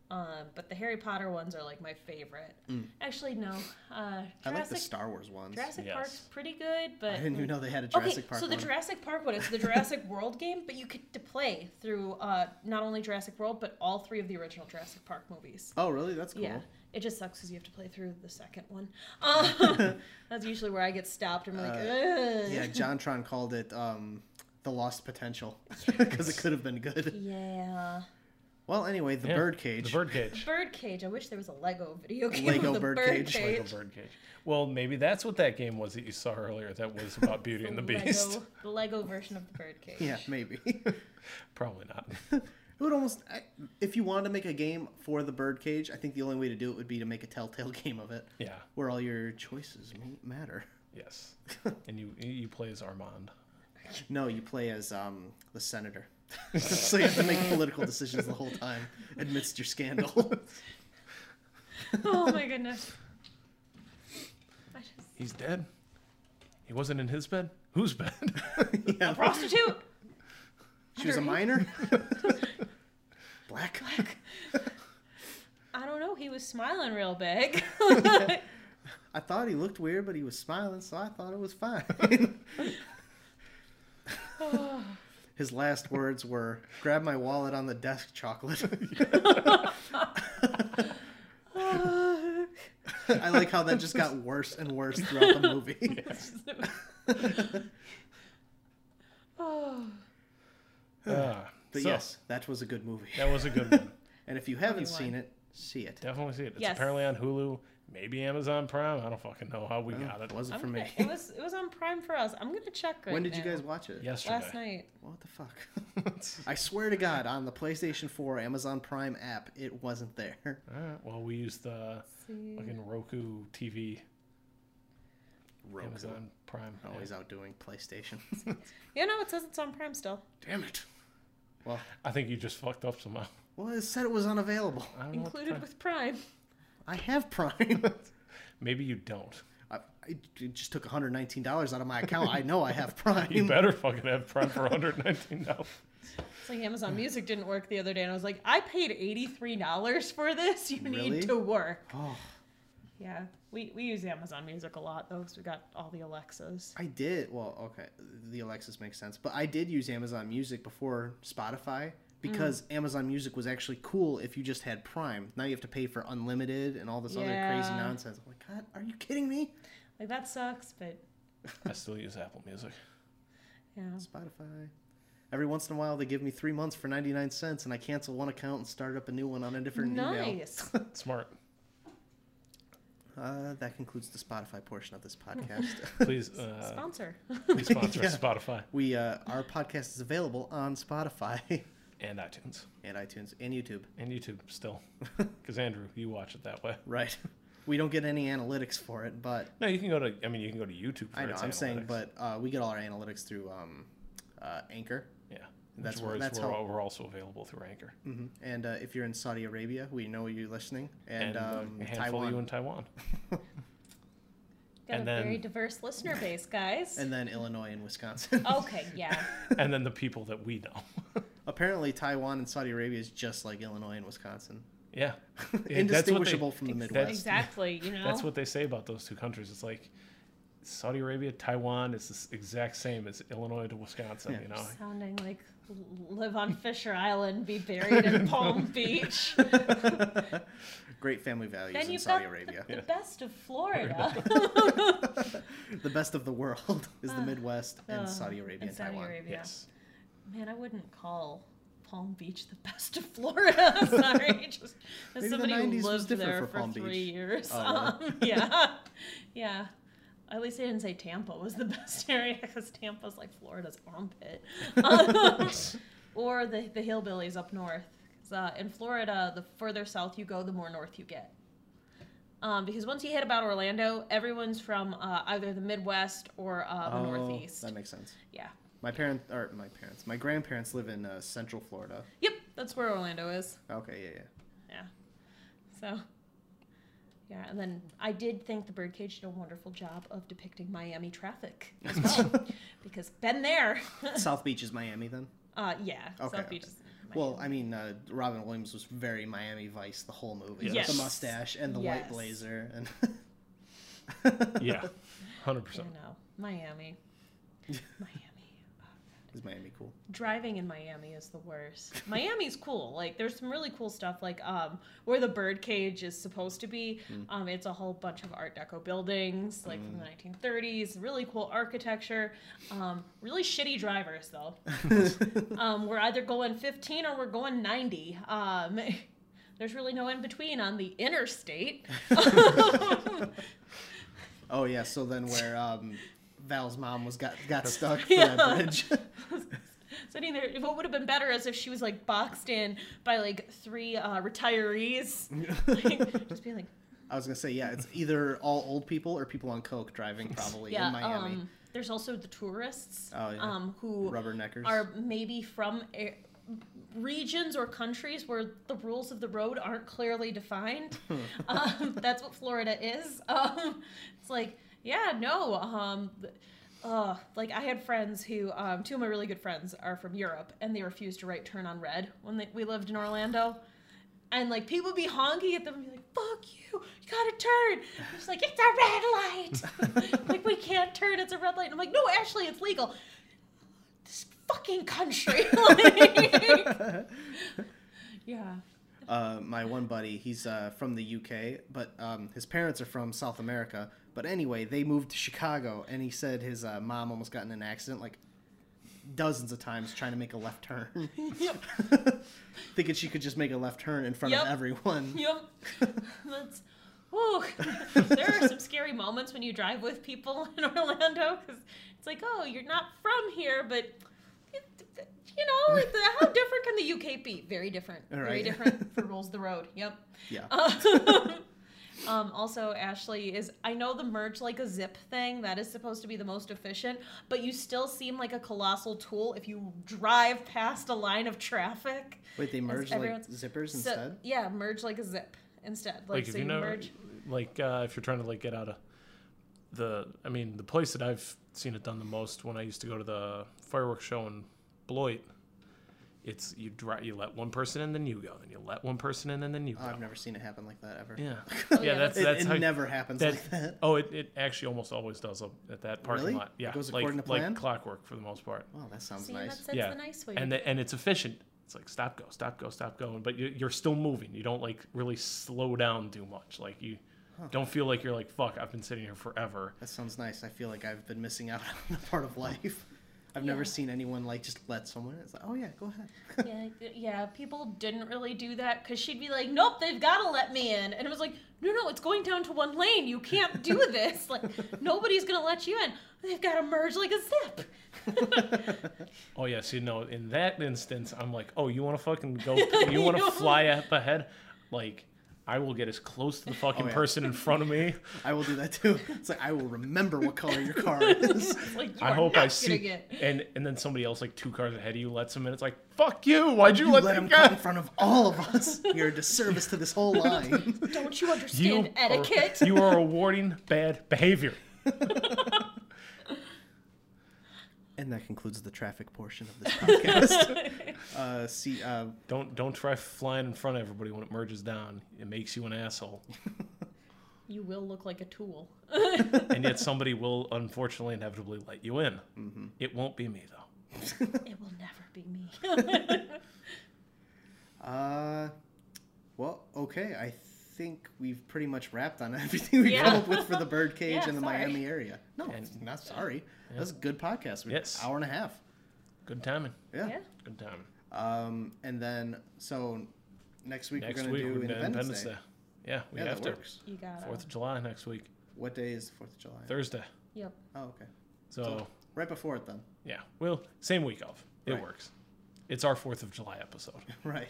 Speaker 11: Uh, but the Harry Potter ones are like my favorite. Actually, no. Uh, Jurassic,
Speaker 10: Mm. I like the Star Wars ones.
Speaker 11: Jurassic
Speaker 5: Yes.
Speaker 11: Park's pretty good, but
Speaker 10: I didn't even know they had a Jurassic
Speaker 11: okay,
Speaker 10: Park.
Speaker 11: so the
Speaker 10: one.
Speaker 11: Jurassic Park one, it's the Jurassic World game, but you could to play through uh, not only Jurassic World, but all three of the original Jurassic Park movies.
Speaker 10: Oh, really? That's cool.
Speaker 11: Yeah, it just sucks because you have to play through the second one. Um, that's usually where I get stopped. I'm like, Ugh.
Speaker 10: Uh, Yeah, JonTron called it um, the lost potential because it could have been good.
Speaker 11: yeah.
Speaker 10: Well, anyway, the
Speaker 5: Yeah,
Speaker 10: birdcage.
Speaker 5: The birdcage.
Speaker 11: Birdcage. I wish there was a Lego video game.
Speaker 10: Lego
Speaker 11: of the
Speaker 10: Birdcage.
Speaker 11: Birdcage.
Speaker 5: Lego birdcage. Well, maybe that's what that game was that you saw earlier. That was about Beauty and the Beast.
Speaker 11: Lego, the Lego version of the Birdcage.
Speaker 10: Yeah, maybe. it
Speaker 5: Probably not.
Speaker 10: would almost, I, if you wanted to make a game for the birdcage, I think the only way to do it would be to make a Telltale game of it,
Speaker 5: Yeah.
Speaker 10: where all your choices ma- matter.
Speaker 5: Yes. And you you play as Armand.
Speaker 10: No, you play as um, the senator, so you have to make political decisions the whole time amidst your scandal.
Speaker 11: Oh my goodness. I just
Speaker 5: He's dead. He wasn't in his bed. Whose bed?
Speaker 10: yeah,
Speaker 11: prostitute.
Speaker 10: she was a minor. Black.
Speaker 11: I don't know. He was smiling real big.
Speaker 10: I thought he looked weird, but he was smiling, so I thought it was fine. His last words were, "Grab my wallet on the desk, chocolate."
Speaker 11: Oh,
Speaker 10: I like how that just got worse and worse throughout the movie.
Speaker 11: oh,
Speaker 5: Ah,
Speaker 10: But
Speaker 5: so,
Speaker 10: yes, that was a good movie.
Speaker 5: That was a good one.
Speaker 10: And if you haven't seen it, see it.
Speaker 5: Definitely see it. It's
Speaker 11: Yes.
Speaker 5: apparently on Hulu, maybe Amazon Prime. I don't fucking know how we got Oh, it.
Speaker 10: It wasn't
Speaker 11: I'm
Speaker 10: for
Speaker 11: gonna-
Speaker 10: me.
Speaker 11: it was it was on Prime for us. I'm gonna check right
Speaker 10: When did you
Speaker 11: now.
Speaker 10: guys watch it?
Speaker 5: yesterday.
Speaker 11: Last night.
Speaker 10: What the fuck? I swear to God, on the PlayStation 4 Amazon Prime app, it wasn't there.
Speaker 5: All right. Well, we used the
Speaker 11: See.
Speaker 5: fucking Roku TV. Amazon Prime.
Speaker 10: Always outdoing PlayStation.
Speaker 11: Yeah, no, it says it's on Prime still.
Speaker 5: Damn it.
Speaker 10: well,
Speaker 5: I think you just fucked up somehow.
Speaker 10: well, it said it was unavailable.
Speaker 5: I don't know what the
Speaker 11: Included
Speaker 5: fuck.
Speaker 11: with Prime.
Speaker 10: I have Prime.
Speaker 5: Maybe you don't.
Speaker 10: I, I just took $119 out of my account. I know I have Prime.
Speaker 5: You better fucking have Prime for 119 dollars.
Speaker 11: It's like Amazon Music didn't work the other day, and I was like, I paid eighty three dollars for this. You
Speaker 10: Really?
Speaker 11: need to work.
Speaker 10: Oh,
Speaker 11: Yeah, we we use Amazon Music a lot though, because we got all the Alexas.
Speaker 10: I did. Well, okay. The Alexis makes sense. But I did use Amazon Music before Spotify because
Speaker 11: Mm.
Speaker 10: Amazon Music was actually cool if you just had Prime. Now you have to pay for unlimited and all this other crazy
Speaker 11: Yeah.
Speaker 10: nonsense. I'm like, God, are you kidding me?
Speaker 11: Like that sucks, but
Speaker 5: I still use Apple Music.
Speaker 11: yeah.
Speaker 10: Spotify. Every once in a while, they give me three months for 99 cents, and I cancel one account and start up a new one on a different email.
Speaker 11: Nice.
Speaker 5: Smart.
Speaker 10: Uh, that concludes the Spotify portion of this podcast.
Speaker 5: Please, uh,
Speaker 11: Sponsor.
Speaker 5: please sponsor us, Spotify.
Speaker 10: We uh, our podcast is available on Spotify
Speaker 5: and iTunes
Speaker 10: and iTunes and YouTube.
Speaker 5: and YouTube still, because Andrew, you watch it that way.
Speaker 10: Right. We don't get any analytics for it, but
Speaker 5: No, you can go to. I mean, you can go to YouTube. For
Speaker 10: I know
Speaker 5: its
Speaker 10: I'm saying,
Speaker 5: analytics.
Speaker 10: but uh, we get all our analytics through um, uh, Anchor.
Speaker 5: yeah,
Speaker 10: that's
Speaker 5: that's
Speaker 10: where
Speaker 5: where
Speaker 10: that's
Speaker 5: we're,
Speaker 10: how.
Speaker 5: we're also available through Anchor
Speaker 10: hmm And uh, if you're in Saudi Arabia, we know you're listening, and,
Speaker 5: uh,
Speaker 10: um,
Speaker 5: a handful
Speaker 10: Taiwan,
Speaker 5: of you in Taiwan.
Speaker 11: Got
Speaker 5: and
Speaker 11: a
Speaker 5: then-
Speaker 11: very diverse listener base, guys.
Speaker 10: and then Illinois and Wisconsin.
Speaker 5: Oh.
Speaker 11: okay, yeah.
Speaker 5: and then the people that we know.
Speaker 10: Apparently, Taiwan and Saudi Arabia is just like Illinois and Wisconsin.
Speaker 5: Yeah, Yeah, that's what they-
Speaker 10: Indistinguishable from the Midwest.
Speaker 11: Exactly, you know?
Speaker 5: that's what they say about those two countries. It's like Saudi Arabia, Taiwan is the exact same as Illinois to Wisconsin. You know,
Speaker 11: Sounding like l- live on Fisher Island, be buried in Palm Beach.
Speaker 10: Great family values
Speaker 11: then
Speaker 10: in
Speaker 11: you've
Speaker 10: Saudi
Speaker 11: got
Speaker 10: Arabia.
Speaker 11: the, the best of Florida.
Speaker 10: The best of the world is the Midwest and
Speaker 11: Uh,
Speaker 10: Saudi Arabia and,
Speaker 11: Saudi
Speaker 10: Taiwan.
Speaker 11: Arabia. Man, I wouldn't call Palm Beach the best of Florida. Sorry, just as
Speaker 10: Maybe the
Speaker 11: somebody who
Speaker 10: 90s was
Speaker 11: lived
Speaker 10: different
Speaker 11: there
Speaker 10: for
Speaker 11: for,
Speaker 10: Palm
Speaker 11: three
Speaker 10: Beach.
Speaker 11: years.
Speaker 10: Oh,
Speaker 11: um, yeah, yeah. At least they didn't say Tampa was the best area because Tampa's like Florida's armpit, Um, or the the hillbillies up north. 'Cause, uh, in Florida, the further south you go, the more north you get. Um, because once you hit about Orlando, everyone's from uh, either the Midwest or uh, the
Speaker 10: Oh,
Speaker 11: Northeast.
Speaker 10: That makes sense.
Speaker 11: Yeah.
Speaker 10: My parents, or my parents, my grandparents live in uh, Central Florida.
Speaker 11: Yep, that's where Orlando is.
Speaker 10: Okay, yeah, yeah.
Speaker 11: Yeah. So. Yeah, and then I did think the Birdcage did a wonderful job of depicting Miami traffic as well, because been there.
Speaker 10: South Beach is Miami, then.
Speaker 11: uh, yeah,
Speaker 10: Okay.
Speaker 11: South Beach.
Speaker 10: okay.
Speaker 11: Is
Speaker 10: Well, I mean, uh, Robin Williams was very Miami Vice the whole movie.
Speaker 11: Yes.
Speaker 10: The mustache and the white
Speaker 11: Yes.
Speaker 10: blazer, and
Speaker 5: Yeah, hundred
Speaker 11: I
Speaker 5: percent.
Speaker 11: know Miami. Miami.
Speaker 10: is Miami cool?
Speaker 11: Driving in Miami is the worst. Miami's cool. Like there's some really cool stuff like um where the birdcage is supposed to be. Um it's a whole bunch of art deco buildings like from the 1930s, really cool architecture. Um really shitty drivers though. um we're either going 15 or we're going 90. Um there's really no in between on the interstate.
Speaker 10: Oh yeah. So then, where um, Val's mom was got got stuck for
Speaker 11: Yeah.
Speaker 10: that bridge.
Speaker 11: sitting there. What would have been better is if she was like boxed in by like three uh, retirees, like, just being like,
Speaker 10: I was gonna say, yeah, it's either all old people or people on coke driving, probably
Speaker 11: yeah.
Speaker 10: in Miami.
Speaker 11: Um, there's also the tourists,
Speaker 10: Oh, yeah.
Speaker 11: um, who
Speaker 10: Rubberneckers.
Speaker 11: are maybe from a- regions or countries where the rules of the road aren't clearly defined. um, that's what Florida is. Um, it's like, yeah, no. Um, th- uh, like I had friends who, um, two of my really good friends are from Europe, and they refused to right turn on red when they, we lived in Orlando. And like people would be honking at them and be like, fuck you, you gotta turn. I'm just like, it's a red light. like, we can't turn, it's a red light. And I'm like, no, Ashley, it's legal. This fucking country. like, yeah.
Speaker 10: uh, my one buddy, he's uh, from the UK, but um, his parents are from South America. But anyway, they moved to Chicago, and he said his uh, mom almost got in an accident like dozens of times trying to make a left turn,
Speaker 11: Yep.
Speaker 10: thinking she could just make a left turn in front
Speaker 11: Yep.
Speaker 10: of everyone.
Speaker 11: Yep. That's. Whew. there are some scary moments when you drive with people in Orlando because it's like, oh, you're not from here, but you know, like, the- how different can the UK be? Very different.
Speaker 10: All
Speaker 11: Very
Speaker 10: right.
Speaker 11: different for rules of the road. Yep.
Speaker 10: Yeah.
Speaker 11: Uh, Um, also, Ashley is. I know the merge like a zip thing that is supposed to be the most efficient, but you still seem like a colossal tool if you drive past a line of traffic.
Speaker 10: Wait, they
Speaker 11: As
Speaker 10: merged like
Speaker 11: everyone's-
Speaker 10: zippers
Speaker 11: So-
Speaker 10: instead.
Speaker 11: Yeah, merge like a zip instead. Like,
Speaker 5: Like
Speaker 11: so
Speaker 5: if
Speaker 11: you,
Speaker 5: you know,
Speaker 11: merge.
Speaker 5: like uh, if you're trying to like get out of the, I mean, the place that I've seen it done the most when I used to go to the fireworks show in Beloit. It's you dri you let one person in, then you go, then you let one person in, and then you go.
Speaker 10: Oh, I've never seen it happen like that ever.
Speaker 5: Yeah,
Speaker 11: yeah,
Speaker 5: yeah, that's
Speaker 10: it-
Speaker 5: that's
Speaker 10: it
Speaker 5: how
Speaker 10: never happens like that.
Speaker 5: Oh, it, it actually almost always does up at that parking
Speaker 10: Really?
Speaker 5: lot. Yeah,
Speaker 10: It goes
Speaker 5: like
Speaker 10: according to plan?
Speaker 5: like clockwork for the most part.
Speaker 10: Wow, that sounds
Speaker 11: See,
Speaker 10: nice.
Speaker 11: that's, that's
Speaker 5: yeah,
Speaker 11: the nice way.
Speaker 5: and
Speaker 11: to
Speaker 5: the, and it's efficient. It's like stop, go, stop, go, stop going. But you, you're still moving. You don't like really slow down too much. Like you
Speaker 10: Huh.
Speaker 5: don't feel like you're like fuck. I've been sitting here forever.
Speaker 10: That sounds nice. I feel like I've been missing out on a part of life. I've never
Speaker 11: Yeah.
Speaker 10: seen anyone like just let someone. It's like, oh yeah, go ahead.
Speaker 11: yeah, yeah, people didn't really do that because she'd be like, "Nope, they've got to let me in," and it was like, "No, no, it's going down to one lane. You can't do this. Like, nobody's gonna let you in. They've got to merge like a zip."
Speaker 5: Oh yeah, so you know, in that instance, I'm like, oh, you want to fucking go? You want to fly up ahead? Like, I will get as close to the fucking
Speaker 10: Oh, yeah.
Speaker 5: person in front of me.
Speaker 10: I will do that too. It's like I will remember what color your car is.
Speaker 11: like,
Speaker 5: I hope I see, and and then somebody else like two cars ahead of you lets him in. It's like, fuck you! Why'd you, let,
Speaker 10: him
Speaker 5: them
Speaker 10: come
Speaker 5: go?
Speaker 10: in front of all of us? You're a disservice to this whole line.
Speaker 11: Don't you understand
Speaker 5: You are-
Speaker 11: etiquette?
Speaker 5: you are awarding bad behavior.
Speaker 10: And that concludes the traffic portion of this podcast. uh, see, uh,
Speaker 5: Don't don't try flying in front of everybody when it merges down. It makes you an asshole,
Speaker 11: You will look like a tool.
Speaker 5: and yet somebody will unfortunately inevitably let you in.
Speaker 10: Mm-hmm.
Speaker 5: It won't be me though.
Speaker 11: it will never be me.
Speaker 10: uh, well, okay. I think we've pretty much wrapped on everything we
Speaker 11: Yeah.
Speaker 10: come up with for the Birdcage
Speaker 11: Yeah,
Speaker 10: and the
Speaker 11: sorry.
Speaker 10: Miami area. No,
Speaker 5: And-
Speaker 10: not sorry. That's a good podcast. We-
Speaker 5: Yes.
Speaker 10: hour and a half.
Speaker 5: Good timing.
Speaker 10: Yeah.
Speaker 11: Yeah.
Speaker 5: Good timing.
Speaker 10: Um, and then so next week
Speaker 5: Next
Speaker 10: we're gonna
Speaker 5: week
Speaker 10: do
Speaker 5: we're doing
Speaker 10: Independence,
Speaker 5: Independence
Speaker 10: Day.
Speaker 5: Day. Yeah, we
Speaker 10: Yeah,
Speaker 5: have
Speaker 10: that
Speaker 5: to.
Speaker 10: works.
Speaker 11: you got
Speaker 5: Fourth
Speaker 11: it.
Speaker 5: of July next week,
Speaker 10: What day is Fourth of July?
Speaker 5: Thursday.
Speaker 11: Yep.
Speaker 10: Oh, okay.
Speaker 5: So,
Speaker 10: right before it then.
Speaker 5: yeah, well, same week off. It
Speaker 10: Right.
Speaker 5: works. It's our Fourth of July episode.
Speaker 10: Right.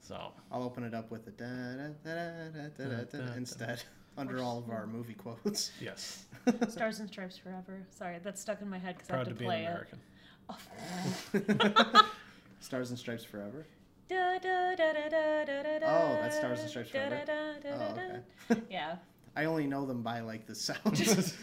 Speaker 5: So
Speaker 10: I'll open it up with a da da da da da da da da instead under all of our movie quotes.
Speaker 5: yes,
Speaker 11: Stars and Stripes Forever. Sorry, that's stuck in my head because I have
Speaker 5: proud
Speaker 11: to,
Speaker 5: to be an
Speaker 11: play it.
Speaker 5: American.
Speaker 10: Stars and Stripes Forever.
Speaker 11: Da, da, da, da, da, da, da,
Speaker 10: Oh, that's Stars and Stripes
Speaker 11: da,
Speaker 10: Forever.
Speaker 11: da, da, da,
Speaker 10: Oh,
Speaker 11: da.
Speaker 10: okay.
Speaker 11: Yeah.
Speaker 10: I only know them by like the sounds.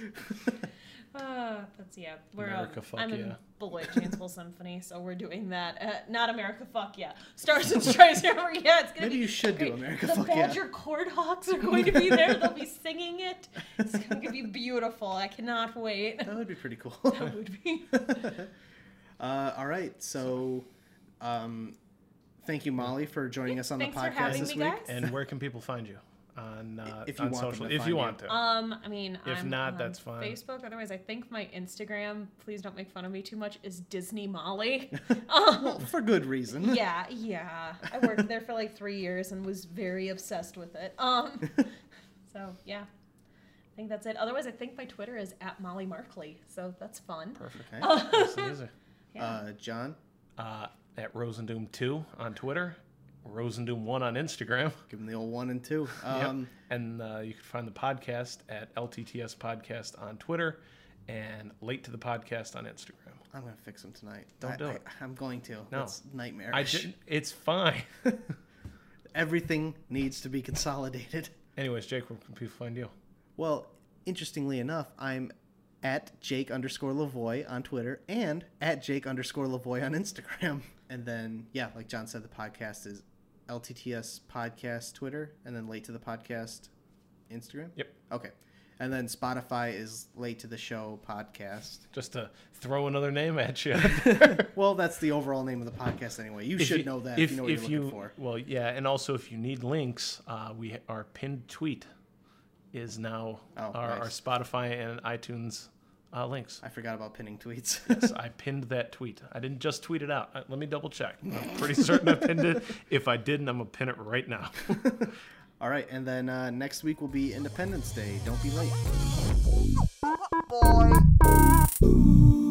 Speaker 11: Uh, that's yeah. We're
Speaker 5: America,
Speaker 11: um,
Speaker 5: fuck
Speaker 11: I'm in
Speaker 5: yeah.
Speaker 11: Beloit Chancel Symphony, so we're doing that. Uh, not America, fuck yeah. Stars and Stripes Forever, yeah. It's gonna
Speaker 10: Maybe
Speaker 11: be
Speaker 10: you should do
Speaker 11: great.
Speaker 10: America,
Speaker 11: The
Speaker 10: fuck yeah.
Speaker 11: Badger Courthawks are going to be there. They'll be singing it. It's gonna be beautiful. I cannot wait.
Speaker 10: that would be pretty cool.
Speaker 11: That would be.
Speaker 10: Uh, all right, so um, thank you, Molly, for joining us on
Speaker 11: Thanks
Speaker 10: the
Speaker 11: for
Speaker 10: podcast
Speaker 11: having
Speaker 10: this
Speaker 11: me,
Speaker 10: week.
Speaker 11: guys.
Speaker 5: And where can people find you on uh,
Speaker 10: If you
Speaker 5: on
Speaker 10: want them
Speaker 5: social?
Speaker 10: to
Speaker 5: If
Speaker 10: find
Speaker 5: you
Speaker 10: you.
Speaker 5: want to,
Speaker 11: Um, I mean,
Speaker 5: If
Speaker 11: I'm
Speaker 5: not,
Speaker 11: on
Speaker 5: that's fine.
Speaker 11: Facebook. Otherwise, I think my Instagram. Please don't make fun of me too much. Is Disney Molly? um,
Speaker 10: For good reason.
Speaker 11: yeah, yeah. I worked there for like three years and was very obsessed with it. Um, so yeah, I think that's it. Otherwise, I think my Twitter is at Molly Markley. So that's fun.
Speaker 5: perfect.
Speaker 10: Okay.
Speaker 11: Oh.
Speaker 5: Nice and easy.
Speaker 10: Uh, John,
Speaker 5: Uh, at Rosendoom Two on Twitter, Rosendoom One on Instagram.
Speaker 10: give him the old one and two.
Speaker 5: Yep.
Speaker 10: Um,
Speaker 5: And uh, you can find the podcast at LTTS Podcast on Twitter and Late to the Podcast on Instagram.
Speaker 10: I'm gonna fix him tonight.
Speaker 5: Don't
Speaker 10: I,
Speaker 5: do
Speaker 10: I,
Speaker 5: it.
Speaker 10: I'm going to.
Speaker 5: No.
Speaker 10: That's nightmarish.
Speaker 5: I didn't, it's fine.
Speaker 10: Everything needs to be consolidated.
Speaker 5: Anyways, Jake, where can people find you?
Speaker 10: Well, interestingly enough, I'm at Jake underscore Lavoy on Twitter and at Jake underscore Lavoy on Instagram. And then, yeah, like John said, the podcast is LTTS Podcast Twitter and then Late to the Podcast Instagram.
Speaker 5: Yep.
Speaker 10: Okay. And then Spotify is Late to the Show Podcast.
Speaker 5: Just to throw another name at you.
Speaker 10: Well, that's the overall name of the podcast anyway. You
Speaker 5: If
Speaker 10: should know that if, you know what you're looking for.
Speaker 5: Well, yeah, and also if you need links, uh, we our pinned tweet is now
Speaker 10: Oh,
Speaker 5: our, our
Speaker 10: nice.
Speaker 5: Spotify and iTunes uh, links.
Speaker 10: I forgot about pinning tweets.
Speaker 5: So I pinned that tweet. I didn't just tweet it out. Uh, Let me double check. I'm pretty certain I pinned it. If I didn't, I'm gonna pin it right now.
Speaker 10: All right. And then uh, next week will be Independence Day. Don't be late.
Speaker 7: Boy.